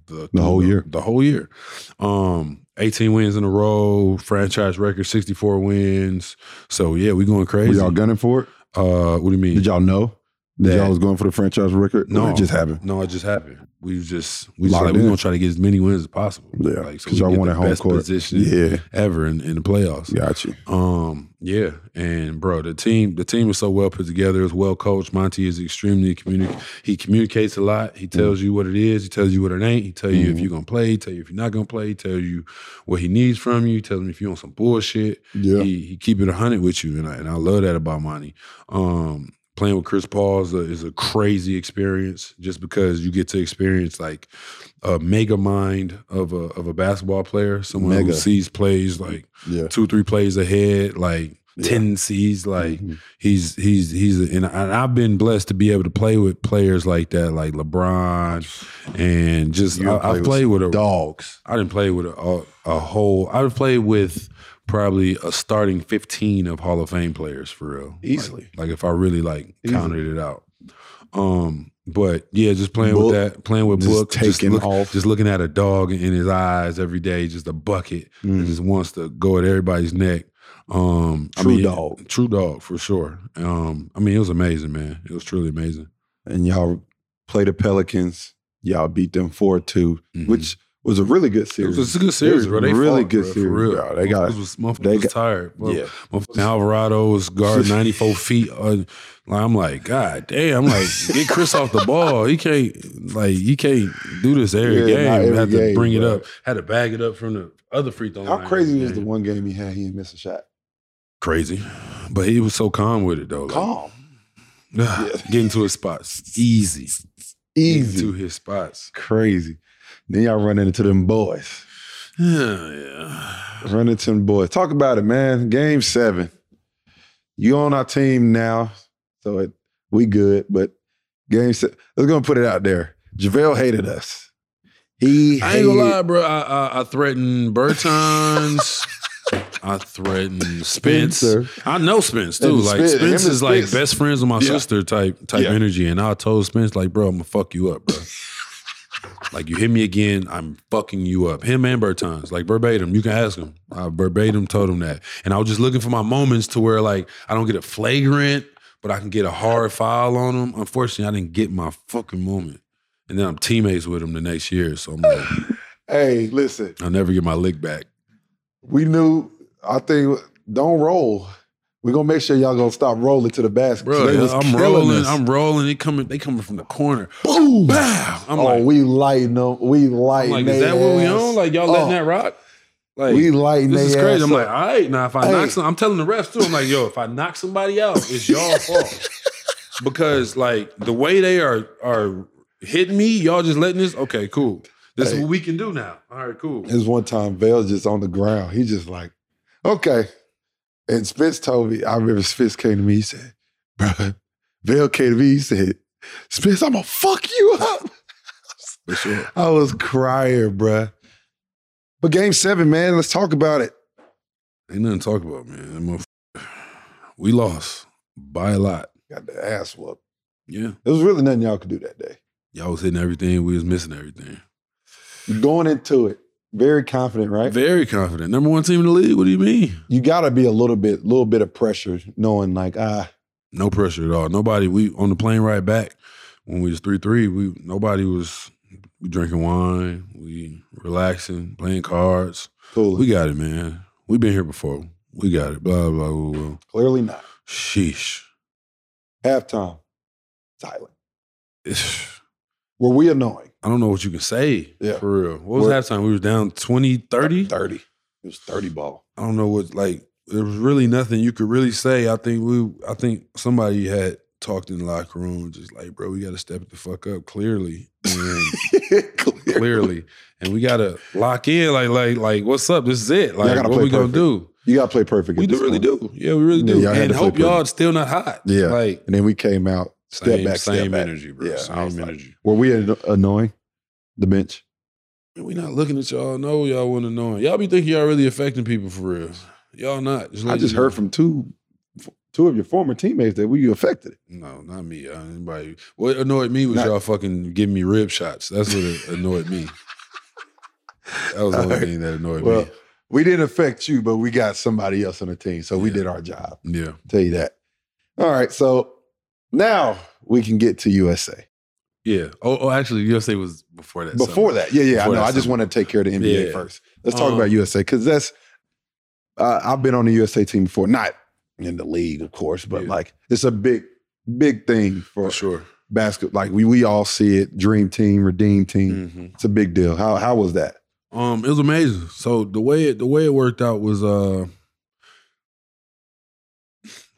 Speaker 2: the,
Speaker 1: The whole year.
Speaker 2: The whole year. Um, 18 wins in a row, franchise record, 64 wins. So yeah, we going
Speaker 1: Were
Speaker 2: crazy.
Speaker 1: y'all gunning for it?
Speaker 2: uh what do you mean?
Speaker 1: Did y'all know that,
Speaker 2: That-
Speaker 1: y'all was going for the franchise record?
Speaker 2: No.
Speaker 1: Or it just happened.
Speaker 2: no, it just happened. We just we just
Speaker 1: Locked
Speaker 2: like we're
Speaker 1: in.
Speaker 2: gonna try to get as many wins as possible.
Speaker 1: Yeah,
Speaker 2: Like so
Speaker 1: 'cause
Speaker 2: we
Speaker 1: y'all
Speaker 2: get
Speaker 1: won
Speaker 2: the
Speaker 1: at home
Speaker 2: best
Speaker 1: court.
Speaker 2: position
Speaker 1: Yeah,
Speaker 2: ever in, in the playoffs.
Speaker 1: got you.
Speaker 2: Um, yeah, and bro, the team the team is so well put together. It's well coached. Monty is extremely communic. He communicates a lot. He tells you what it is. He tells you what it ain't. He tells you if
Speaker 1: Mhm.
Speaker 2: you're gonna play. He tells you if you're not gonna play. He tells you what he needs from you. He tells him if you on some bullshit.
Speaker 1: Yeah,
Speaker 2: He he keep it hundred with you, and I and I love that about Monty. Um, playing with Chris Paul is a, is a crazy experience just because you get to experience like a mega mind of a of a basketball player, someone who
Speaker 1: Mega.
Speaker 2: sees plays like
Speaker 1: yeah.
Speaker 2: two three plays ahead, like
Speaker 1: Yeah.
Speaker 2: tendencies. Like
Speaker 1: Mhm.
Speaker 2: he's he's he's and, I, and I've been blessed to be able to play with players like that, like LeBron, and just
Speaker 1: You
Speaker 2: I,
Speaker 1: play
Speaker 2: I
Speaker 1: with
Speaker 2: played with a
Speaker 1: dogs.
Speaker 2: I didn't play with a, a, a whole. I would play with probably a starting fifteen of Hall of Fame players for real,
Speaker 1: Easily.
Speaker 2: Like, like if I really like
Speaker 1: Easily.
Speaker 2: counted it out. Um, but yeah, just playing
Speaker 1: Book.
Speaker 2: with that, playing with
Speaker 1: Just
Speaker 2: book, just,
Speaker 1: taking
Speaker 2: look-
Speaker 1: off.
Speaker 2: just looking at a dog in his eyes every day, just a bucket
Speaker 1: Hmm. Mm-hmm.
Speaker 2: that just wants to go at everybody's neck. Um, I
Speaker 1: True
Speaker 2: mean,
Speaker 1: dog.
Speaker 2: true dog for sure. Um, I mean, it was amazing, man. It was truly amazing.
Speaker 1: And y'all play the Pelicans. Y'all beat them four two,
Speaker 2: Mhm.
Speaker 1: which was a really good
Speaker 2: it
Speaker 1: series.
Speaker 2: was a good series,
Speaker 1: a
Speaker 2: bro. They
Speaker 1: really
Speaker 2: fought,
Speaker 1: good
Speaker 2: bro,
Speaker 1: series,
Speaker 2: for real.
Speaker 1: bro. They got-
Speaker 2: Motherfuckers was, motherfuckers
Speaker 1: they
Speaker 2: was
Speaker 1: got-
Speaker 2: tired. Bro.
Speaker 1: yeah,
Speaker 2: Motherfucking Alvarado was guarding 94 feet. On, like, I'm like, God damn. I'm like, get Chris off the ball. He can't, like, he can't do this every
Speaker 1: Yeah,
Speaker 2: game.
Speaker 1: not every
Speaker 2: had to
Speaker 1: game,
Speaker 2: bring it
Speaker 1: bro.
Speaker 2: up. Had to bag it up from the other free throw
Speaker 1: how
Speaker 2: line
Speaker 1: crazy
Speaker 2: every
Speaker 1: was the
Speaker 2: game.
Speaker 1: one game he had? He didn't miss a shot.
Speaker 2: Crazy. But he was so calm with it, though. Like,
Speaker 1: Calm,
Speaker 2: ah,
Speaker 1: Yeah.
Speaker 2: Getting to his spots. Easy. Getting to
Speaker 1: easy,
Speaker 2: his spots.
Speaker 1: crazy. Then y'all run into them boys.
Speaker 2: Yeah, yeah.
Speaker 1: Run into them boys. Talk about it, man. Game seven. You on our team now, so it, we good. But game seven. Let's go and put it out there. JaVale hated us. He
Speaker 2: I ain't gonna
Speaker 1: hated-
Speaker 2: lie, bro. I, I, I threatened Bertons. I threatened Spence. I know Spence too.
Speaker 1: And
Speaker 2: like
Speaker 1: Spence- him and
Speaker 2: Spence is like
Speaker 1: Spence.
Speaker 2: best friends with my
Speaker 1: Yeah.
Speaker 2: sister type type
Speaker 1: Yeah.
Speaker 2: energy, and I told Spence like, bro, I'm gonna fuck you up, bro. like you hit me again, I'm fucking you up. Him and Bertons, like verbatim. You can ask him. I verbatim told him that, and I was just looking for my moments to where like I don't get a flagrant, but I can get a hard foul on him. Unfortunately, I didn't get my fucking moment, and then I'm teammates with him the next year, so I'm like,
Speaker 1: Hey, listen,
Speaker 2: I'll never get my lick back.
Speaker 1: we knew. I think don't roll. We're gonna make sure y'all gonna stop rolling to the basket.
Speaker 2: Bro,
Speaker 1: They was
Speaker 2: I'm
Speaker 1: killing
Speaker 2: rolling,
Speaker 1: us.
Speaker 2: I'm rolling. They coming, they coming from the corner.
Speaker 1: boom.
Speaker 2: Bow! I'm
Speaker 1: oh,
Speaker 2: like,
Speaker 1: we lighting them. We lighting.
Speaker 2: like,
Speaker 1: they
Speaker 2: is that what we on?
Speaker 1: ass.
Speaker 2: Like y'all
Speaker 1: Oh.
Speaker 2: letting that rock? Like
Speaker 1: we lighting.
Speaker 2: this is
Speaker 1: they
Speaker 2: crazy.
Speaker 1: ass
Speaker 2: I'm
Speaker 1: up.
Speaker 2: like, all right, now if I
Speaker 1: Hey.
Speaker 2: knock some, I'm telling the refs too. I'm like, yo, if I knock somebody out, it's y'all fault because like the way they are are hitting me, y'all just letting this. Okay, cool. This
Speaker 1: Hey.
Speaker 2: is what we can do now. All right, cool.
Speaker 1: There's one time Vale's just on the ground. He just like, okay. And Spence told me, I remember Spence came to me, he said, bro, Vale came to me, he said, Spence, I'm gonna fuck you up.
Speaker 2: For sure.
Speaker 1: I was crying, bruh. But game seven, man, let's talk about it.
Speaker 2: Ain't nothing to talk about, man. That motherf- We lost by a lot.
Speaker 1: Got the ass whooped.
Speaker 2: Yeah,
Speaker 1: There was really nothing y'all could do that day.
Speaker 2: y'all was hitting everything. We was missing everything.
Speaker 1: You're going into it, very confident, right?
Speaker 2: Very confident. Number one team in the league. What do you mean?
Speaker 1: you gotta be a little bit, little bit of pressure, knowing like, ah,
Speaker 2: No pressure at all. Nobody. We on the plane right back when we was three three. We nobody was we drinking wine. We relaxing, playing cards.
Speaker 1: cool.
Speaker 2: We got it, man. We been here before. We got it. Blah blah blah. blah.
Speaker 1: Clearly not.
Speaker 2: Sheesh.
Speaker 1: Halftime, silent.
Speaker 2: I
Speaker 1: Were we annoying?
Speaker 2: don't know what you can say.
Speaker 1: Yeah.
Speaker 2: For real. What was
Speaker 1: We're-
Speaker 2: halftime? We was down 20, 30?
Speaker 1: 30. It was 30 ball.
Speaker 2: I don't know what like there was really nothing you could really say. I think we I think somebody had talked in the locker room just like, bro, we gotta step it the fuck up clearly. And
Speaker 1: Clear.
Speaker 2: clearly. And we gotta lock in, like, like, like, what's up? This is it. Like,
Speaker 1: gotta
Speaker 2: what
Speaker 1: play
Speaker 2: we
Speaker 1: perfect.
Speaker 2: gonna do?
Speaker 1: You got to play perfect.
Speaker 2: We
Speaker 1: at
Speaker 2: do
Speaker 1: this
Speaker 2: really
Speaker 1: point.
Speaker 2: do. Yeah, we really
Speaker 1: Yeah,
Speaker 2: do.
Speaker 1: y'all had
Speaker 2: and
Speaker 1: to play
Speaker 2: hope y'all
Speaker 1: perfect.
Speaker 2: still not hot.
Speaker 1: Yeah.
Speaker 2: Like
Speaker 1: And then we came out, step
Speaker 2: same,
Speaker 1: back, step
Speaker 2: same
Speaker 1: back.
Speaker 2: energy, bro.
Speaker 1: Yeah, I
Speaker 2: same
Speaker 1: was like-
Speaker 2: energy.
Speaker 1: Were we an- annoying? The bench?
Speaker 2: Man, we not looking at y'all. No, y'all want to know. Y'all be thinking y'all really affecting people for real. Y'all not.
Speaker 1: I
Speaker 2: let
Speaker 1: just
Speaker 2: you know.
Speaker 1: heard from two two of your former teammates that we affected it.
Speaker 2: No, not me. Uh, Anybody. What annoyed me was
Speaker 1: Not-
Speaker 2: y'all fucking giving me rib shots. That's what it annoyed me. That was the only
Speaker 1: Alright.
Speaker 2: thing that annoyed
Speaker 1: Well, we didn't affect you, but we got somebody else on the team. So we
Speaker 2: Yeah.
Speaker 1: did our job.
Speaker 2: me. Yeah.
Speaker 1: Tell you that. All right. So now we can get to USA.
Speaker 2: Yeah. Oh, oh actually, USA was before that.
Speaker 1: Before
Speaker 2: summer.
Speaker 1: that, yeah, yeah,
Speaker 2: Before
Speaker 1: I know.
Speaker 2: that
Speaker 1: I just
Speaker 2: summer.
Speaker 1: want to take care of the NBA
Speaker 2: Yeah.
Speaker 1: first. Let's talk
Speaker 2: Um,
Speaker 1: about USA because that's uh, I've been on the USA team before, not in the league, of course, but
Speaker 2: Yeah.
Speaker 1: like it's a big, big thing for,
Speaker 2: For sure.
Speaker 1: basketball. Like we we all see it, dream team, redeem team. It's a big deal. How how was that?
Speaker 2: Um, it was amazing. So the way it, the way it worked out was uh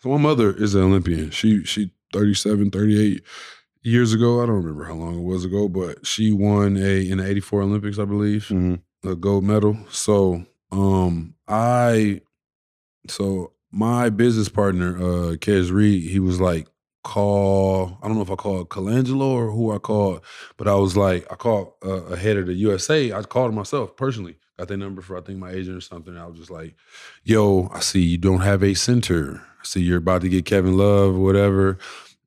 Speaker 2: so my mother is an Olympian. She she 37, 38 years ago. I don't remember how long it was ago, but she won a in the 84 Olympics, I believe,
Speaker 1: Mm-hmm.
Speaker 2: a gold medal. So um I so my business partner, uh Kes Reed, he was like, call I don't know if I called Colangelo or who I called, but I was like, I called uh, a head of the USA. I called myself personally. Got their number for I think my agent or something. I was just like, yo, I see you don't have a center. I see you're about to get Kevin Love, whatever.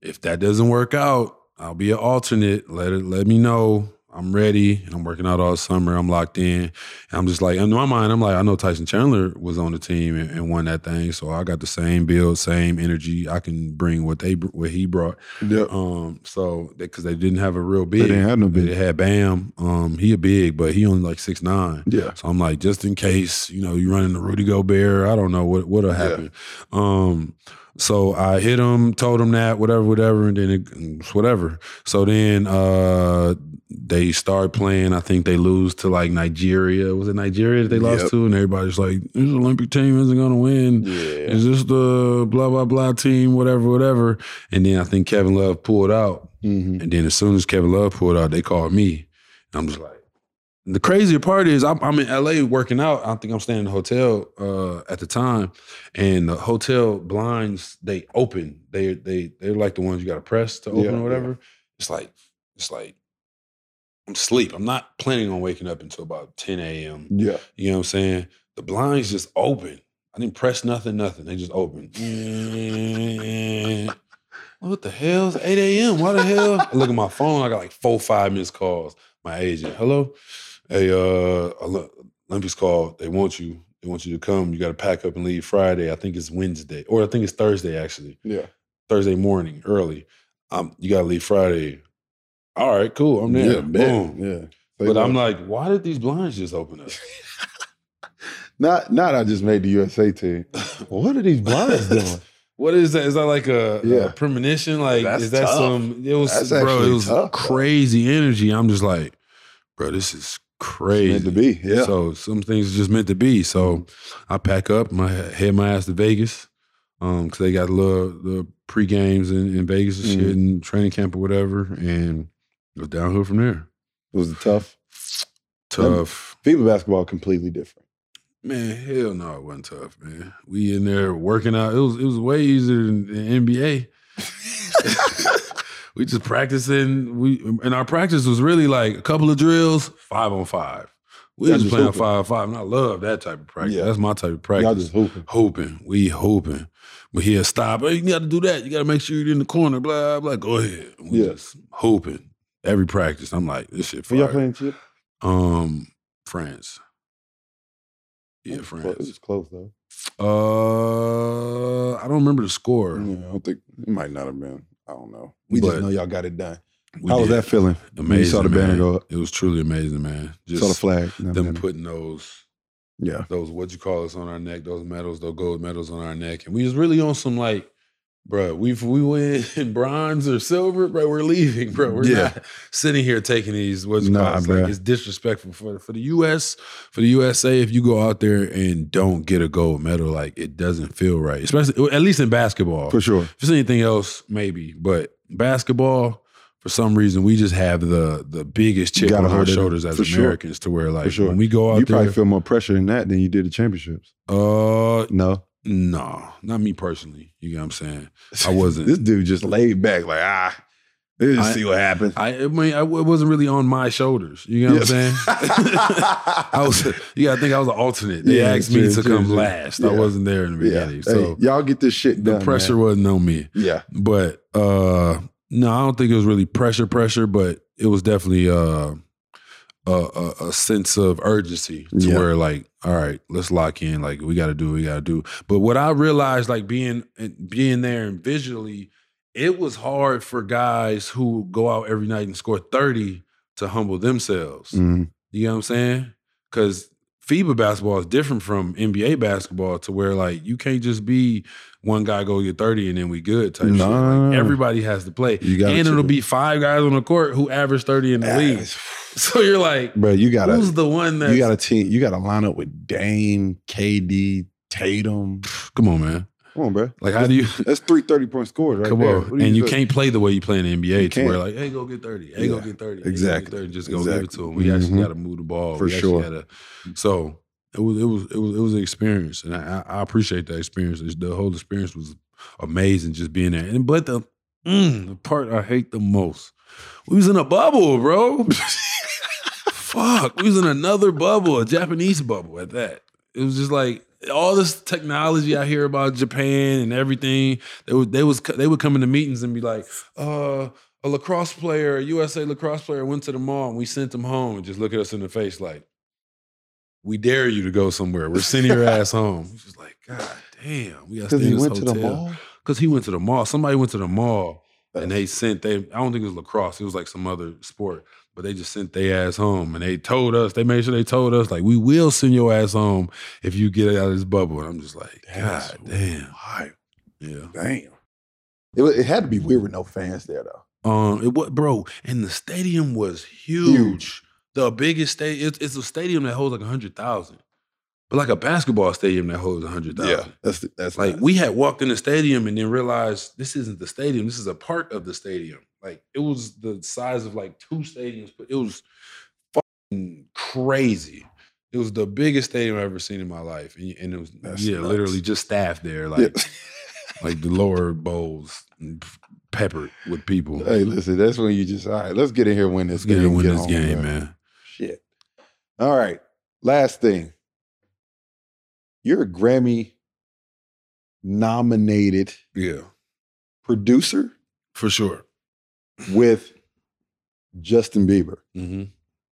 Speaker 2: If that doesn't work out, I'll be an alternate. Let it let me know. I'm ready and I'm working out all summer. I'm locked in. And I'm just like, in my mind, I'm like, I know Tyson Chandler was on the team and, and won that thing. So I got the same build, same energy. I can bring what they br- what he brought.
Speaker 1: Yep.
Speaker 2: Um, so because they didn't have a real
Speaker 1: They
Speaker 2: big,
Speaker 1: didn't have no
Speaker 2: they
Speaker 1: big.
Speaker 2: had Bam. Um, he a big, but he only like six nine.
Speaker 1: Yeah.
Speaker 2: So I'm like, just in case, you know, you run into Rudy Gobert, I don't know what what'll happen. Um, so I hit him, told him that, whatever, whatever, and then it, it's whatever. So then uh, they start playing. I think they lose to like Nigeria. Was it Nigeria that they lost
Speaker 1: Yep.
Speaker 2: to? And everybody's like, this Olympic team isn't gonna win.
Speaker 1: Yeah.
Speaker 2: Is this the blah blah blah team, whatever, whatever? And then I think Kevin Love pulled out.
Speaker 1: hmm
Speaker 2: And then as soon as Kevin Love pulled out, they called me. And I'm just like, the crazier part is I'm, I'm in LA working out. I think I'm staying in the hotel uh, at the time, and the hotel blinds they open. They they they're like the ones you got to press to open
Speaker 1: Yeah,
Speaker 2: or whatever. It's like it's like I'm asleep. I'm not planning on waking up until about 10 a.m.
Speaker 1: Yeah.
Speaker 2: You know what I'm saying? The blinds just open. I didn't press nothing, nothing. They just open. what the hell? It's 8 a.m. Why the hell? I look at my phone. I got like four, five missed calls. My agent, hello? Hey, uh, Olymp- Olympics called. They want you. They want you to come. You got to pack up and leave Friday. I think it's Wednesday, or I think it's Thursday, actually.
Speaker 1: Yeah.
Speaker 2: Thursday morning early. Um, you gotta leave Friday. All right, cool. I'm there.
Speaker 1: Yeah.
Speaker 2: Boom.
Speaker 1: bet. Yeah.
Speaker 2: But I'm like, why did these blinds just open up?
Speaker 1: not not I just made the USA team. What are these blinds doing?
Speaker 2: what is that? Is that like a, a
Speaker 1: Yeah.
Speaker 2: premonition? Like,
Speaker 1: That's
Speaker 2: is that
Speaker 1: tough.
Speaker 2: some? It was,
Speaker 1: That's
Speaker 2: bro. It
Speaker 1: actually
Speaker 2: was
Speaker 1: tough, bro.
Speaker 2: crazy energy. I'm just like, bro, this is crazy.
Speaker 1: Meant to be. Yeah.
Speaker 2: So some things just meant to be. So I pack up, my head my ass to Vegas, um, cause they got a little the pre games in, in Vegas and shit,
Speaker 1: Mhm.
Speaker 2: and training camp or whatever, and it was downhill from there.
Speaker 1: it was tough.
Speaker 2: Tough,
Speaker 1: FIBA basketball completely different.
Speaker 2: man. Hell no, it wasn't tough, man. We in there working out. It was it was way easier than the NBA. we just practicing. We and our practice was really like a couple of drills, five on five. We
Speaker 1: Y'all
Speaker 2: was
Speaker 1: just
Speaker 2: playing
Speaker 1: hooping.
Speaker 2: five on five, and I love that type of practice.
Speaker 1: Yeah.
Speaker 2: That's my type of practice.
Speaker 1: Y'all just hooping.
Speaker 2: hoping. We hoping. But he'll stop. Hey, you gotta do that. You gotta make sure you're in the corner, blah, blah. Go ahead. We
Speaker 1: Yeah.
Speaker 2: just hoping. Every practice. I'm like, this shit
Speaker 1: Who y'all
Speaker 2: fire.
Speaker 1: playing chip?
Speaker 2: Um, France. Yeah,
Speaker 1: It was clo- It
Speaker 2: France.
Speaker 1: was close though.
Speaker 2: Uh I don't remember the score.
Speaker 1: I don't think it might not have been. I don't know.
Speaker 2: We just But- know
Speaker 1: y'all got it done.
Speaker 2: We
Speaker 1: How was
Speaker 2: did
Speaker 1: that feeling?
Speaker 2: Amazing.
Speaker 1: you saw the banner
Speaker 2: man.
Speaker 1: go up.
Speaker 2: It was truly amazing, man. Just
Speaker 1: saw the flag. No,
Speaker 2: them
Speaker 1: no, no.
Speaker 2: putting those
Speaker 1: yeah.
Speaker 2: those what you call us on our neck, those medals, those gold medals on our neck, and we was really on some like, bruh, we if we win bronze or silver, bro, we're leaving, bro. We're
Speaker 1: Yeah.
Speaker 2: not sitting here taking these what you
Speaker 1: Nah,
Speaker 2: call us. Like,
Speaker 1: bruh.
Speaker 2: it's disrespectful for for the U.S. for the USA. If you go out there and don't get a gold medal, like it doesn't feel right, especially at least in basketball.
Speaker 1: For sure.
Speaker 2: If it's anything else, maybe. But basketball, for some reason, we just have the the biggest chip
Speaker 1: Gotta
Speaker 2: on our
Speaker 1: hold it in.
Speaker 2: shoulders as
Speaker 1: For sure.
Speaker 2: Americans to where like
Speaker 1: sure.
Speaker 2: when we go out
Speaker 1: You
Speaker 2: there.
Speaker 1: probably feel more pressure in that than you did the championships.
Speaker 2: uh
Speaker 1: No.
Speaker 2: no, not me personally. You know what I'm saying? I wasn't.
Speaker 1: this dude just laid back, like, ah, let's just
Speaker 2: I-
Speaker 1: see what happens.
Speaker 2: I, I mean, I, it wasn't really on my shoulders. You know what I'm saying? I was. You gotta think I was an alternate. They
Speaker 1: Yeah,
Speaker 2: asked me
Speaker 1: true,
Speaker 2: to
Speaker 1: true,
Speaker 2: come
Speaker 1: true.
Speaker 2: last. I
Speaker 1: Yeah.
Speaker 2: wasn't there in the
Speaker 1: yeah.
Speaker 2: beginning,
Speaker 1: Hey,
Speaker 2: so
Speaker 1: y'all get this shit
Speaker 2: the
Speaker 1: done.
Speaker 2: pressure
Speaker 1: man.
Speaker 2: wasn't on me.
Speaker 1: Yeah.
Speaker 2: But uh no, I don't think it was really pressure, pressure, but it was definitely uh a, a, a sense of urgency to
Speaker 1: Yeah.
Speaker 2: where like, all right, let's lock in. Like we gotta do what we gotta do. But what I realized, like being being there and visually, it was hard for guys who go out every night and score 30 to humble themselves.
Speaker 1: Mhm.
Speaker 2: You know what I'm saying? Because FIBA basketball is different from NBA basketball to where like you can't just be one guy go get 30 and then we good type shit.
Speaker 1: Nah.
Speaker 2: Like, everybody has to play.
Speaker 1: You got
Speaker 2: And it'll be five guys on the court who average 30 in the league. So you're like,
Speaker 1: Bro, you gotta
Speaker 2: Ah, who's the one that
Speaker 1: you got a team. You got to line up with Dame, KD, Tatum.
Speaker 2: come on, man.
Speaker 1: Come on, bro.
Speaker 2: Like how do you
Speaker 1: That's three 30 point scores right
Speaker 2: come
Speaker 1: there.
Speaker 2: on?
Speaker 1: What are
Speaker 2: and you
Speaker 1: doing?
Speaker 2: can't play the way you play in the NBA
Speaker 1: You
Speaker 2: to where
Speaker 1: can't.
Speaker 2: like, hey, go get 30. Hey, go
Speaker 1: Yeah.
Speaker 2: get 30. Hey, go get
Speaker 1: Exactly.
Speaker 2: 30. Just go give it to
Speaker 1: Exactly.
Speaker 2: them. We actually
Speaker 1: Mhm.
Speaker 2: gotta move the ball.
Speaker 1: For
Speaker 2: we
Speaker 1: sure.
Speaker 2: actually gotta- so it was it was it was it was an experience. And I, I I appreciate that experience. It's- The whole experience was amazing just being there. And but the mm, the part I hate the most. We was in a bubble, bro. Fuck. We was in another bubble, a Japanese bubble at that. It was just like all this technology I hear about Japan and everything. They would they was they would come into meetings and be like, uh, a lacrosse player, a USA lacrosse player went to the mall and we sent them home and just look at us in the face like, we dare you to go somewhere. We're sending your ass home. It's just like, God damn, we gotta
Speaker 1: Because
Speaker 2: stay
Speaker 1: he
Speaker 2: in this
Speaker 1: went
Speaker 2: hotel.
Speaker 1: to the mall.
Speaker 2: Cause he went to the mall. Somebody went to the mall and they sent they. I don't think it was lacrosse. It was like some other sport. But they just sent their ass home and they told us. They made sure they told us like we will send your ass home if you get out of this bubble. And I'm just like,
Speaker 1: That's
Speaker 2: God damn,
Speaker 1: wild.
Speaker 2: yeah.
Speaker 1: Damn. It, wa- it had to be weird with no fans there, though.
Speaker 2: Um, it what, bro? And the stadium was huge.
Speaker 1: Huge.
Speaker 2: The biggest stadium. It's, it's a stadium that holds like hundred thousand, but like a basketball stadium that holds hundred thousand.
Speaker 1: That's that's
Speaker 2: Like we had walked in the stadium and then realized this isn't the stadium. This is a part of the stadium. Like it was the size of like two stadiums, but it was fucking crazy. It was the biggest stadium I've ever seen in my life, and, and it was
Speaker 1: That's
Speaker 2: yeah,
Speaker 1: nuts.
Speaker 2: literally just staff there,
Speaker 1: Yeah.
Speaker 2: like like the lower bowls, and peppered with people.
Speaker 1: Hey, listen, that's when you just all right. Let's get in here, win this
Speaker 2: Let's get
Speaker 1: game,
Speaker 2: to win this
Speaker 1: on,
Speaker 2: game,
Speaker 1: bro.
Speaker 2: man.
Speaker 1: Shit. All right. Last thing. You're a Grammy nominated
Speaker 2: Yeah,
Speaker 1: producer
Speaker 2: for sure.
Speaker 1: with Justin Bieber.
Speaker 2: Mm-hmm.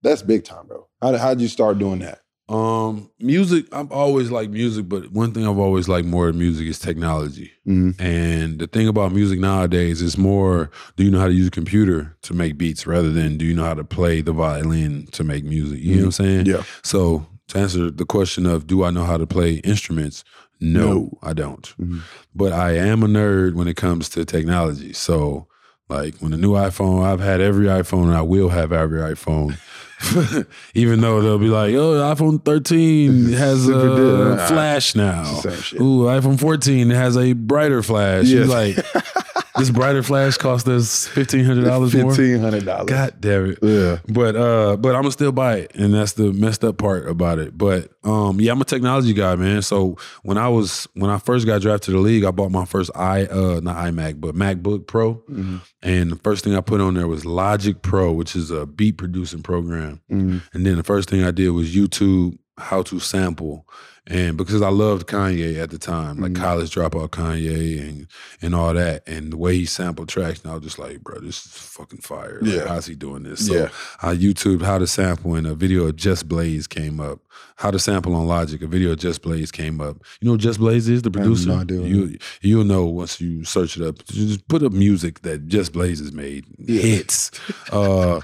Speaker 1: That's big time, bro. How how'd you start doing that?
Speaker 2: Um, music. I've always liked music, but one thing I've always liked more than music is technology.
Speaker 1: Mm-hmm.
Speaker 2: And the thing about music nowadays is more: do you know how to use a computer to make beats, rather than do you know how to play the violin to make music? You know what I'm saying?
Speaker 1: Mm-hmm. Yeah.
Speaker 2: So to answer the question of do I know how to play instruments? No,
Speaker 1: No.
Speaker 2: I don't.
Speaker 1: Mhm.
Speaker 2: But I am a nerd when it comes to technology. So like when the new iPhone, I've had every iPhone and I will have every iPhone. Even though they'll be like, oh, iPhone 13 has
Speaker 1: Super
Speaker 2: a
Speaker 1: dude.
Speaker 2: flash now.
Speaker 1: Same shit.
Speaker 2: Ooh, iPhone 14 has a brighter flash. You're
Speaker 1: Yes.
Speaker 2: like, this brighter flash cost us $1,500 more?
Speaker 1: Fifteen hundred dollars.
Speaker 2: God damn it.
Speaker 1: Yeah.
Speaker 2: But uh, but I'm gonna still buy it, and that's the messed up part about it. But um, yeah, I'm a technology guy, man. So when I was when I first got drafted to the league, I bought my first i uh not iMac but MacBook Pro,
Speaker 1: Mhm.
Speaker 2: and the first thing I put on there was Logic Pro, which is a beat producing program.
Speaker 1: Mhm.
Speaker 2: And then the first thing I did was YouTube how to sample. And because I loved Kanye at the time, like
Speaker 1: Mhm.
Speaker 2: college dropout Kanye and and all that, and the way he sampled tracks, and I was just like, bro, this is fucking fire. Like,
Speaker 1: Yeah.
Speaker 2: how's he doing this? So
Speaker 1: Yeah.
Speaker 2: I YouTubed how to sample, and a video of Just Blaze came up. How to sample on Logic, a video of Just Blaze came up. You know, who Just Blaze is the
Speaker 1: I have no
Speaker 2: producer.
Speaker 1: idea.
Speaker 2: You you'll know once you search it up. Just put up music that Just Blaze has made
Speaker 1: Yeah.
Speaker 2: hits. uh,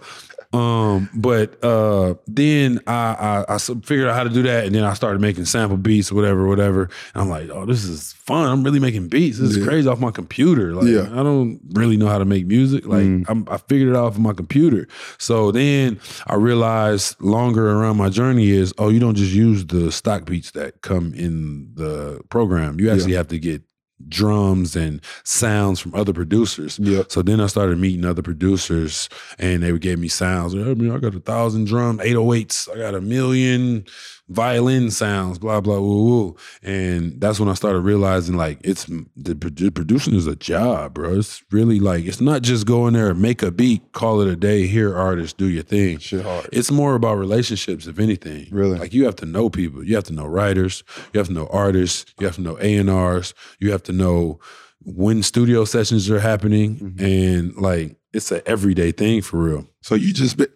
Speaker 2: um, but uh, then I, I I s- figured out how to do that, and then I started making sample beats, whatever, whatever. And I'm like, oh, this is fun. I'm really making beats. This
Speaker 1: Yeah.
Speaker 2: is crazy off my computer. Like,
Speaker 1: Yeah.
Speaker 2: I don't really know how to make music. Like,
Speaker 1: Mm.
Speaker 2: I'm, I figured it out off my computer. So then I realized longer around my journey is, oh, you don't just use the stock beats that come in the program. You actually have to get drums and sounds from other producers.
Speaker 1: Yeah.
Speaker 2: So then I started meeting other producers, and they gave me sounds. I mean, I got a thousand drum, eight oh eights. I got a million violin sounds. Blah blah woo woo. And that's when I started realizing like it's the produ- producing is a job, bro. It's really like it's not just go in there and make a beat, call it a day. Here, artist, do your thing.
Speaker 1: Shit hard.
Speaker 2: It's more about relationships, if anything.
Speaker 1: Really?
Speaker 2: like you have to know people. You have to know writers. You have to know artists. You have to know A and R's. You have to know when studio sessions are happening,
Speaker 1: Mhm.
Speaker 2: and like it's an everyday thing for real.
Speaker 1: So you just ba-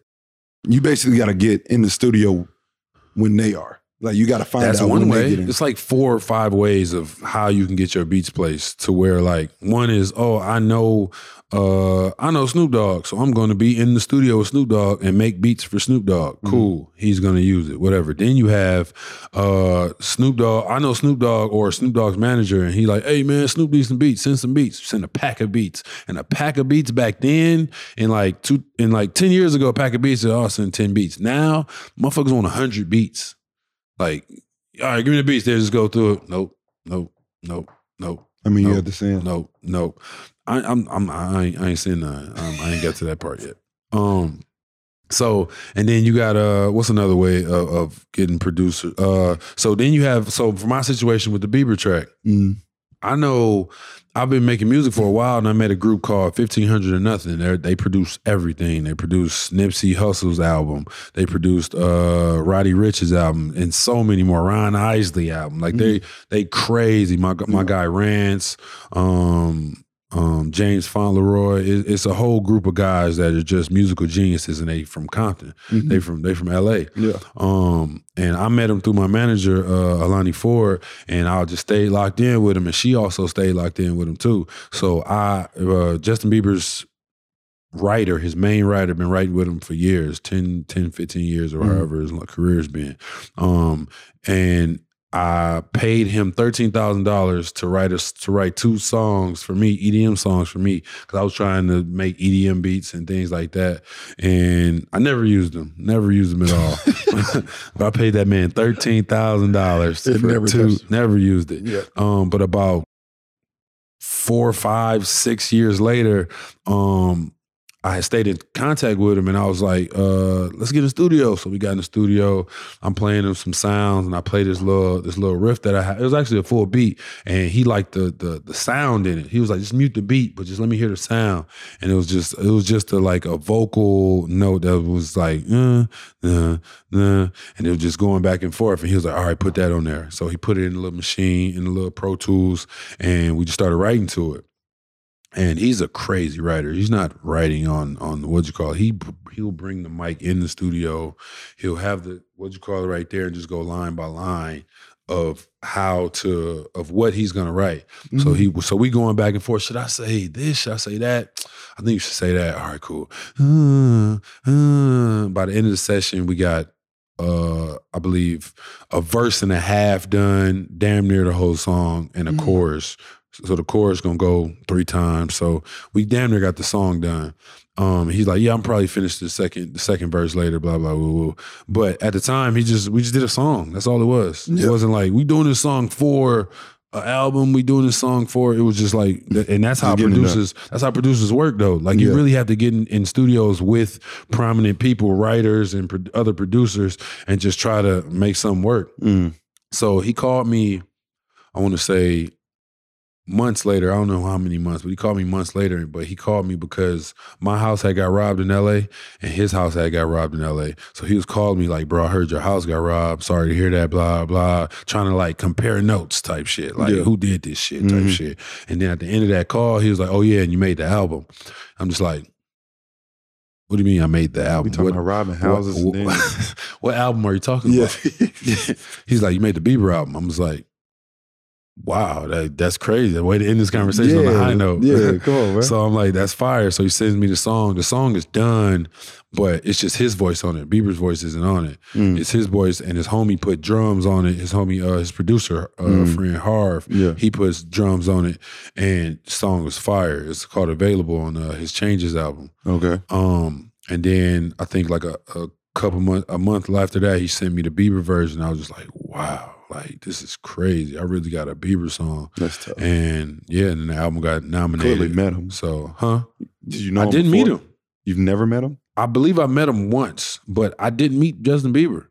Speaker 1: you basically got to get in the studio when they are. Like you got to find
Speaker 2: That's
Speaker 1: out
Speaker 2: one
Speaker 1: when
Speaker 2: way.
Speaker 1: They get in.
Speaker 2: It's like four or five ways of how you can get your beats placed to where like one is, oh, I know uh I know Snoop Dogg, so I'm gonna be in the studio with Snoop Dogg and make beats for Snoop Dogg.
Speaker 1: Mhm.
Speaker 2: Cool. He's gonna use it. Whatever. Then you have uh Snoop Dogg. I know Snoop Dogg or Snoop Dogg's manager, and he like, hey man, Snoop needs some beats, send some beats, send a pack of beats. And a pack of beats back then in like two in like 10 years ago, a pack of beats, oh, send 10 beats. Now motherfuckers want hundred beats. Like all right, give me the beats. They just go through it. Nope, nope, nope, nope,
Speaker 1: I mean, you
Speaker 2: No.
Speaker 1: have to say it.
Speaker 2: nope, nope. I, I'm, I'm, I ain't, I ain't seen none. Um, I ain't got to that part yet. Um, so and then you got uh, what's another way of, of getting producer? Uh, so then you have so for my situation with the Bieber track,
Speaker 1: Mm.
Speaker 2: I know I've been making music for a while, and I met a group called Fifteen Hundred or Nothing. They they produce everything. They produced Nipsey Hussle's album. They produced uh, Roddy Rich's album, and so many more. Ron Isley album. Like they they crazy. My my
Speaker 1: Yeah.
Speaker 2: guy Rance, um, um, James Fauntleroy. It, it's a whole group of guys that are just musical geniuses, and they from Compton.
Speaker 1: Mhm.
Speaker 2: They from they from L.A.
Speaker 1: yeah.
Speaker 2: Um, and I met him through my manager, uh, Alani Ford, and I just stayed locked in with him, and she also stayed locked in with him too. So I, uh, Justin Bieber's writer, his main writer, been writing with him for years 10, 10 15 years, or
Speaker 1: Mhm.
Speaker 2: however his career's been. Um, and I paid him thirteen thousand dollars to write us to write two songs for me, EDM songs for me, because I was trying to make EDM beats and things like that. And I never used them, never used them at all. but I paid that man thirteen thousand dollars
Speaker 1: It never
Speaker 2: for two,
Speaker 1: touched it.
Speaker 2: never used it.
Speaker 1: Yeah.
Speaker 2: Um, but about four, five, six years later, um, I stayed in contact with him and I was like, uh, let's get in the studio. So we got in the studio. I'm playing him some sounds and I played this little this little riff that I had. It was actually a full beat and he liked the the the sound in it. He was like, just mute the beat, but just let me hear the sound. And it was just it was just a, like a vocal note that was like, uh, uh, uh, and it was just going back and forth. And he was like, all right, put that on there. So he put it in a little machine, in a little Pro Tools, and we just started writing to it and he's a crazy writer. He's not writing on on what you call. It. He he'll bring the mic in the studio. He'll have the what you call it right there and just go line by line of how to of what he's gonna write. So
Speaker 1: Mm-hmm.
Speaker 2: he so we going back and forth. Should I say this? Should I say that? I think you should say that. All right, cool. Uh, uh. By the end of the session, we got uh I believe a verse and a half done, damn near the whole song, and a
Speaker 4: Mhm.
Speaker 2: chorus. So the chorus gonna go three times. So we damn near got the song done. Um, he's like, yeah, I'm probably finished the second the second verse later, blah blah blah. blah. But at the time, he just we just did a song. That's all it was.
Speaker 1: Yeah.
Speaker 2: It wasn't like we doing this song for an album. We doing this song for it was just like, and that's how
Speaker 1: Just getting it done.
Speaker 2: producers that's how producers work though. Like you
Speaker 1: Yeah.
Speaker 2: really have to get in, in studios with prominent people, writers and pro- other producers, and just try to make something work.
Speaker 1: Mm-hmm.
Speaker 2: So he called me, I want to say months later. I don't know how many months, but he called me months later. But he called me because my house had got robbed in LA and his house had got robbed in LA. So he was calling me like, bro, I heard your house got robbed. Sorry to hear that, blah, blah. Trying to like compare notes type shit. Like
Speaker 1: Yeah.
Speaker 2: who did this shit type
Speaker 1: Mhm.
Speaker 2: shit. And then at the end of that call, he was like, Oh yeah, and you made the album. I'm just like, what do you mean I made the
Speaker 1: We
Speaker 2: album?
Speaker 1: talking
Speaker 2: What-
Speaker 1: about robbing houses.
Speaker 2: what,
Speaker 1: and then-
Speaker 2: what, what album are you talking
Speaker 1: Yeah.
Speaker 2: about? He's like, you made the Bieber album. I was like, wow, that, that's crazy. The way to end this conversation on a high note.
Speaker 1: Yeah, come on, man.
Speaker 2: so I'm like, that's fire. So he sends me the song. The song is done, but it's just his voice on it. Bieber's voice isn't on it.
Speaker 1: Mm,
Speaker 2: It's his voice, and his homie put drums on it. His homie, uh, his producer, uh,
Speaker 1: Mm.
Speaker 2: friend Harv,
Speaker 1: yeah.
Speaker 2: he puts drums on it, and song was fire. It's called Available on uh, his Changes album.
Speaker 1: Okay.
Speaker 2: Um, and then I think like a, a couple month a month after that, he sent me the Bieber version. I was just like, wow, like this is crazy. I really got a Bieber song.
Speaker 1: That's tough.
Speaker 2: And yeah, and then the album got nominated.
Speaker 1: Clearly met him.
Speaker 2: So, huh?
Speaker 1: Did you know?
Speaker 2: I
Speaker 1: him
Speaker 2: didn't meet
Speaker 1: before?
Speaker 2: him.
Speaker 1: You've never met him,
Speaker 2: I believe I met him once, but I didn't meet Justin Bieber,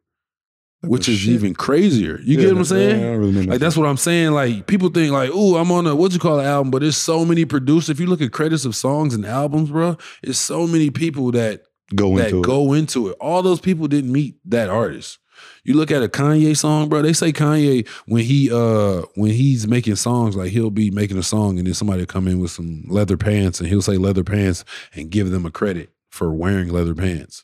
Speaker 2: which is
Speaker 1: Shit.
Speaker 2: even crazier. You get what I'm saying?
Speaker 1: Yeah, I don't really mean
Speaker 2: Like that's what I'm saying. Like people think like, "Ooh, I'm on a what you call an album," but there's so many producers. If you look at credits of songs and albums, bro, it's so many people that
Speaker 1: go
Speaker 2: that
Speaker 1: into it.
Speaker 2: go into it. All those people didn't meet that artist. You look at a Kanye song, bro. They say Kanye when he uh when he's making songs, like he'll be making a song and then somebody will come in with some leather pants and he'll say leather pants and give them a credit for wearing leather pants.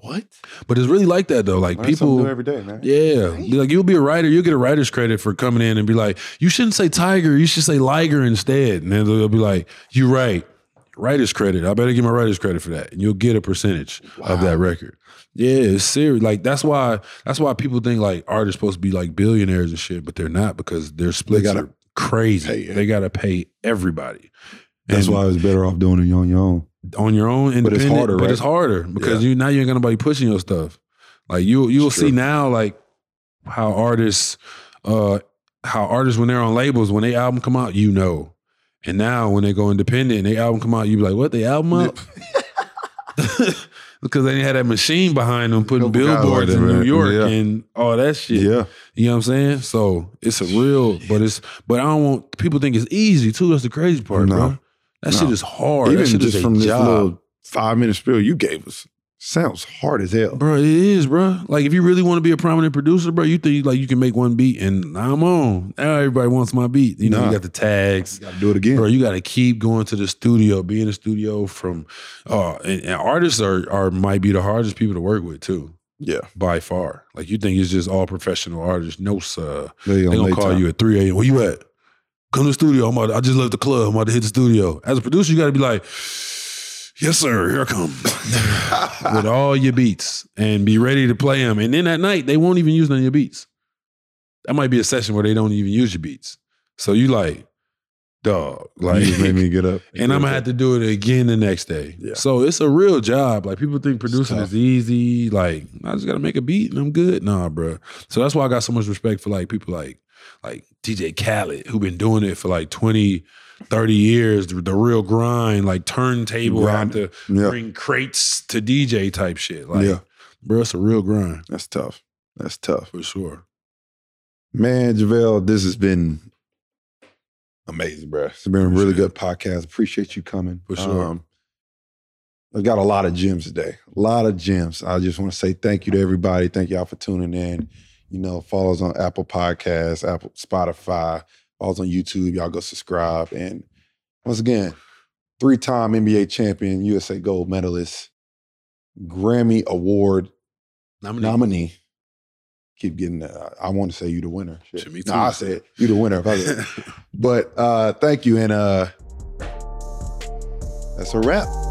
Speaker 1: What?
Speaker 2: But it's really like that though. Like
Speaker 1: Learn something
Speaker 2: people
Speaker 1: new every day, man.
Speaker 2: yeah, Be like you'll be a writer. You'll get a writer's credit for coming in and be like, you shouldn't say tiger. You should say liger instead. And then they'll be like, you right, writer's credit. I better get my writer's credit for that, and you'll get a percentage of that record. Yeah, it's serious. Like that's why that's why people think like artists supposed to be like billionaires and shit, but they're not because their splits
Speaker 1: gotta
Speaker 2: are crazy.
Speaker 1: pay it.
Speaker 2: They gotta pay everybody.
Speaker 1: That's
Speaker 2: And-
Speaker 1: why it's better off doing it on your own.
Speaker 2: on your own independent, but it's harder,
Speaker 1: right?
Speaker 2: because you now you ain't got nobody pushing your stuff. Like you you'll
Speaker 1: It's
Speaker 2: see
Speaker 1: true.
Speaker 2: now like how artists uh how artists when they're on labels when they album come out, you know. And now when they go independent and they album come out, you be like, "What? They album out?" because they didn't have that machine behind them putting
Speaker 1: Couple guys
Speaker 2: billboards
Speaker 1: like
Speaker 2: in
Speaker 1: that,
Speaker 2: New
Speaker 1: man.
Speaker 2: York
Speaker 1: Yeah.
Speaker 2: and all that shit. You know what I'm saying? So it's a real, but it's but I don't want people think it's easy too. That's the crazy part,
Speaker 1: No.
Speaker 2: bro. That
Speaker 1: No.
Speaker 2: shit is hard. that
Speaker 1: Even
Speaker 2: shit
Speaker 1: just
Speaker 2: is a
Speaker 1: from this
Speaker 2: job.
Speaker 1: little five minute spiel you gave us, sounds hard as hell.
Speaker 2: Bro, it is, bro. Like, if you really want to be a prominent producer, bro, you think like you can make one beat and I'm on. Now everybody wants my beat. You know,
Speaker 1: Nah.
Speaker 2: you got the tags.
Speaker 1: Got to do it again.
Speaker 2: Bro, you got to keep going to the studio, be in the studio from, uh, and, and artists are, are might be the hardest people to work with too,
Speaker 1: yeah,
Speaker 2: by far. Like, you think it's just all professional artists. No, sir.
Speaker 1: they,
Speaker 2: They're going to call you at 3 a.m. Where you at? Come to the studio. I'm about to- I just left the club. I'm about to hit the studio. As a producer, you got to be like, yes, sir, here I come. with all your beats and be ready to play them. And then at night, they won't even use none of your beats. That might be a session where they don't even use your beats. So you like, dog. Like,
Speaker 1: you made me get up.
Speaker 2: and I'm gonna have to do it again the next day.
Speaker 1: Yeah.
Speaker 2: So it's a real job. Like people think producing
Speaker 1: tough.
Speaker 2: is easy. Like I just gotta make a beat and I'm good. Nah, bro. So that's why I got so much respect for like people like like DJ Khaled who been doing it for like 20, 30 years. The, the real grind, like turntable
Speaker 1: Grind.
Speaker 2: have to
Speaker 1: Yeah,
Speaker 2: bring crates to DJ type shit. Like,
Speaker 1: Yeah.
Speaker 2: bro, it's a real grind
Speaker 1: that's tough. That's tough.
Speaker 2: for sure.
Speaker 1: Man, JaVale, this has been amazing, bro. It's been a really
Speaker 2: Appreciate
Speaker 1: good podcast. Appreciate you coming. Um,
Speaker 2: For sure.
Speaker 1: I got a lot of gems today. A lot of gems. I just want to say thank you to everybody. Thank y'all for tuning in. You know, follow us on Apple Podcasts, Apple Spotify, follow us on YouTube. Y'all go subscribe. And once again, three-time NBA champion, USA gold medalist, Grammy Award
Speaker 2: Nominee.
Speaker 1: nominee. Keep getting. Uh, I want to say you the winner. Shit.
Speaker 2: Shit, me
Speaker 1: Nah,
Speaker 2: too.
Speaker 1: I said you the winner. if I said- but uh, thank you, and uh, that's a wrap.